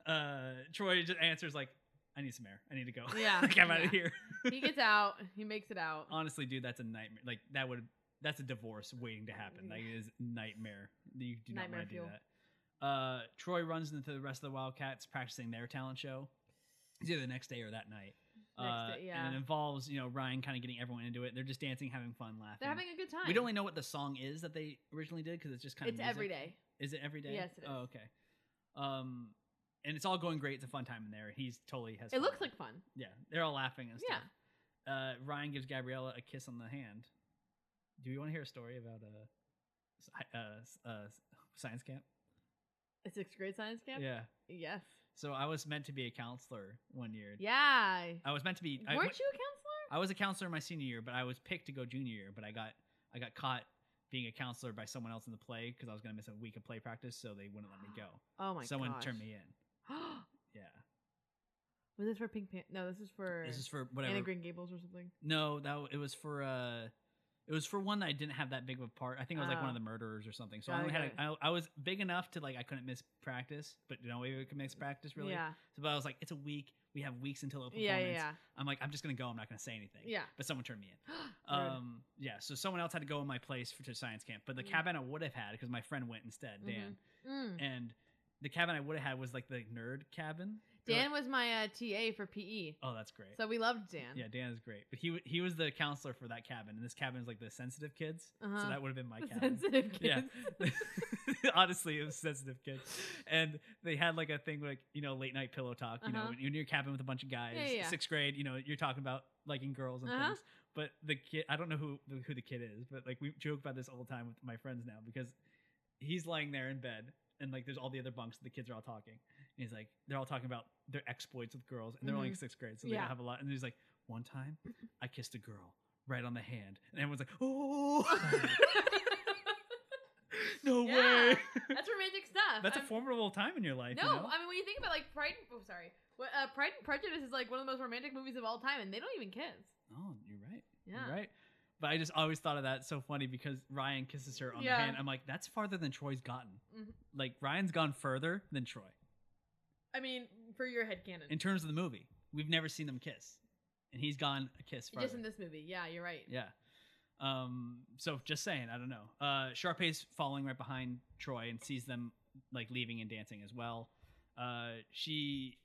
Speaker 1: Uh, Troy just answers like, "I need some air. I need to go.
Speaker 2: Yeah,
Speaker 1: like I'm out
Speaker 2: yeah.
Speaker 1: of here."
Speaker 2: he gets out. He makes it out.
Speaker 1: Honestly, dude, that's a nightmare. Like that would that's a divorce waiting to happen. That is nightmare. You do not
Speaker 2: Nightmare
Speaker 1: want to do
Speaker 2: fuel.
Speaker 1: that. Uh, Troy runs into the rest of the Wildcats practicing their talent show. It's either the next day or that night.
Speaker 2: Next day, yeah.
Speaker 1: And it involves you know Ryan kind of getting everyone into it. They're just dancing, having fun, laughing.
Speaker 2: They're having a good time.
Speaker 1: we don't really know what the song is that they originally did because it's just kind
Speaker 2: It's
Speaker 1: of music.
Speaker 2: every day.
Speaker 1: Is it every day?
Speaker 2: Yes, it
Speaker 1: Oh,
Speaker 2: is.
Speaker 1: okay. Um, and it's all going great. It's a fun time in there. He's totally has.
Speaker 2: It
Speaker 1: fun.
Speaker 2: looks like fun.
Speaker 1: Yeah, they're all laughing and
Speaker 2: Yeah.
Speaker 1: stuff. Yeah. Uh, Ryan gives Gabriella a kiss on the hand. Do you want to hear a story about uh, sci- uh, s- uh, s- science camp?
Speaker 2: A sixth grade science camp.
Speaker 1: Yeah.
Speaker 2: Yes.
Speaker 1: So I was meant to be a counselor one year.
Speaker 2: Yeah.
Speaker 1: I was meant to be. I,
Speaker 2: Weren't
Speaker 1: w-
Speaker 2: you a counselor?
Speaker 1: I was a counselor my senior year, but I was picked to go junior year. But I got I got caught being a counselor by someone else in the play because I was going to miss a week of play practice, so they wouldn't let me go.
Speaker 2: Oh my god.
Speaker 1: someone turned me in. Yeah.
Speaker 2: Was this for Pink Pan? No, this is for
Speaker 1: This is for whatever.
Speaker 2: Anna Green Gables or something.
Speaker 1: No, that w- it was for uh, it was for one that I didn't have that big of a part. I think I was like one
Speaker 2: Oh.
Speaker 1: of the murderers or something. So
Speaker 2: Got
Speaker 1: I
Speaker 2: it,
Speaker 1: only had
Speaker 2: got
Speaker 1: a, I, I was big enough to like I couldn't miss practice, but nobody could miss practice really.
Speaker 2: Yeah.
Speaker 1: So, but I was like, it's a week. We have weeks until the
Speaker 2: Yeah.
Speaker 1: performance.
Speaker 2: Yeah.
Speaker 1: I'm like, I'm just gonna go. I'm not gonna say anything.
Speaker 2: Yeah.
Speaker 1: But someone turned me in.
Speaker 2: yeah. Rude.
Speaker 1: Um, yeah. So someone else had to go in my place for to science camp, but the
Speaker 2: Mm.
Speaker 1: cabin I would have had because my friend went instead, Dan,
Speaker 2: Mm.
Speaker 1: and the cabin I would have had was like the nerd cabin. They're
Speaker 2: Dan
Speaker 1: like-
Speaker 2: was my uh, TA for PE,
Speaker 1: oh, that's great.
Speaker 2: so we loved Dan.
Speaker 1: Yeah, Dan is great, but he w- he was the counselor for that cabin, and this cabin is like the sensitive kids,
Speaker 2: Uh-huh.
Speaker 1: so that would have been my
Speaker 2: The
Speaker 1: cabin.
Speaker 2: sensitive kids.
Speaker 1: Yeah. Honestly, it was sensitive kids, and they had like a thing like you know late night pillow talk. You know,
Speaker 2: Uh-huh.
Speaker 1: when you're in your cabin with a bunch of guys,
Speaker 2: Yeah, yeah.
Speaker 1: sixth grade. You know, you're talking about liking girls and
Speaker 2: Uh-huh.
Speaker 1: things. But the kid, I don't know who who the kid is, but like we joke about this all the time with my friends now because he's lying there in bed and like there's all the other bunks and the kids are all talking and he's like they're all talking about their exploits with girls and they're only in sixth grade so they
Speaker 2: Mm-hmm. Yeah.
Speaker 1: don't have a lot and he's like one time i kissed a girl right on the hand and everyone's like oh no
Speaker 2: Yeah.
Speaker 1: way
Speaker 2: That's romantic stuff.
Speaker 1: that's a
Speaker 2: I'm-
Speaker 1: formidable time in your life
Speaker 2: No,
Speaker 1: you know?
Speaker 2: I mean when you think about like Pride. Oh, sorry. What- Uh, Pride and Prejudice is like one of the most romantic movies of all time, and they don't even kiss.
Speaker 1: oh you're right
Speaker 2: Yeah.
Speaker 1: you're right but i just always thought of that so funny because ryan kisses her on
Speaker 2: Yeah.
Speaker 1: the hand i'm like that's farther than troy's gotten
Speaker 2: Mhm.
Speaker 1: like ryan's gone further than troy
Speaker 2: I mean, for your head canon.
Speaker 1: in terms of the movie we've never seen them kiss and he's gone a kiss farther.
Speaker 2: Just in this movie, yeah, you're right.
Speaker 1: Yeah. Um, so just saying, I don't know. Uh, Sharpay's following right behind Troy and sees them like leaving and dancing as well. Uh, she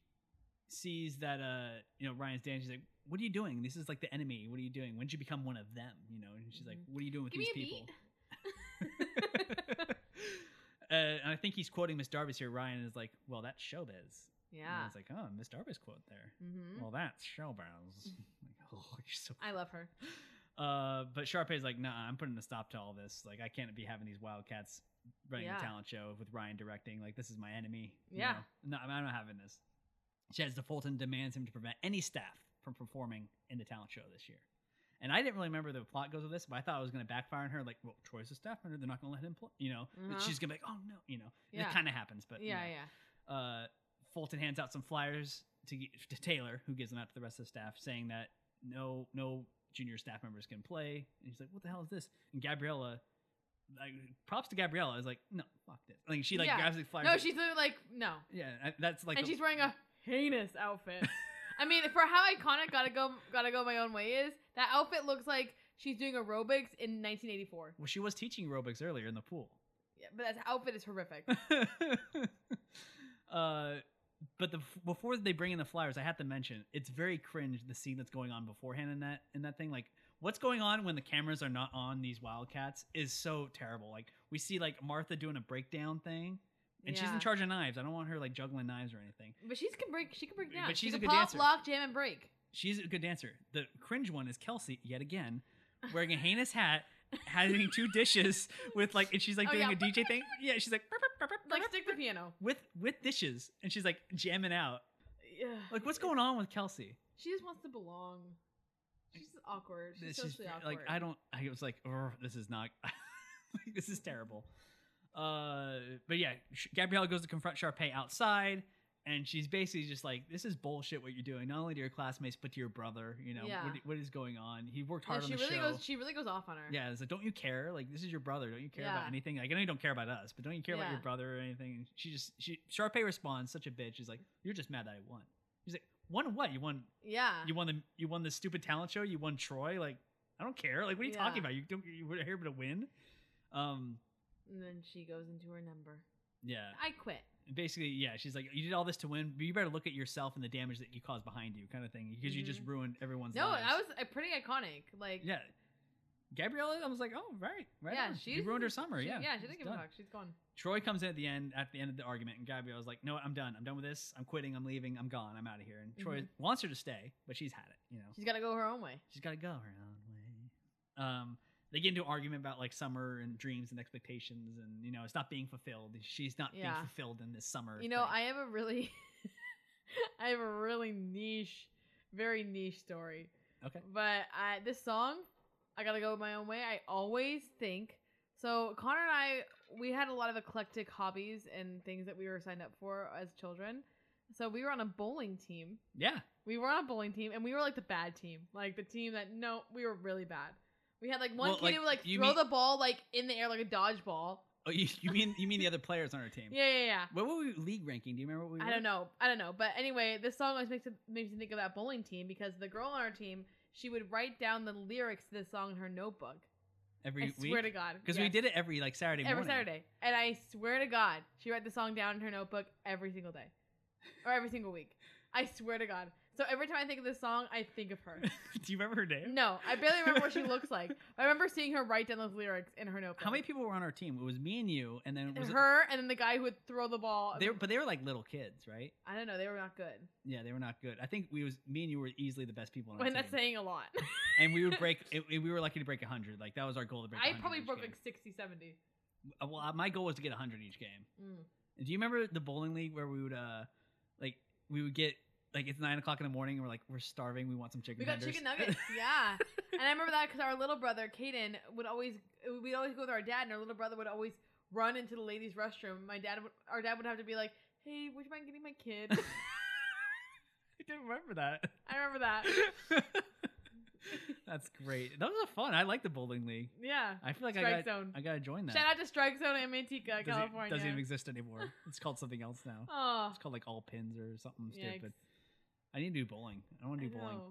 Speaker 1: sees that uh, you know Ryan's dancing. She's like, "What are you doing? This is like the enemy. What are you doing? When did you become one of them?" You know. And she's like,
Speaker 2: Mhm.
Speaker 1: "What are you doing with
Speaker 2: Give me
Speaker 1: these
Speaker 2: a
Speaker 1: people?"
Speaker 2: beat.
Speaker 1: uh, and I think he's quoting Miss Darby's here. Ryan is like, "Well, that's showbiz." And I
Speaker 2: Yeah.
Speaker 1: was like, "Oh, Miss Darby's quote there."
Speaker 2: hmm
Speaker 1: Well, that's showbiz. like, oh, you're so
Speaker 2: I love her.
Speaker 1: uh, but Sharpay's like, nah, I'm putting a stop to all this. Like, I can't be having these Wildcats running
Speaker 2: Yeah.
Speaker 1: a talent show with Ryan directing. Like, this is my enemy. you
Speaker 2: Yeah.
Speaker 1: know? No, I'm not having this. She has Fulton demands him to prevent any staff from performing in the talent show this year. And I didn't really remember the plot goes with this, but I thought it was going to backfire on her. Like, well, Troy's a staff member; they're not going to let him play. You know,
Speaker 2: Uh-huh.
Speaker 1: she's going to be like, "Oh no," you know. And
Speaker 2: Yeah.
Speaker 1: It kind of happens, but you
Speaker 2: yeah,
Speaker 1: know
Speaker 2: yeah.
Speaker 1: uh, Fulton hands out some flyers to, to Taylor, who gives them out to the rest of the staff, saying that no no junior staff members can play. And he's like, "What the hell is this?" And Gabriella, like, props to Gabriella, is like, "No, fuck this." Like she like
Speaker 2: Yeah.
Speaker 1: grabs the flyers.
Speaker 2: No, she's literally like no,
Speaker 1: yeah, I- that's like
Speaker 2: and
Speaker 1: the-
Speaker 2: she's wearing a heinous outfit. I mean, for how iconic "Gotta Go, Gotta Go My Own Way" is, that outfit looks like she's doing aerobics in 1984.
Speaker 1: well, she was teaching aerobics earlier in the pool.
Speaker 2: Yeah, but that outfit is horrific.
Speaker 1: uh, but the before they bring in the flyers, I have to mention it's very cringe the scene that's going on beforehand in that in that thing. Like what's going on when the cameras are not on these Wildcats is so terrible. Like we see like Martha doing a breakdown thing, and she's
Speaker 2: Yeah.
Speaker 1: in charge of knives. I don't want her like juggling knives or anything.
Speaker 2: But she's can break. She can break down.
Speaker 1: But
Speaker 2: she
Speaker 1: she's a
Speaker 2: can
Speaker 1: good
Speaker 2: pop,
Speaker 1: dancer.
Speaker 2: lock, jam, and break.
Speaker 1: She's a good dancer. The cringe one is Kelsey yet again, wearing a heinous hat. Having two dishes with like, and she's like
Speaker 2: Oh,
Speaker 1: doing
Speaker 2: yeah.
Speaker 1: a DJ thing. Yeah, she's like,
Speaker 2: Like stick the piano.
Speaker 1: with with dishes, and she's like jamming out.
Speaker 2: Yeah.
Speaker 1: Like, what's going on with Kelsey?
Speaker 2: She just wants to belong. She's awkward. She's
Speaker 1: This is
Speaker 2: socially awkward.
Speaker 1: like I don't. I was like, "Ugh, this is not. like, this is terrible. Uh, but yeah, Sh- Gabrielle goes to confront Sharpay outside. and she's basically just like, "This is bullshit. What you're doing, not only to your classmates but to your brother. You know
Speaker 2: Yeah.
Speaker 1: what, what is going on? He worked
Speaker 2: Yeah,
Speaker 1: hard
Speaker 2: she
Speaker 1: on the
Speaker 2: really
Speaker 1: show.
Speaker 2: goes. She really goes off on her.
Speaker 1: yeah, it's like, don't you care? Like, this is your brother. Don't you care about
Speaker 2: Yeah.
Speaker 1: anything? Like, I know you don't care about us, but don't you care about
Speaker 2: Yeah.
Speaker 1: your brother or anything? And she just, she Sharpay responds, such a bitch. She's like, "You're just mad that I won." She's like, "Won what? You won?
Speaker 2: Yeah.
Speaker 1: You won the you won the stupid talent show. You won Troy. Like, I don't care. Like, what are you
Speaker 2: Yeah.
Speaker 1: talking about? You don't you were here but to win." Um.
Speaker 2: and then she goes into her number.
Speaker 1: Yeah.
Speaker 2: I quit.
Speaker 1: basically, yeah, she's like, you did all this to win, but you better look at yourself and the damage that you caused behind you, kind of thing, because you just
Speaker 2: Mhm.
Speaker 1: ruined everyone's.
Speaker 2: No,
Speaker 1: lives.
Speaker 2: that was uh, pretty iconic. Like,
Speaker 1: yeah. Gabriella, I was like, oh right, right.
Speaker 2: yeah,
Speaker 1: on.
Speaker 2: she
Speaker 1: you ruined her summer.
Speaker 2: she-
Speaker 1: yeah,
Speaker 2: yeah, she
Speaker 1: it's
Speaker 2: didn't give a
Speaker 1: done.
Speaker 2: fuck. She's gone.
Speaker 1: Troy comes in at the end, at the end of the argument, and Gabriella's like, no, I'm done. I'm done with this. I'm quitting. I'm leaving. I'm gone. I'm out of here. And Troy
Speaker 2: Mm-hmm.
Speaker 1: wants her to stay, but she's had it. You know,
Speaker 2: She's got to go her own way.
Speaker 1: she's got to go her own way. Um, they get into an argument about like summer and dreams and expectations, and you know, it's not being fulfilled. She's not being
Speaker 2: Yeah.
Speaker 1: fulfilled in this summer.
Speaker 2: You know,
Speaker 1: thing.
Speaker 2: I have a really, I have a really niche, very niche story.
Speaker 1: Okay.
Speaker 2: But I, this song, I gotta go my own way. I always think so. Connor and I, we had a lot of eclectic hobbies and things that we were signed up for as children. So we were on a bowling team.
Speaker 1: yeah,
Speaker 2: We were on a bowling team, and we were like the bad team, like the team that no, we were really bad. We had like one
Speaker 1: Well,
Speaker 2: kid
Speaker 1: like,
Speaker 2: who would like
Speaker 1: you
Speaker 2: throw
Speaker 1: mean-
Speaker 2: the ball like in the air like a dodgeball.
Speaker 1: Oh, you, you mean you mean the other players on our team? Mm-hmm.
Speaker 2: Yeah, yeah, yeah.
Speaker 1: What were we league ranking? Do you remember what we?
Speaker 2: I
Speaker 1: were?
Speaker 2: don't know. I don't know. But anyway, this song always makes makes me think of that bowling team because the girl on our team, she would write down the lyrics to this song in her notebook.
Speaker 1: Every
Speaker 2: I swear to
Speaker 1: week
Speaker 2: God,
Speaker 1: because we
Speaker 2: yes.
Speaker 1: did it every like Saturday
Speaker 2: every
Speaker 1: morning.
Speaker 2: Saturday, and I swear to God, she wrote the song down in her notebook every single day, or every single week. I swear to God. So every time I think of this song, I think of her.
Speaker 1: Do you remember her name?
Speaker 2: No, I barely remember what she looks like. I remember seeing her write down those lyrics in her notebook.
Speaker 1: How many people were on our team? It was me and you, and then it was
Speaker 2: her and then the guy who would throw the ball.
Speaker 1: They were, but they were like little kids, right?
Speaker 2: I don't know. They were not good.
Speaker 1: Yeah, they were not good. I think we was me and you were easily the best people on our
Speaker 2: When
Speaker 1: team,
Speaker 2: that's saying a lot.
Speaker 1: and we would break. It, it- we were lucky to break hundred. Like that was our goal to break.
Speaker 2: I
Speaker 1: 100
Speaker 2: probably
Speaker 1: each
Speaker 2: broke
Speaker 1: game.
Speaker 2: like 60, 70.
Speaker 1: Uh, well, uh, my goal was to get hundred each game.
Speaker 2: Mm.
Speaker 1: Do you remember the bowling league where we would uh, like we would get like it's nine o'clock in the morning and we're like we're starving. We want some chicken.
Speaker 2: We got
Speaker 1: tenders.
Speaker 2: chicken nuggets, yeah. and I remember that because our little brother Caden would always we'd always go with our dad, and our little brother would always run into the ladies' restroom. My dad, would, our dad would have to be like, "Hey, would you mind getting my kid?"
Speaker 1: I didn't remember that.
Speaker 2: I remember that.
Speaker 1: That's great. Those are fun. I like the bowling league.
Speaker 2: Yeah,
Speaker 1: I feel like I
Speaker 2: Strike
Speaker 1: got
Speaker 2: Zone.
Speaker 1: I gotta join that.
Speaker 2: Shout out to Strike Zone in Manteca,
Speaker 1: doesn't, e-,
Speaker 2: California.
Speaker 1: doesn't even exist anymore. It's called something else now.
Speaker 2: oh,
Speaker 1: It's called like all pins or something stupid.
Speaker 2: yikes.
Speaker 1: I need to do bowling. I want
Speaker 2: I
Speaker 1: to do bowling.
Speaker 2: know.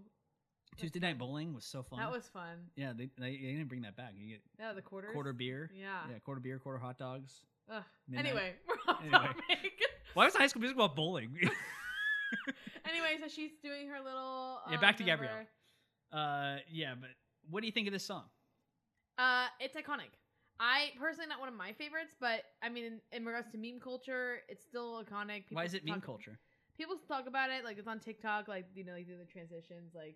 Speaker 1: Tuesday night bowling was so fun.
Speaker 2: That was fun.
Speaker 1: yeah. They, they, they didn't bring that back. You get
Speaker 2: That was the quarters.
Speaker 1: quarter beer.
Speaker 2: Yeah.
Speaker 1: Yeah, quarter beer, quarter hot dogs.
Speaker 2: Ugh.
Speaker 1: midnight.
Speaker 2: Anyway, we're off
Speaker 1: Anyway.
Speaker 2: topic.
Speaker 1: Why was high school musical about bowling?
Speaker 2: anyway, so she's doing her little.
Speaker 1: Yeah,
Speaker 2: um,
Speaker 1: back to
Speaker 2: number.
Speaker 1: Gabrielle. uh, yeah, but what do you think of this song?
Speaker 2: Uh, it's iconic. I personally not one of my favorites, but I mean, in, in regards to meme culture, it's still iconic.
Speaker 1: Why is it meme
Speaker 2: talk-
Speaker 1: culture?
Speaker 2: People talk about it like it's on TikTok, like you know, like do the transitions, like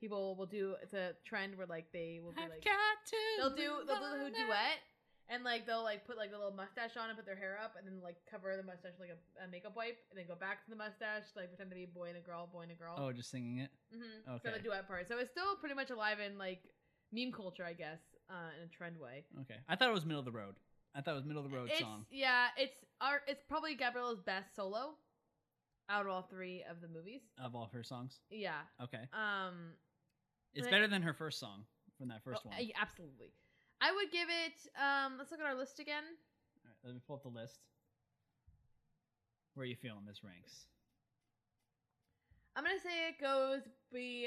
Speaker 2: people will do. It's a trend where like they will be like
Speaker 1: to.
Speaker 2: they'll do they'll do the duet, and like they'll like put like a little mustache on and put their hair up, and then like cover the mustache with, like a, a makeup wipe, and then go back to the mustache, like pretend to be a boy and a girl, boy and a girl.
Speaker 1: Oh, just singing it.
Speaker 2: Mm-hmm. So
Speaker 1: Okay.
Speaker 2: the duet part. So it's still pretty much alive in like meme culture, I guess, uh, in a trend way.
Speaker 1: Okay, I thought it was middle of the road. I thought it was middle of the road
Speaker 2: it's,
Speaker 1: song.
Speaker 2: Yeah, it's our. It's probably Gabriella's best solo out of all three of the movies.
Speaker 1: of all her songs.
Speaker 2: Yeah.
Speaker 1: Okay.
Speaker 2: Um.
Speaker 1: It's
Speaker 2: But-
Speaker 1: better than her first song from that first
Speaker 2: oh,
Speaker 1: one.
Speaker 2: I- absolutely. I would give it. Um. Let's look at our list again.
Speaker 1: All right, let me pull up the list. Where are you feeling this ranks?
Speaker 2: I'm gonna say it goes be.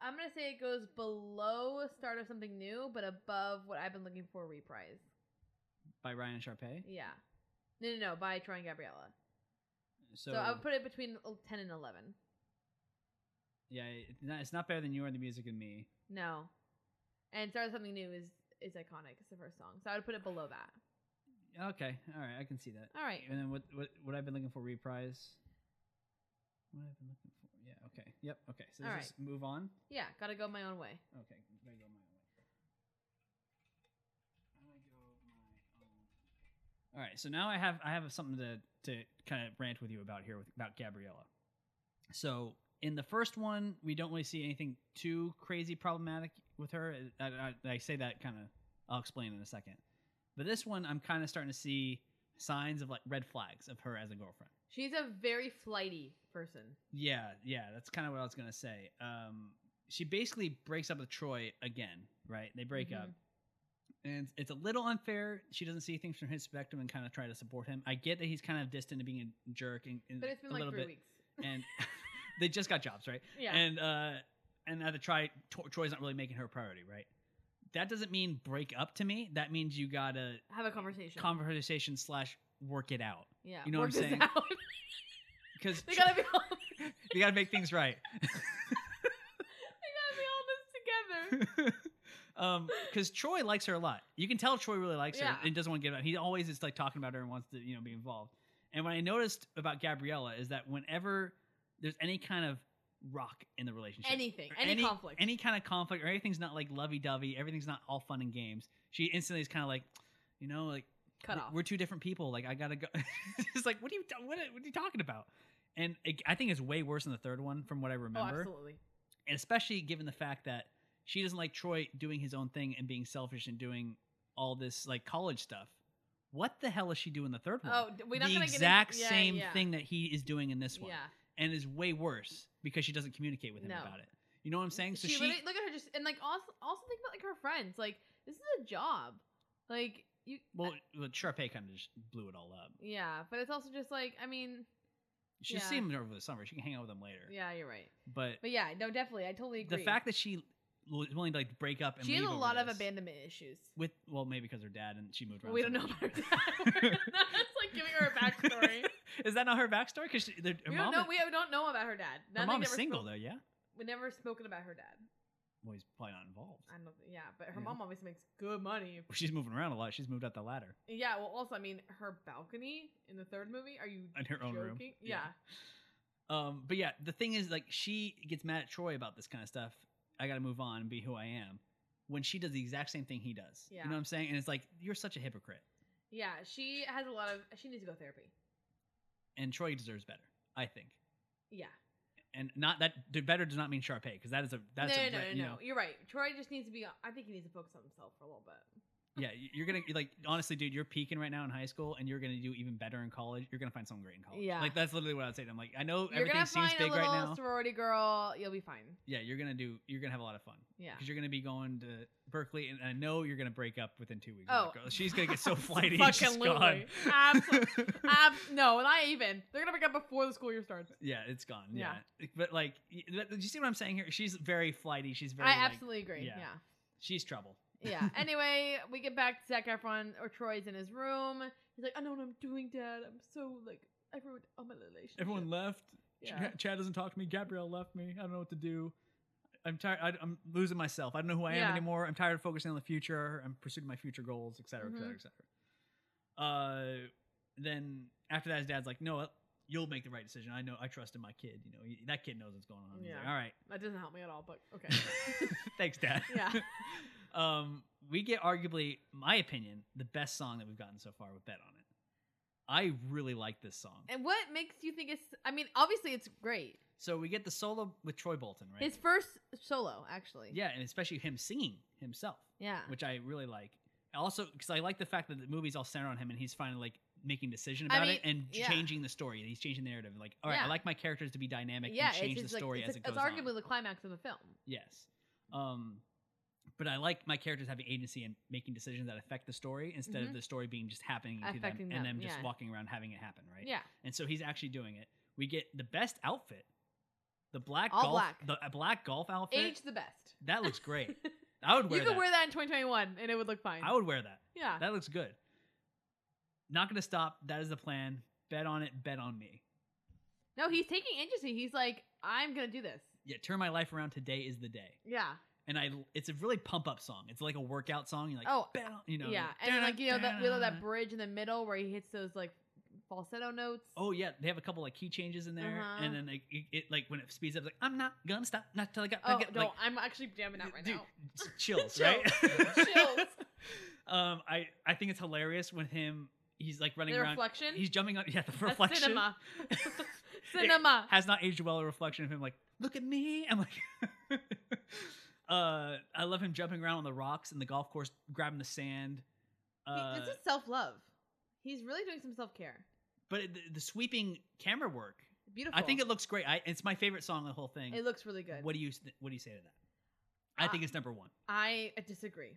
Speaker 2: I'm gonna say it goes below start of something new, but above what I've been looking for reprise.
Speaker 1: By Ryan Sharpay.
Speaker 2: Yeah. No, no, no. By Troy and Gabriella.
Speaker 1: So,
Speaker 2: So, I would put it between ten and eleven.
Speaker 1: yeah, it's not, it's not better than You Are the Music and Me.
Speaker 2: No. And start of something new is is iconic. It's the first song, so I would put it below that.
Speaker 1: Okay, all right, I can see that.
Speaker 2: All right.
Speaker 1: And then what what what I've been looking for reprise. What I've been looking for. Yeah. Okay. Yep. Okay. So
Speaker 2: All
Speaker 1: let's just move on.
Speaker 2: Yeah, gotta go my own way.
Speaker 1: Okay. There you go. My way. I'm gonna go my own. All right. So now I have I have something to to kind of rant with you about here with about Gabriella. So in the first one, we don't really see anything too crazy problematic with her. I, I, I say that kind of I'll explain in a second. But this one, I'm kind of starting to see signs of like red flags of her as a girlfriend.
Speaker 2: She's a very flighty person.
Speaker 1: Yeah, yeah, that's kind of what I was gonna say. Um, she basically breaks up with Troy again, right? They break
Speaker 2: Mm-hmm.
Speaker 1: up, and it's- it's a little unfair. She doesn't see things from his spectrum and kind of try to support him. I get that he's kind of distant and being a jerk, and, and
Speaker 2: But it's been
Speaker 1: a
Speaker 2: like
Speaker 1: little
Speaker 2: three
Speaker 1: bit,
Speaker 2: weeks.
Speaker 1: and they just got jobs, right?
Speaker 2: Yeah.
Speaker 1: And uh, and now to try, Tro- Troy's not really making her a priority, right? That doesn't mean break up to me. That means you gotta
Speaker 2: Have a conversation.
Speaker 1: conversation slash work it out
Speaker 2: yeah.
Speaker 1: you know what
Speaker 2: work
Speaker 1: I'm
Speaker 2: this
Speaker 1: saying?
Speaker 2: out.
Speaker 1: because
Speaker 2: they gotta be all
Speaker 1: you gotta make things right.
Speaker 2: they gotta be all this together.
Speaker 1: um because troy likes her a lot you can tell troy really likes her
Speaker 2: Yeah.
Speaker 1: and doesn't want to give up he always is like talking about her and wants to you know be involved and what i noticed about gabriella is that whenever there's any kind of rock in the relationship
Speaker 2: Anything,
Speaker 1: or
Speaker 2: any, conflict.
Speaker 1: any kind of conflict or anything's not like lovey-dovey everything's not all fun and games she instantly is kind of like you know like
Speaker 2: cut
Speaker 1: we're,
Speaker 2: off.
Speaker 1: we're two different people like i gotta go it's like what are you ta- what are, what are you talking about and it, i think it's way worse than the third one from what i
Speaker 2: oh,
Speaker 1: remember
Speaker 2: absolutely.
Speaker 1: and especially given the fact that she doesn't like Troy doing his own thing and being selfish and doing all this like college stuff. What the hell is she doing in the third one?
Speaker 2: Oh, d- we're not
Speaker 1: Hmm. the
Speaker 2: gonna
Speaker 1: exact
Speaker 2: get into, yeah,
Speaker 1: same
Speaker 2: yeah.
Speaker 1: thing that he is doing in this
Speaker 2: Yeah.
Speaker 1: one, and is way worse because she doesn't communicate with him
Speaker 2: No.
Speaker 1: about it. You know what I'm saying? So
Speaker 2: she,
Speaker 1: she,
Speaker 2: literally- look at her just and like also also think about like her friends. Like this is a job. Like you.
Speaker 1: well, well, Sharpay kind of just blew it all up.
Speaker 2: yeah, but it's also just like I mean,
Speaker 1: She's
Speaker 2: Yeah.
Speaker 1: seen him over the summer. She can hang out with him later.
Speaker 2: yeah, you're right.
Speaker 1: But,
Speaker 2: But yeah, no, definitely, I totally agree.
Speaker 1: the fact that she was willing to like break up and
Speaker 2: she has
Speaker 1: leave
Speaker 2: a
Speaker 1: over
Speaker 2: lot of
Speaker 1: this
Speaker 2: abandonment issues.
Speaker 1: with well maybe because her dad and she moved around.
Speaker 2: We
Speaker 1: so
Speaker 2: don't know
Speaker 1: much.
Speaker 2: about her dad. That's like giving her a backstory.
Speaker 1: is that not her backstory? Because her
Speaker 2: we
Speaker 1: mom
Speaker 2: don't know. We don't know about her dad.
Speaker 1: Her
Speaker 2: Nothing
Speaker 1: mom is
Speaker 2: ever
Speaker 1: single
Speaker 2: spoke-
Speaker 1: though, yeah.
Speaker 2: We never spoken about her dad.
Speaker 1: Well, he's probably not involved.
Speaker 2: I don't. Yeah, but her
Speaker 1: Yeah.
Speaker 2: mom always makes good money.
Speaker 1: She's moving around a lot. She's moved up the ladder
Speaker 2: Yeah. Well, also, I mean, her balcony in the third movie. Are you
Speaker 1: in her own
Speaker 2: joking?
Speaker 1: room.
Speaker 2: Yeah.
Speaker 1: Um, but yeah, the thing is, like, she gets mad at Troy about this kind of stuff. I got to move on and be who I am. When she does the exact same thing he does,
Speaker 2: Yeah.
Speaker 1: you know what I'm saying? And it's like you're such a hypocrite.
Speaker 2: yeah. She has a lot of. She needs to go therapy.
Speaker 1: And Troy deserves better, I think.
Speaker 2: Yeah.
Speaker 1: And not that the better does not mean Sharpay because that is a that's
Speaker 2: no,
Speaker 1: a
Speaker 2: no, no,
Speaker 1: red-
Speaker 2: no,
Speaker 1: you
Speaker 2: no.
Speaker 1: know
Speaker 2: You're right. Troy just needs to be. I think he needs to focus on himself for a little bit.
Speaker 1: yeah you- you're gonna like honestly dude you're peaking right now in high school and you're gonna do even better in college you're gonna find someone great in college
Speaker 2: Yeah.
Speaker 1: like that's literally what I'd say to him like I know
Speaker 2: You're
Speaker 1: everything
Speaker 2: gonna
Speaker 1: seems
Speaker 2: find a
Speaker 1: big
Speaker 2: little
Speaker 1: right now
Speaker 2: sorority girl. You'll be fine.
Speaker 1: yeah you're gonna do you're gonna have a lot of fun
Speaker 2: Yeah.
Speaker 1: because you're going to be going to Berkeley, and I know you're going to break up within two weeks.
Speaker 2: Oh.
Speaker 1: she's going to get so flighty. and she's
Speaker 2: Fucking
Speaker 1: gone.
Speaker 2: Absolutely. Um, no, not even. They're gonna break up before the school year starts.
Speaker 1: yeah, it's gone. Yeah,
Speaker 2: Yeah.
Speaker 1: but like, y- but- do you see what I'm saying here? She's very flighty. She's very.
Speaker 2: I
Speaker 1: like-
Speaker 2: absolutely agree.
Speaker 1: yeah.
Speaker 2: Yeah.
Speaker 1: she's trouble.
Speaker 2: yeah. Anyway, we get back to Zac Efron or Troy's in his room. He's like, I know what I'm doing, Dad. I'm so like I ruined all my relationship.
Speaker 1: Everyone left. Ch-
Speaker 2: Yeah.
Speaker 1: Chad doesn't talk to me. Gabrielle left me. I don't know what to do. I'm tired. I, I'm losing myself. I don't know who I am
Speaker 2: Yeah.
Speaker 1: anymore. I'm tired of focusing on the future. I'm pursuing my future goals, et cetera,
Speaker 2: Mm-hmm.
Speaker 1: et cetera, et cetera. Uh, then after that, his dad's like, "No, uh, you'll make the right decision. I know. I trust in my kid. You know, he- that kid knows what's going on." He's like,
Speaker 2: Yeah.
Speaker 1: All right.
Speaker 2: That doesn't help me at all, but okay.
Speaker 1: Thanks, Dad.
Speaker 2: Yeah.
Speaker 1: um, we get arguably, my opinion, the best song that we've gotten so far with "Bet on It." I really like this song.
Speaker 2: and what makes you think it's I mean, obviously it's great.
Speaker 1: So we get the solo with Troy Bolton, right?
Speaker 2: His first solo, actually.
Speaker 1: Yeah, and especially him singing himself,
Speaker 2: Yeah.
Speaker 1: which I really like. Also, because I like the fact that the movie's all centered on him, and he's finally like making a decision
Speaker 2: I
Speaker 1: about it
Speaker 2: mean,
Speaker 1: and
Speaker 2: yeah.
Speaker 1: changing the story. He's changing the narrative. Like, all right,
Speaker 2: Yeah.
Speaker 1: I like my characters to be dynamic
Speaker 2: yeah,
Speaker 1: and change the
Speaker 2: just, like,
Speaker 1: story
Speaker 2: it's,
Speaker 1: as
Speaker 2: like-
Speaker 1: it goes
Speaker 2: it's arguably
Speaker 1: on.
Speaker 2: the climax of the film.
Speaker 1: Yes, um, but I like my characters having agency and making decisions that affect the story instead of
Speaker 2: Mhm.
Speaker 1: the story being just happening to them
Speaker 2: Affecting
Speaker 1: and
Speaker 2: them,
Speaker 1: them just
Speaker 2: yeah.
Speaker 1: walking around having it happen, right?
Speaker 2: Yeah.
Speaker 1: And so he's actually doing it. We get the best outfit, the black
Speaker 2: All
Speaker 1: golf,
Speaker 2: black.
Speaker 1: the uh, black golf outfit.
Speaker 2: Age the best.
Speaker 1: that looks great. I would wear
Speaker 2: you could
Speaker 1: that.
Speaker 2: wear that in 2021 and it would look fine.
Speaker 1: I would wear that.
Speaker 2: yeah.
Speaker 1: That looks good. Not gonna stop. That is the plan. Bet on it. Bet on me.
Speaker 2: No, he's taking agency. He's like, I'm gonna do this.
Speaker 1: Yeah, turn my life around. Today is the day.
Speaker 2: Yeah.
Speaker 1: And I, it's a really pump up song. It's like a workout song. You're like,
Speaker 2: Oh,
Speaker 1: bet on, you know,
Speaker 2: yeah. And then, like you know that we love that bridge in the middle where he hits those like falsetto notes.
Speaker 1: Oh yeah, they have a couple like key changes in there,
Speaker 2: Uh-huh.
Speaker 1: and then like it, it like when it speeds up, it's like I'm not gonna stop, not till I got.
Speaker 2: Oh,
Speaker 1: I get,
Speaker 2: no,
Speaker 1: like,
Speaker 2: I'm actually jamming out right
Speaker 1: dude,
Speaker 2: now.
Speaker 1: s- chills, right?
Speaker 2: Chills. Chills.
Speaker 1: um, I I think it's hilarious when him he's like running
Speaker 2: The
Speaker 1: around,
Speaker 2: reflection.
Speaker 1: he's jumping on yeah the
Speaker 2: That's
Speaker 1: reflection.
Speaker 2: cinema.
Speaker 1: It-
Speaker 2: cinema.
Speaker 1: has not aged well a reflection of him like look at me i'm like uh i love him jumping around on the rocks in the golf course grabbing the sand
Speaker 2: He-
Speaker 1: uh
Speaker 2: this is self love. He's really doing some self care.
Speaker 1: But it, the, the sweeping camera work,
Speaker 2: Beautiful.
Speaker 1: I think it looks great. I, it's my favorite song in the whole thing.
Speaker 2: It looks really good.
Speaker 1: What do you s- What do you say to that? I
Speaker 2: Uh,
Speaker 1: think it's number one.
Speaker 2: I disagree.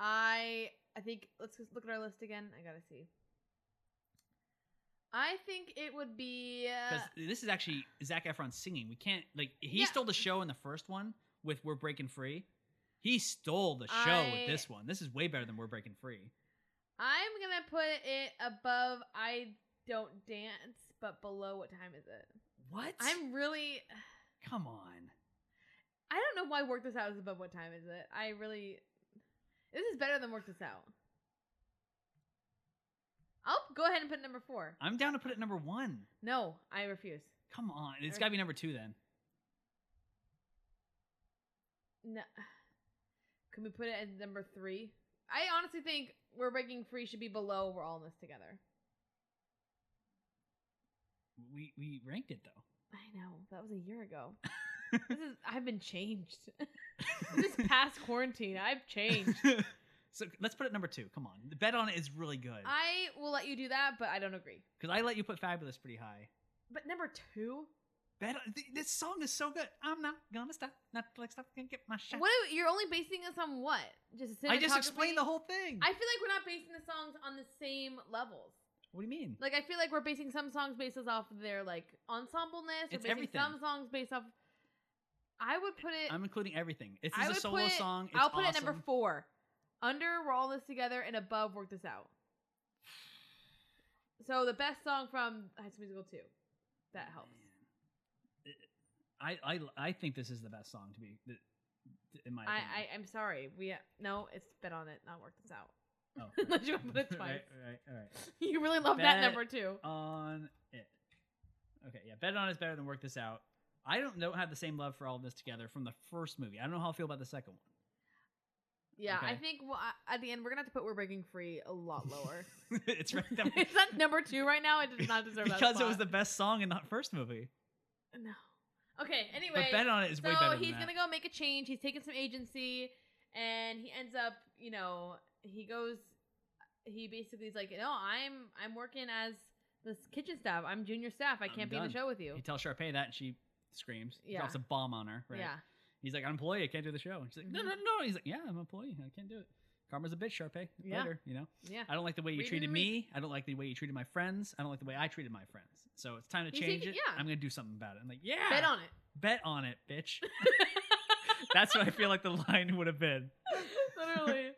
Speaker 2: I I think let's just look at our list again. I gotta see. I think it would be. Uh,
Speaker 1: because this is actually Zach Efron singing. We can't like he
Speaker 2: Yeah.
Speaker 1: stole the show in the first one with "We're Breaking Free." He stole the show
Speaker 2: I-
Speaker 1: with this one. This is way better than "We're Breaking Free."
Speaker 2: I'm gonna put it above. I don't dance, but below. What time is it?
Speaker 1: What?
Speaker 2: I'm really.
Speaker 1: come on.
Speaker 2: I don't know why work this out is above. What time is it? I really. This is better than work this out. I'll go ahead and put number four.
Speaker 1: I'm down to put it number one.
Speaker 2: No, I refuse.
Speaker 1: Come on, it's
Speaker 2: Okay.
Speaker 1: got to be number two then.
Speaker 2: No. Can we put it at number three? I honestly think we're breaking free should be below. We're all in this together.
Speaker 1: We we ranked it though.
Speaker 2: I know that was a year ago. this is I've been changed. this is past quarantine. I've changed.
Speaker 1: so let's put it number two. Come on, the bet on it is really good
Speaker 2: I will let you do that, but I don't agree.
Speaker 1: because I let you put "Fabulous" pretty high.
Speaker 2: But number two,
Speaker 1: Bet on, th- this song is so good. I'm not gonna stop. Not like stop. Gonna get my shot.
Speaker 2: what are- you're only basing this on what? Just
Speaker 1: I just
Speaker 2: cinematogra-
Speaker 1: explained the whole thing.
Speaker 2: I feel like we're not basing the songs on the same levels.
Speaker 1: what do you mean?
Speaker 2: Like I feel like we're basing some songs based off of their like ensembleness. We're
Speaker 1: It's
Speaker 2: basing
Speaker 1: everything.
Speaker 2: some songs based off. I would put it.
Speaker 1: I'm including everything. It's
Speaker 2: I
Speaker 1: a
Speaker 2: would
Speaker 1: solo
Speaker 2: put-
Speaker 1: song. It's
Speaker 2: I'll put it
Speaker 1: awesome.
Speaker 2: number four. Under we're all in this together, and above work this out. So the best song from High School Musical two, that helps.
Speaker 1: I, I I think this is the best song to be th- th- in my
Speaker 2: I,
Speaker 1: opinion.
Speaker 2: I I'm sorry. We no, it's been on it. Not work this out.
Speaker 1: Oh.
Speaker 2: Unless you put it
Speaker 1: All
Speaker 2: twice.
Speaker 1: right, all right, all right.
Speaker 2: You really love that
Speaker 1: Bet-
Speaker 2: number two.
Speaker 1: On it. Okay, yeah. Bet on is better than work this out. I don't know have the same love for all of this together from the first movie. I don't know how I feel about the second
Speaker 2: Yeah, I
Speaker 1: okay.
Speaker 2: think well, I- at the end we're gonna have to put "We're Breaking Free" a lot lower.
Speaker 1: one. it's right there.
Speaker 2: it's not number two right now. It does not deserve that
Speaker 1: because it was the
Speaker 2: spot.
Speaker 1: best song in the first movie.
Speaker 2: no. Okay. Anyway,
Speaker 1: but bet on it is
Speaker 2: so
Speaker 1: way better.
Speaker 2: he's
Speaker 1: than
Speaker 2: gonna
Speaker 1: that.
Speaker 2: go make a change. He's taking some agency, and he ends up, you know, he goes. He basically is like, no, I'm I'm working as this kitchen staff. I'm junior staff. I
Speaker 1: I'm
Speaker 2: can't be in the
Speaker 1: done."
Speaker 2: show with you.
Speaker 1: He tells Sharpay that and she screams.
Speaker 2: Yeah.
Speaker 1: Drops a bomb on her. Right.
Speaker 2: Yeah.
Speaker 1: He's like, I'm an employee. I can't do the show. And she's like, no, no, no. He's like, yeah, I'm an employee. I can't do it. Karma's a bitch, Sharpay.
Speaker 2: Yeah.
Speaker 1: Later, you know.
Speaker 2: Yeah.
Speaker 1: I don't like the way you
Speaker 2: Read
Speaker 1: treated
Speaker 2: and
Speaker 1: me.
Speaker 2: read.
Speaker 1: I don't like the way you treated my friends. I don't like the way I treated my friends. So it's time to
Speaker 2: You
Speaker 1: change
Speaker 2: take
Speaker 1: it.
Speaker 2: it- yeah.
Speaker 1: I'm gonna do something about it. I'm like, yeah,
Speaker 2: Bet on it.
Speaker 1: bet on it, bitch. That's what I feel like the line would have been.
Speaker 2: Literally.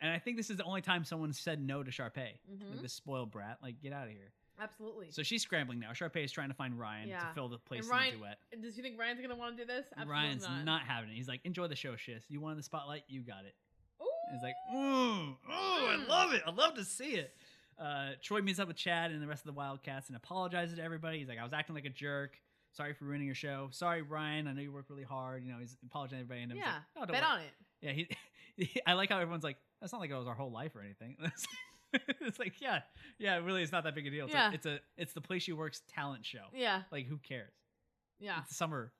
Speaker 1: And I think this is the only time someone said no to Sharpay.
Speaker 2: Mhm.
Speaker 1: Like this spoiled brat, like get out of here.
Speaker 2: Absolutely.
Speaker 1: So she's scrambling now. Sharpay is trying to find Ryan to
Speaker 2: Yeah.
Speaker 1: fill the place in
Speaker 2: And Ryan-
Speaker 1: the duet.
Speaker 2: Does you think Ryan's gonna want to do this? Absolutely
Speaker 1: Ryan's not. having it. He's like, enjoy the show, shiz. You wanted the spotlight, you got it. And he's like,
Speaker 2: Ooh.
Speaker 1: ooh, ooh, I
Speaker 2: Mm.
Speaker 1: love it. I love to see it. Uh, Troy meets up with Chad and the rest of the Wildcats and apologizes to everybody. He's like, I was acting like a jerk. Sorry for ruining your show. Sorry, Ryan. I know you work really hard. You know, he's apologizing to everybody. And he's
Speaker 2: yeah.
Speaker 1: like, oh, don't
Speaker 2: Bet
Speaker 1: worry.
Speaker 2: on it.
Speaker 1: Yeah, he, I like how everyone's like, that's not like it was our whole life or anything. it's like, yeah, yeah, really, it's not that big a deal. It's,
Speaker 2: Yeah.
Speaker 1: a, it's a, it's the place she works talent show.
Speaker 2: Yeah.
Speaker 1: Like, who cares?
Speaker 2: Yeah.
Speaker 1: It's summer,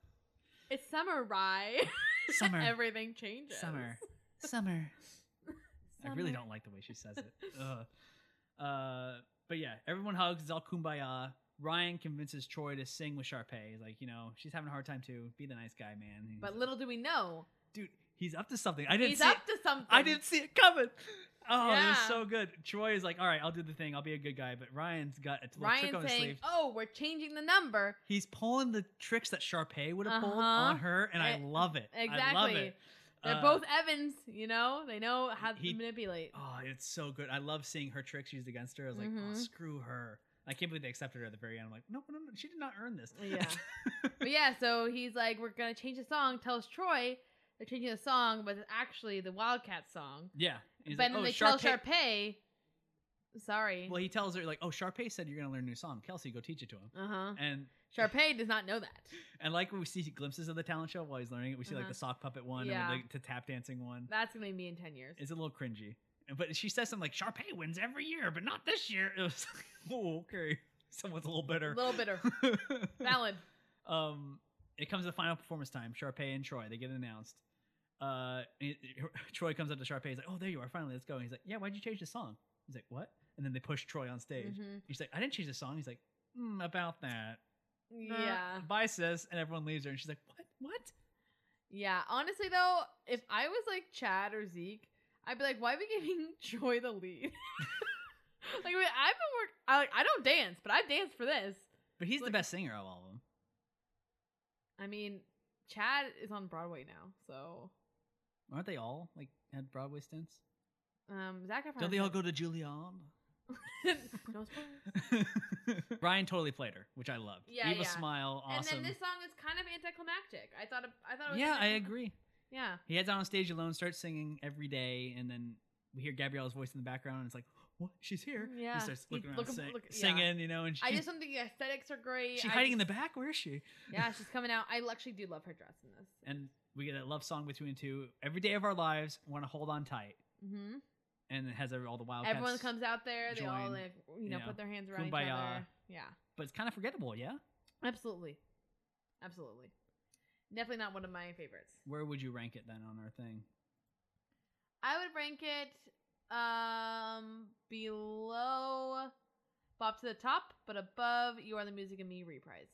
Speaker 2: It's summer, Rye.
Speaker 1: summer,
Speaker 2: Everything changes.
Speaker 1: summer, summer. I really
Speaker 2: Summer.
Speaker 1: don't like the way she says it. Ugh. Uh, but yeah, everyone hugs. It's all kumbaya. Ryan convinces Troy to sing with Sharpay. He's like, you know, she's having a hard time too. Be the nice guy, man. And he's
Speaker 2: But
Speaker 1: like,
Speaker 2: little do we know,
Speaker 1: dude, he's up to something. I didn't
Speaker 2: he's
Speaker 1: see.
Speaker 2: up
Speaker 1: it.
Speaker 2: to something.
Speaker 1: I didn't see it coming. Oh, it was
Speaker 2: Yeah.
Speaker 1: so good. Troy is like, all right, I'll do the thing. I'll be a good guy. But Ryan's got a little trick on
Speaker 2: Ryan's
Speaker 1: his
Speaker 2: saying,
Speaker 1: sleeve.
Speaker 2: "Oh, we're changing the number."
Speaker 1: He's pulling the tricks that Sharpay would have pulled
Speaker 2: Uh-huh.
Speaker 1: on her, and I
Speaker 2: Eh,
Speaker 1: love it. I love
Speaker 2: Exactly.
Speaker 1: it.
Speaker 2: They're
Speaker 1: Uh,
Speaker 2: both Evans. You know, they know how to
Speaker 1: he-
Speaker 2: manipulate.
Speaker 1: Oh, it's so good. I love seeing her tricks used against her. I was like,
Speaker 2: Mhm.
Speaker 1: oh, screw her. I can't believe they accepted her at the very end. I'm like, no, no, no, she did not earn this.
Speaker 2: Yeah. but yeah, so he's like, "We're gonna change the song." Tells Troy they're changing the song, but it's actually the Wildcat song.
Speaker 1: yeah. He's
Speaker 2: but
Speaker 1: like,
Speaker 2: then
Speaker 1: oh,
Speaker 2: they
Speaker 1: Sharpay.
Speaker 2: tell Sharpay, "Sorry."
Speaker 1: Well, he tells her like, oh, Sharpay said you're gonna learn a new song. Kelsey, go teach it to him.
Speaker 2: uh huh.
Speaker 1: And
Speaker 2: Sharpay does not know that.
Speaker 1: and like we see glimpses of the talent show while he's learning it. We see like
Speaker 2: Uh-huh.
Speaker 1: the sock puppet one
Speaker 2: Yeah.
Speaker 1: and like, the tap dancing one.
Speaker 2: That's gonna be me in ten years.
Speaker 1: It's a little cringy. But she says something like Sharpay wins every year, but not this year. It was like, oh, okay. Someone's a little
Speaker 2: A
Speaker 1: bitter.
Speaker 2: little bitter. Valid.
Speaker 1: um, it comes to final performance time. Sharpay and Troy, they get announced. Uh, and it- Troy comes up to Sharpay. He's like, "Oh, there you are! Finally, let's go." And he's like, "Yeah, why'd you change the song?" He's like, "What?" and then they push Troy on stage.
Speaker 2: Mhm.
Speaker 1: He's like, I didn't change the song. He's like, mm, about that. Uh,
Speaker 2: Yeah.
Speaker 1: Bye, sis. And everyone leaves her. And she's like, what? What?
Speaker 2: Yeah. Honestly, though, if I was like Chad or Zeke, I'd be like, why are we giving Troy the lead? like, I mean, I've been work. I like, I don't dance, but I've danced for this.
Speaker 1: But he's the
Speaker 2: Like-
Speaker 1: best singer of all of them.
Speaker 2: I mean, Chad is on Broadway now, so
Speaker 1: Aren't they all like had Broadway stints?
Speaker 2: um, Zach Efron.
Speaker 1: Don't they all go to Juilliard?
Speaker 2: no spoilers.
Speaker 1: Brian totally played her, which I loved.
Speaker 2: Yeah,
Speaker 1: Evil
Speaker 2: yeah.
Speaker 1: smile, awesome.
Speaker 2: And then this song is kind of anticlimactic. I thought. I thought. It was
Speaker 1: yeah, I
Speaker 2: anticlim-
Speaker 1: agree.
Speaker 2: Yeah.
Speaker 1: He heads out on stage alone, starts singing every day, and then we hear Gabriella's voice in the background, and it's like, "What? She's here!"
Speaker 2: Yeah.
Speaker 1: He starts
Speaker 2: He-
Speaker 1: looking around,
Speaker 2: look-
Speaker 1: sing-
Speaker 2: look- yeah.
Speaker 1: singing, you know, and she's,
Speaker 2: I just don't think the aesthetics are great.
Speaker 1: she's
Speaker 2: I
Speaker 1: hiding in the
Speaker 2: just-
Speaker 1: back. Where is she?
Speaker 2: Yeah, she's coming out. I actually do love her dress in this.
Speaker 1: And we get a love song between the two. Every day of our lives, want to hold on tight,
Speaker 2: hmm
Speaker 1: and it has every- all the wildcats.
Speaker 2: Everyone comes out there. They all
Speaker 1: join,
Speaker 2: like you know
Speaker 1: yeah.
Speaker 2: put their hands around each
Speaker 1: Kumbaya.
Speaker 2: other. Yeah,
Speaker 1: but it's kind of forgettable. Yeah,
Speaker 2: absolutely, absolutely, definitely not one of my favorites.
Speaker 1: where would you rank it then on our thing?
Speaker 2: I would rank it um below Bop to the Top, but above You Are the Music and Me reprise.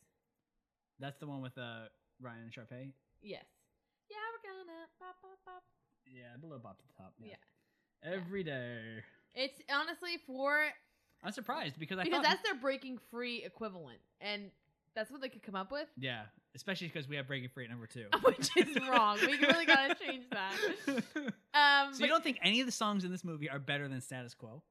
Speaker 1: That's the one with uh, Ryan and Sharpay.
Speaker 2: Yes. Yeah, we're gonna bop bop bop.
Speaker 1: Yeah, below Bob to the top.
Speaker 2: Yeah.
Speaker 1: Every day.
Speaker 2: It's honestly for
Speaker 1: I'm surprised because I
Speaker 2: because
Speaker 1: thought
Speaker 2: that's their breaking free equivalent, and that's what they could come up with.
Speaker 1: yeah, especially because we have Breaking Free at number two,
Speaker 2: Which is wrong. We really gotta change that. Um,
Speaker 1: so
Speaker 2: but-
Speaker 1: you don't think any of the songs in this movie are better than Status Quo?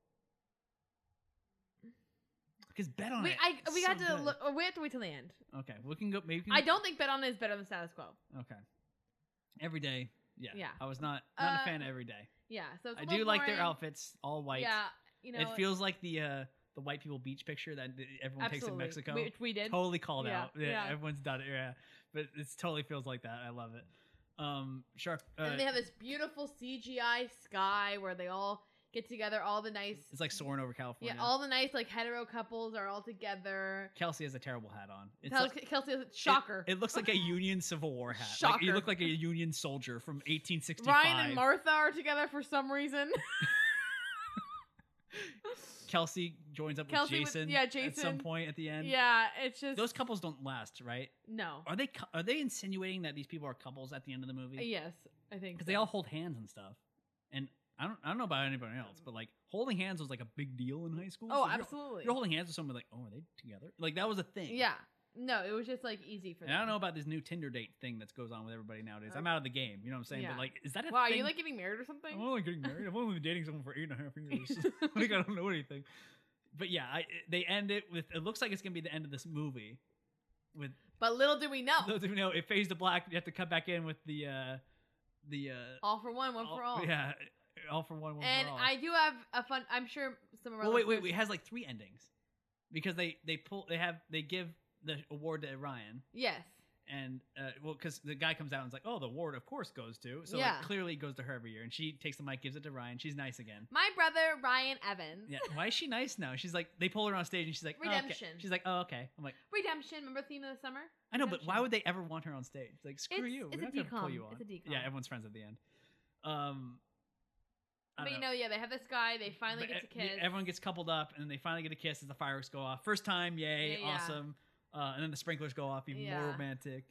Speaker 1: Because bet on
Speaker 2: we,
Speaker 1: it.
Speaker 2: I,
Speaker 1: is
Speaker 2: we
Speaker 1: so
Speaker 2: got to
Speaker 1: good.
Speaker 2: look, we have to wait till the end.
Speaker 1: Okay, we can go. Maybe we can
Speaker 2: I
Speaker 1: go-
Speaker 2: don't think bet on it is better than status quo.
Speaker 1: Okay. Every day. Yeah.
Speaker 2: Yeah.
Speaker 1: I was not not
Speaker 2: Uh,
Speaker 1: a fan of Every Day.
Speaker 2: Yeah, so it's
Speaker 1: I
Speaker 2: a little
Speaker 1: do like their
Speaker 2: boring.
Speaker 1: outfits, all white.
Speaker 2: Yeah, you know,
Speaker 1: it feels like the uh the white people beach picture that everyone takes in
Speaker 2: absolutely.
Speaker 1: Mexico.
Speaker 2: which we did.
Speaker 1: totally called
Speaker 2: Yeah,
Speaker 1: out. Yeah,
Speaker 2: yeah.
Speaker 1: everyone's done it. Yeah, but it totally feels like that. I love it. Um, sharp.
Speaker 2: and
Speaker 1: Uh,
Speaker 2: then they have this beautiful CGI sky where they all get together. All the nice,
Speaker 1: it's like soaring over California.
Speaker 2: yeah, all the nice like hetero couples are all together.
Speaker 1: Kelsey has a terrible hat on. It's
Speaker 2: Kel-
Speaker 1: like,
Speaker 2: Kelsey, shocker.
Speaker 1: It, it looks like a Union Civil War hat. Like, you
Speaker 2: Shocker.
Speaker 1: look like a Union soldier from 1865.
Speaker 2: Ryan and Martha are together for some reason.
Speaker 1: Kelsey joins up
Speaker 2: Kelsey
Speaker 1: with Jason.
Speaker 2: with- yeah,
Speaker 1: At some
Speaker 2: Jason.
Speaker 1: point at the end.
Speaker 2: yeah, it's just
Speaker 1: Those couples don't last, right?
Speaker 2: No.
Speaker 1: Are they? cou- Are they insinuating that these people are couples at the end of the movie?
Speaker 2: Yes, I think
Speaker 1: because they
Speaker 2: so.
Speaker 1: all hold hands and stuff. And I don't, I don't know about anybody else, but like holding hands was like a big deal in high school.
Speaker 2: Oh,
Speaker 1: so you're-
Speaker 2: absolutely.
Speaker 1: You're, holding hands with someone like, oh, are they together? Like that was a thing.
Speaker 2: Yeah. No, it was just like easy for
Speaker 1: And
Speaker 2: them.
Speaker 1: I don't know about this new Tinder date thing that goes on with everybody nowadays. I'm out of the game. You know what I'm saying?
Speaker 2: Uh, Yeah.
Speaker 1: But like, is that a
Speaker 2: Wow, are
Speaker 1: thing?
Speaker 2: you like getting married or something?
Speaker 1: I'm only getting married. I've only been dating someone for eight and a half years. like I don't know anything. But yeah, I, they end it with. It looks like it's gonna be the end of this movie. With
Speaker 2: But little do we know.
Speaker 1: those of you know, it fades to black. You have to cut back in with the uh the uh
Speaker 2: all for one, one for all.
Speaker 1: Yeah, all for one. one
Speaker 2: And
Speaker 1: for all.
Speaker 2: I do have a fun. I'm sure some of our.
Speaker 1: Well, wait, wait, wait.
Speaker 2: listeners-
Speaker 1: It has like three endings because they they pull they have they give the award to Ryan
Speaker 2: Yes.
Speaker 1: and uh, well because the guy comes out and is like, oh, the award of course goes to so
Speaker 2: Yeah.
Speaker 1: like, clearly it goes to her every year and she takes the mic, gives it to Ryan. She's nice again.
Speaker 2: My brother Ryan Evans.
Speaker 1: Yeah, why is she nice now? She's like they pull her on stage and she's like oh, okay.
Speaker 2: Redemption.
Speaker 1: She's like, oh okay. I'm like,
Speaker 2: Redemption. Remember the theme of the summer?
Speaker 1: I know, but why
Speaker 2: Redemption.
Speaker 1: would they ever want her on stage? Like screw
Speaker 2: It's-
Speaker 1: you.
Speaker 2: it's
Speaker 1: We're
Speaker 2: a
Speaker 1: not gonna pull
Speaker 2: decom.
Speaker 1: you on.
Speaker 2: It's a decom.
Speaker 1: Yeah, everyone's friends at the end. Um, I
Speaker 2: But
Speaker 1: don't
Speaker 2: you know, yeah, they have this guy. They finally
Speaker 1: But
Speaker 2: get to
Speaker 1: e-
Speaker 2: kiss.
Speaker 1: Everyone gets coupled up, and they finally get a kiss as the fireworks go off. First time, yay,
Speaker 2: Yeah, yeah.
Speaker 1: awesome! Uh, and then the sprinklers go off, even more
Speaker 2: Yeah.
Speaker 1: romantic.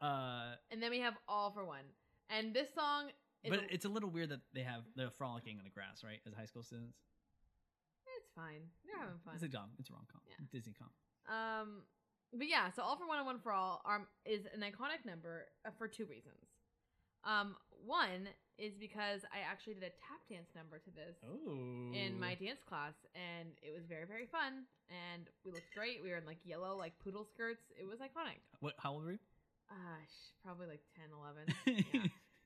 Speaker 1: Uh,
Speaker 2: And then we have all for one. And this song. Is
Speaker 1: but
Speaker 2: a-
Speaker 1: it's a little weird that they have they're frolicking in the grass, right? As high school students,
Speaker 2: it's fine. They're having fun.
Speaker 1: It's a dumb. It's a rom com.
Speaker 2: Yeah.
Speaker 1: Disney com.
Speaker 2: Um, but yeah, so All for One and One for All um, is an iconic number uh, for two reasons. Um, one is because I actually did a tap dance number to this
Speaker 1: Oh,
Speaker 2: in my dance class, and it was very, very fun. And we looked great. We were in like yellow, like poodle skirts. It was iconic.
Speaker 1: what? How old were you?
Speaker 2: Uh, sh- probably like 10, 11. yeah,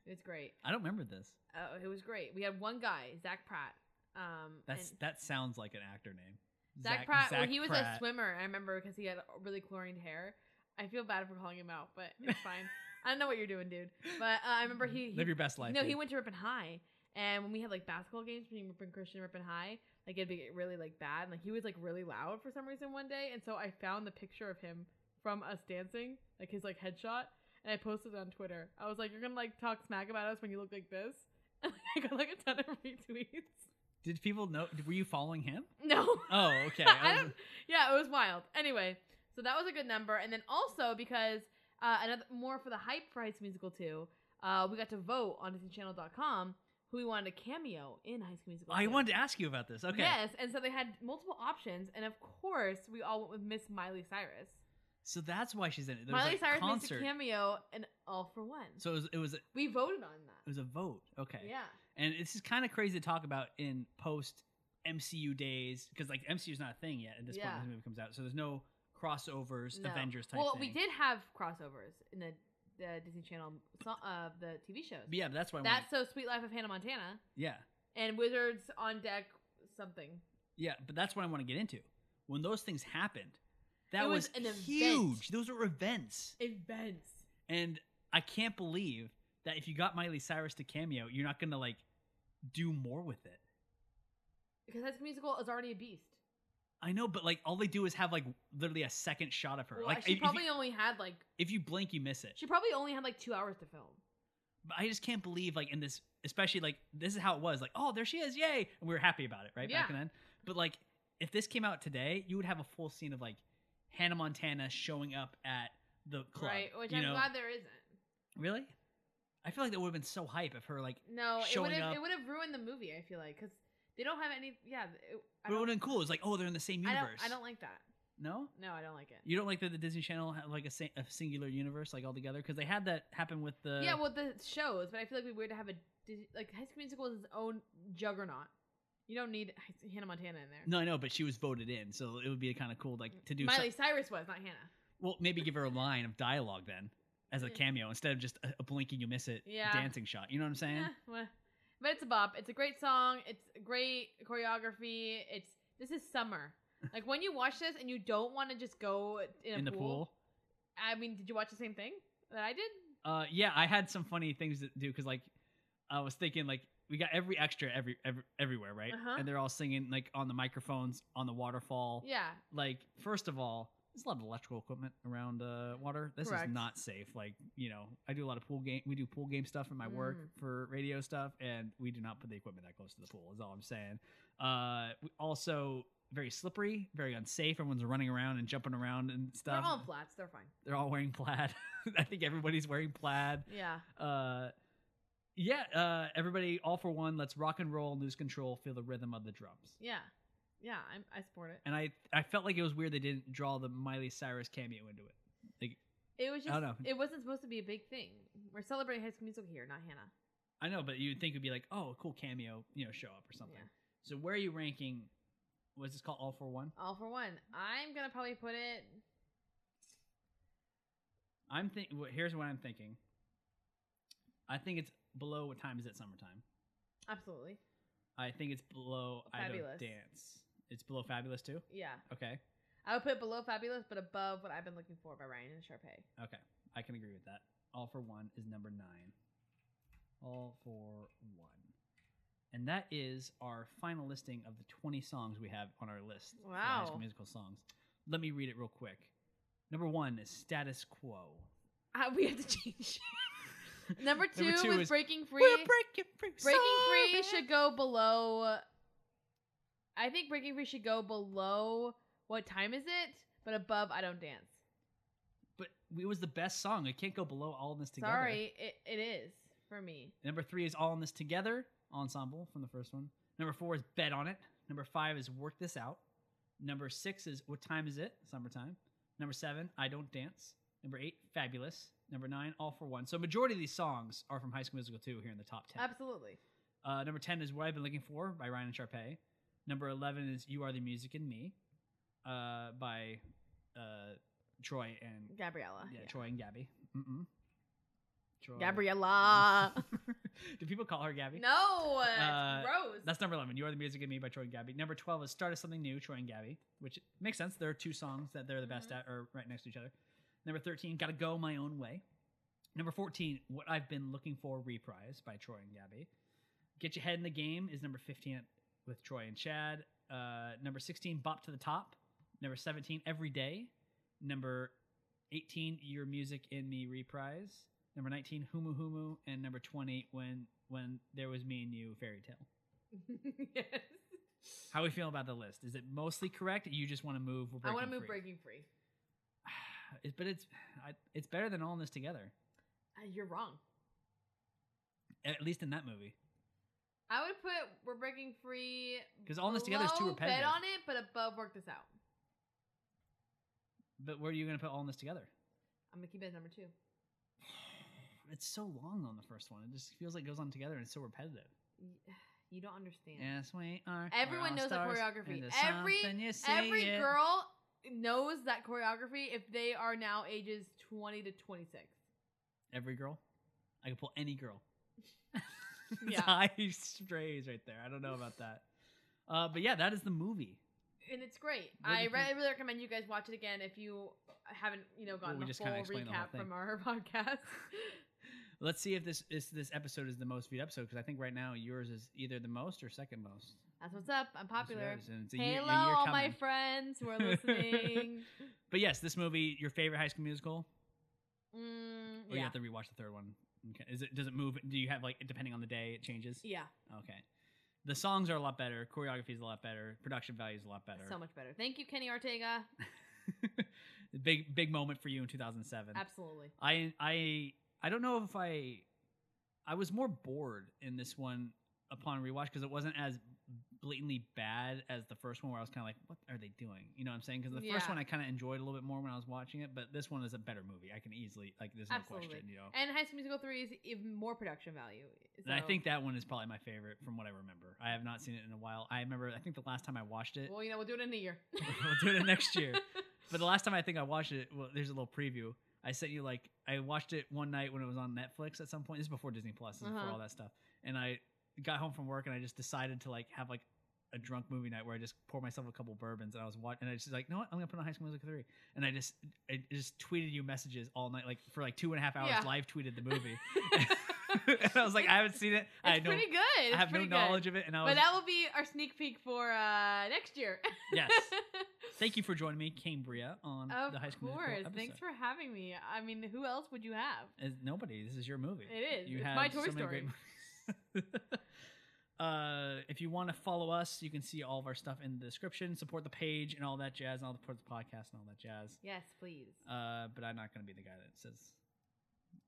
Speaker 2: it was great.
Speaker 1: I don't remember this.
Speaker 2: Oh, it was great. We had one guy, Zach Pratt. Um,
Speaker 1: That's
Speaker 2: and-
Speaker 1: that sounds like an actor name.
Speaker 2: Zach, Pratt. well,
Speaker 1: Zach
Speaker 2: he was a
Speaker 1: Pratt.
Speaker 2: swimmer. I remember because he had really chlorine hair. I feel bad for calling him out, but it's fine. I don't know what you're doing, dude. But uh, I remember he, he
Speaker 1: Live your best life.
Speaker 2: no, he
Speaker 1: dude.
Speaker 2: went to Ripon High, and when we had like basketball games between Ripon Christian and Ripon High, like it'd be really like bad, and like he was like really loud for some reason one day, and so I found the picture of him from us dancing, like his like headshot, and I posted it on Twitter. I was like, "You're gonna like talk smack about us when you look like this," and I got like a ton of retweets.
Speaker 1: Did people know? Were you following him?
Speaker 2: No.
Speaker 1: Oh, okay.
Speaker 2: I
Speaker 1: was-
Speaker 2: don't, yeah, it was wild. Anyway, so that was a good number, and then also because uh, another more for the hype for High School Musical two, uh, we got to vote on DisneyChannel.com who we wanted to cameo in High School Musical.
Speaker 1: I
Speaker 2: 2.
Speaker 1: wanted to ask Oh, you about this. Okay.
Speaker 2: Yes, and so they had multiple options, and of course we all went with Miss Miley Cyrus.
Speaker 1: So that's why she's in it. There was
Speaker 2: Miley
Speaker 1: a
Speaker 2: Cyrus
Speaker 1: concert.
Speaker 2: makes a cameo in All for One.
Speaker 1: So it was, it was it
Speaker 2: we voted on that.
Speaker 1: was a vote. Okay.
Speaker 2: Yeah.
Speaker 1: And it's just kind of crazy to talk about in post MCU days because like MCU's not a thing yet at this point
Speaker 2: Yeah.
Speaker 1: when this movie comes out. So there's no crossovers,
Speaker 2: No.
Speaker 1: Avengers type.
Speaker 2: Well,
Speaker 1: thing.
Speaker 2: we did have crossovers in the, the Disney Channel so- uh, the TV shows.
Speaker 1: But yeah, but that's why. I wanted-
Speaker 2: That's so Sweet Life of Hannah Montana.
Speaker 1: yeah,
Speaker 2: and Wizards on deck something.
Speaker 1: yeah, but that's what I want to get into. When those things happened, that
Speaker 2: It was an event.
Speaker 1: huge. Those were events,
Speaker 2: Events.
Speaker 1: and I can't believe that if you got Miley Cyrus to cameo, you're not gonna like do more with it.
Speaker 2: Because that's musical is already a beast.
Speaker 1: I know, but like all they do is have like literally a second shot of her.
Speaker 2: Well,
Speaker 1: like
Speaker 2: she
Speaker 1: if, if
Speaker 2: probably
Speaker 1: you,
Speaker 2: only had like
Speaker 1: if you blink, you miss it.
Speaker 2: she probably only had like two hours to film.
Speaker 1: But I just can't believe like in this, especially like this is how it was. Like oh, there she is, yay! And we were happy about it, right back
Speaker 2: Yeah.
Speaker 1: then. But like if this came out today, you would have a full scene of like Hannah Montana showing up at the club.
Speaker 2: right. Which
Speaker 1: you
Speaker 2: I'm
Speaker 1: know?
Speaker 2: glad there isn't.
Speaker 1: Really? I feel like that would have been so hype if her like.
Speaker 2: No, it
Speaker 1: Showing
Speaker 2: would have
Speaker 1: up.
Speaker 2: it would have ruined the movie, I feel like, because they don't have any yeah, it, I
Speaker 1: But it
Speaker 2: don't,
Speaker 1: would have been cool. It's like oh, they're in the same
Speaker 2: I
Speaker 1: universe.
Speaker 2: don't I don't like that.
Speaker 1: No.
Speaker 2: No, I don't like it.
Speaker 1: You don't like that the Disney Channel had like a, sing- a singular universe like all together because they had that happen with the
Speaker 2: yeah, well the shows, but I feel like it'd be weird to have a Dis- like High School Musical is its own juggernaut. You don't need Hannah Montana in there.
Speaker 1: No, I know, but she was voted in, so it would be kind of cool, like to do.
Speaker 2: Miley
Speaker 1: some-
Speaker 2: Cyrus was, not Hannah.
Speaker 1: well, maybe give her a line of dialogue then, as a
Speaker 2: Mm.
Speaker 1: cameo instead of just a, a blinking you miss it
Speaker 2: Yeah.
Speaker 1: dancing shot. You know what I'm saying?
Speaker 2: Eh, well, but it's a bop. It's a great song. It's great choreography. It's this is summer. Like when you watch this and you don't want to just go in a
Speaker 1: in the
Speaker 2: pool.
Speaker 1: pool.
Speaker 2: I mean, did you watch the same thing that I did?
Speaker 1: Uh, yeah, I had some funny things to do because like I was thinking like we got every extra every, every everywhere, right?
Speaker 2: Uh-huh.
Speaker 1: And they're all singing like on the microphones on the waterfall.
Speaker 2: Yeah,
Speaker 1: Like first of all, there's a lot of electrical equipment around uh, water. This
Speaker 2: Correct.
Speaker 1: is not safe. Like you know, I do a lot of pool game. We do pool game stuff in my work
Speaker 2: Mm.
Speaker 1: for radio stuff, and we do not put the equipment that close to the pool. Is all I'm saying. Uh, we- also very slippery, very unsafe. Everyone's running around and jumping around and
Speaker 2: they're
Speaker 1: stuff.
Speaker 2: all in flats. They're fine.
Speaker 1: They're all wearing plaid. I think everybody's wearing plaid
Speaker 2: Yeah,
Speaker 1: uh yeah uh everybody all for one let's rock and roll lose control feel the rhythm of the drums
Speaker 2: yeah, yeah. I'm, I support it.
Speaker 1: and i i felt like it was weird they didn't draw the miley cyrus cameo into it
Speaker 2: It was
Speaker 1: I
Speaker 2: just.
Speaker 1: don't know.
Speaker 2: It wasn't supposed to be a big thing. We're celebrating High School Musical here, not Hannah.
Speaker 1: i know but you'd think it'd be like oh a cool cameo you know show up or something
Speaker 2: Yeah.
Speaker 1: so where are you ranking was this called all for one
Speaker 2: All for one. I'm gonna probably put it.
Speaker 1: i'm think well, here's what i'm thinking i think it's below what time is it summertime
Speaker 2: Absolutely.
Speaker 1: i think it's below i
Speaker 2: Fabulous.
Speaker 1: don't dance it's below fabulous too
Speaker 2: Yeah,
Speaker 1: okay
Speaker 2: I would put it below Fabulous, but above what I've been looking for by Ryan and Sharpay.
Speaker 1: Okay, I can agree with that. All for one is number nine. All for one. And that is our final listing of the 20 songs we have on our list. for High School
Speaker 2: Wow.
Speaker 1: musical songs. Let me read it real quick. Number one is Status Quo.
Speaker 2: Uh, we have to change. Number two,
Speaker 1: Number two
Speaker 2: is,
Speaker 1: is
Speaker 2: breaking free.
Speaker 1: We're breaking free.
Speaker 2: breaking
Speaker 1: sorry.
Speaker 2: free should go below. I think breaking free should go below. What time is it? But above, I don't dance.
Speaker 1: But it was the best song. It can't go below All in This Together.
Speaker 2: Sorry, it, it is for me.
Speaker 1: Number three is All in This Together ensemble from the first one. Number four is Bet on It. Number five is Work This Out. Number six is What Time Is It? Summertime. Number seven, I Don't Dance. Number eight, Fabulous. Number nine, All for One. So majority of these songs are from High School Musical 2 here in the top ten.
Speaker 2: Absolutely.
Speaker 1: Uh, number 10 is What I've Been Looking For by Ryan and Sharpay. Number 11 is You Are the Music in Me uh, by uh, Troy and
Speaker 2: Gabriella.
Speaker 1: yeah, Troy and Gabby. Mm-mm. Troy.
Speaker 2: Gabriella.
Speaker 1: Do people call her Gabby?
Speaker 2: no, it's
Speaker 1: Uh,
Speaker 2: gross.
Speaker 1: That's number 11. You Are the Music in Me by Troy and Gabby. Number 12 is Start of Something New, Troy and Gabby, which makes sense. There are two songs that they're the best
Speaker 2: Mhm.
Speaker 1: at or right next to each other. Number 13, Gotta Go My Own Way. Number 14, What I've Been Looking For Reprise by Troy and Gabby. Get Your Head in the Game is number 15 with Troy and Chad. Uh, number 16, Bop to the Top. Number 17, Every Day. Number 18, Your Music in Me Reprise. Number 19, Humu Humu. And number 20, When when there was me and you fairy tale
Speaker 2: yes.
Speaker 1: How we feel about the list? Is it mostly correct? You just want to move.
Speaker 2: I want to move
Speaker 1: free?
Speaker 2: Breaking Free.
Speaker 1: It- but it's I, it's better than all in this together.
Speaker 2: Uh, you're wrong.
Speaker 1: At least in that movie.
Speaker 2: I would put We're Breaking Free
Speaker 1: 'Cause All in This Together is too
Speaker 2: below Bet
Speaker 1: repetitive.
Speaker 2: on it, but above Work This Out.
Speaker 1: But where are you going to put all in this together?
Speaker 2: I'm gonna keep it as number two.
Speaker 1: It's so long on the first one. It just feels like it goes on together and it's so repetitive.
Speaker 2: Y- You don't understand.
Speaker 1: Yes, we are.
Speaker 2: Everyone
Speaker 1: all
Speaker 2: knows the
Speaker 1: stars,
Speaker 2: choreography.
Speaker 1: and there's
Speaker 2: Every-
Speaker 1: something you see
Speaker 2: Every
Speaker 1: it.
Speaker 2: girl knows that choreography if they are now ages 20 to 26.
Speaker 1: Every girl. I can pull any girl.
Speaker 2: Yeah.
Speaker 1: yeah. High strays right there. I don't know about that. Uh, but yeah, that is the movie.
Speaker 2: And it's great.
Speaker 1: What do
Speaker 2: I
Speaker 1: you
Speaker 2: re-
Speaker 1: think-
Speaker 2: really recommend you guys watch it again if you haven't, you know, gotten
Speaker 1: we
Speaker 2: the
Speaker 1: just
Speaker 2: full
Speaker 1: kinda explained the whole
Speaker 2: recap
Speaker 1: thing.
Speaker 2: from our podcast.
Speaker 1: Let's see if this is this episode is the most viewed episode because I think right now yours is either the most or second most.
Speaker 2: That's what's up. I'm popular.
Speaker 1: Yours, and it's a ye- a
Speaker 2: Hello,
Speaker 1: year
Speaker 2: all my
Speaker 1: coming.
Speaker 2: friends who are listening.
Speaker 1: But yes, this movie, your favorite High School Musical.
Speaker 2: Mm,
Speaker 1: Or you
Speaker 2: yeah.
Speaker 1: have to rewatch the third one. Okay. Is it does it move? Do you have like depending on the day it changes?
Speaker 2: Yeah.
Speaker 1: Okay. The songs are a lot better. Choreography is a lot better. Production value is a lot better.
Speaker 2: So much better. Thank you, Kenny Ortega.
Speaker 1: The big big moment for you in 2007.
Speaker 2: Absolutely.
Speaker 1: I I I don't know if I I was more bored in this one upon rewatch because it wasn't as blatantly bad as the first one where I was kind of like what are they doing you know what I'm saying because the
Speaker 2: Yeah.
Speaker 1: first one I kind of enjoyed a little bit more when I was watching it but this one is a better movie I can easily like there's no
Speaker 2: Absolutely.
Speaker 1: question you know
Speaker 2: And High School Musical 3 is even more production value.
Speaker 1: And Oh. I
Speaker 2: So-
Speaker 1: think that one is probably my favorite from what I remember. I have not seen it in a while. I remember, I think the last time I watched it,
Speaker 2: Well, you know, we'll do it in a year.
Speaker 1: we'll do it next year. But the last time I think I watched it, well, there's a little preview. I sent you like I watched it one night when it was on Netflix at some point. This is before Disney Plus, this is
Speaker 2: Uh-huh.
Speaker 1: before all that stuff. And I got home from work and I just decided to like have like a drunk movie night where I just pour myself a couple bourbons and I was watching. And I just was like, no, what? I'm gonna put on High School Musical three. And I just I just tweeted you messages all night, like for like two and a half hours.
Speaker 2: Yeah.
Speaker 1: Live tweeted the movie. and I was like, I haven't seen it. I
Speaker 2: It's
Speaker 1: had no,
Speaker 2: pretty good. It's
Speaker 1: I have no
Speaker 2: pretty good.
Speaker 1: knowledge of it. And I was
Speaker 2: But that will be our sneak peek for uh, next year.
Speaker 1: yes. Thank you for joining me, Cambria, on
Speaker 2: Of
Speaker 1: the High School
Speaker 2: course.
Speaker 1: Musical episode.
Speaker 2: Thanks for having me. I mean, who else would you have?
Speaker 1: As nobody. This is your movie.
Speaker 2: It is.
Speaker 1: You
Speaker 2: It's
Speaker 1: have
Speaker 2: my Toy
Speaker 1: so many great movies. Uh, if you want to follow us, you can see all of our stuff in the description. Support the page and all that jazz, and all the support the podcast and all that jazz.
Speaker 2: Yes, please.
Speaker 1: Uh, but I'm not going to be the guy that says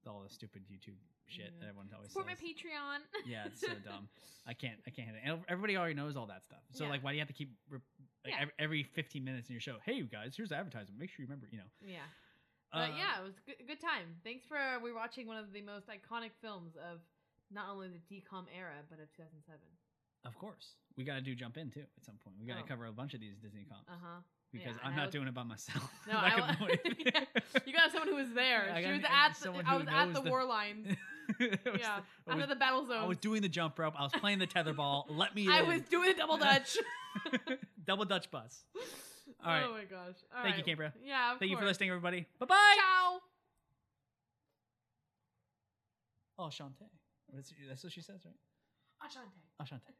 Speaker 1: all the stupid YouTube shit that
Speaker 2: Yeah.
Speaker 1: everyone always
Speaker 2: Support my
Speaker 1: says.
Speaker 2: Patreon.
Speaker 1: yeah, it's so dumb. I can't. I can't. handle it. Everybody already knows all that stuff. So
Speaker 2: Yeah.
Speaker 1: like, why do you have to keep re- like,
Speaker 2: Yeah.
Speaker 1: ev- every 15 minutes in your show? Hey, you guys, here's the advertisement. Make sure you remember. You know.
Speaker 2: yeah. But
Speaker 1: Uh,
Speaker 2: yeah, it was a good, good time. Thanks for uh, we're watching one of the most iconic films of not only the DCOM era, but of 2007.
Speaker 1: Of course, we got to do jump in too at some point. We got to
Speaker 2: Oh.
Speaker 1: cover a bunch of these Disney comps
Speaker 2: Uh huh.
Speaker 1: because
Speaker 2: yeah,
Speaker 1: I'm
Speaker 2: and I
Speaker 1: not
Speaker 2: was-
Speaker 1: doing it by myself.
Speaker 2: No,
Speaker 1: I'm not
Speaker 2: I
Speaker 1: gonna
Speaker 2: wa-
Speaker 1: do it.
Speaker 2: You got someone who was there.
Speaker 1: I
Speaker 2: she
Speaker 1: got
Speaker 2: was
Speaker 1: an-
Speaker 2: at the,
Speaker 1: someone
Speaker 2: I
Speaker 1: who
Speaker 2: was at
Speaker 1: knows
Speaker 2: the,
Speaker 1: the-
Speaker 2: war lines.
Speaker 1: I was-
Speaker 2: yeah,
Speaker 1: I, was,
Speaker 2: after the battle zone.
Speaker 1: I was doing the jump rope. I was playing the tetherball. Let me.
Speaker 2: I
Speaker 1: in.
Speaker 2: was doing a double dutch.
Speaker 1: double Dutch bus. All right.
Speaker 2: Oh my gosh. All
Speaker 1: Thank you,
Speaker 2: right.
Speaker 1: Cambria.
Speaker 2: Yeah. Of
Speaker 1: Thank you for
Speaker 2: course.
Speaker 1: listening, everybody. Bye bye.
Speaker 2: Ciao.
Speaker 1: Oh, Shantae. That's, that's what she says, right?
Speaker 2: Ashante.
Speaker 1: Oh, Shantae.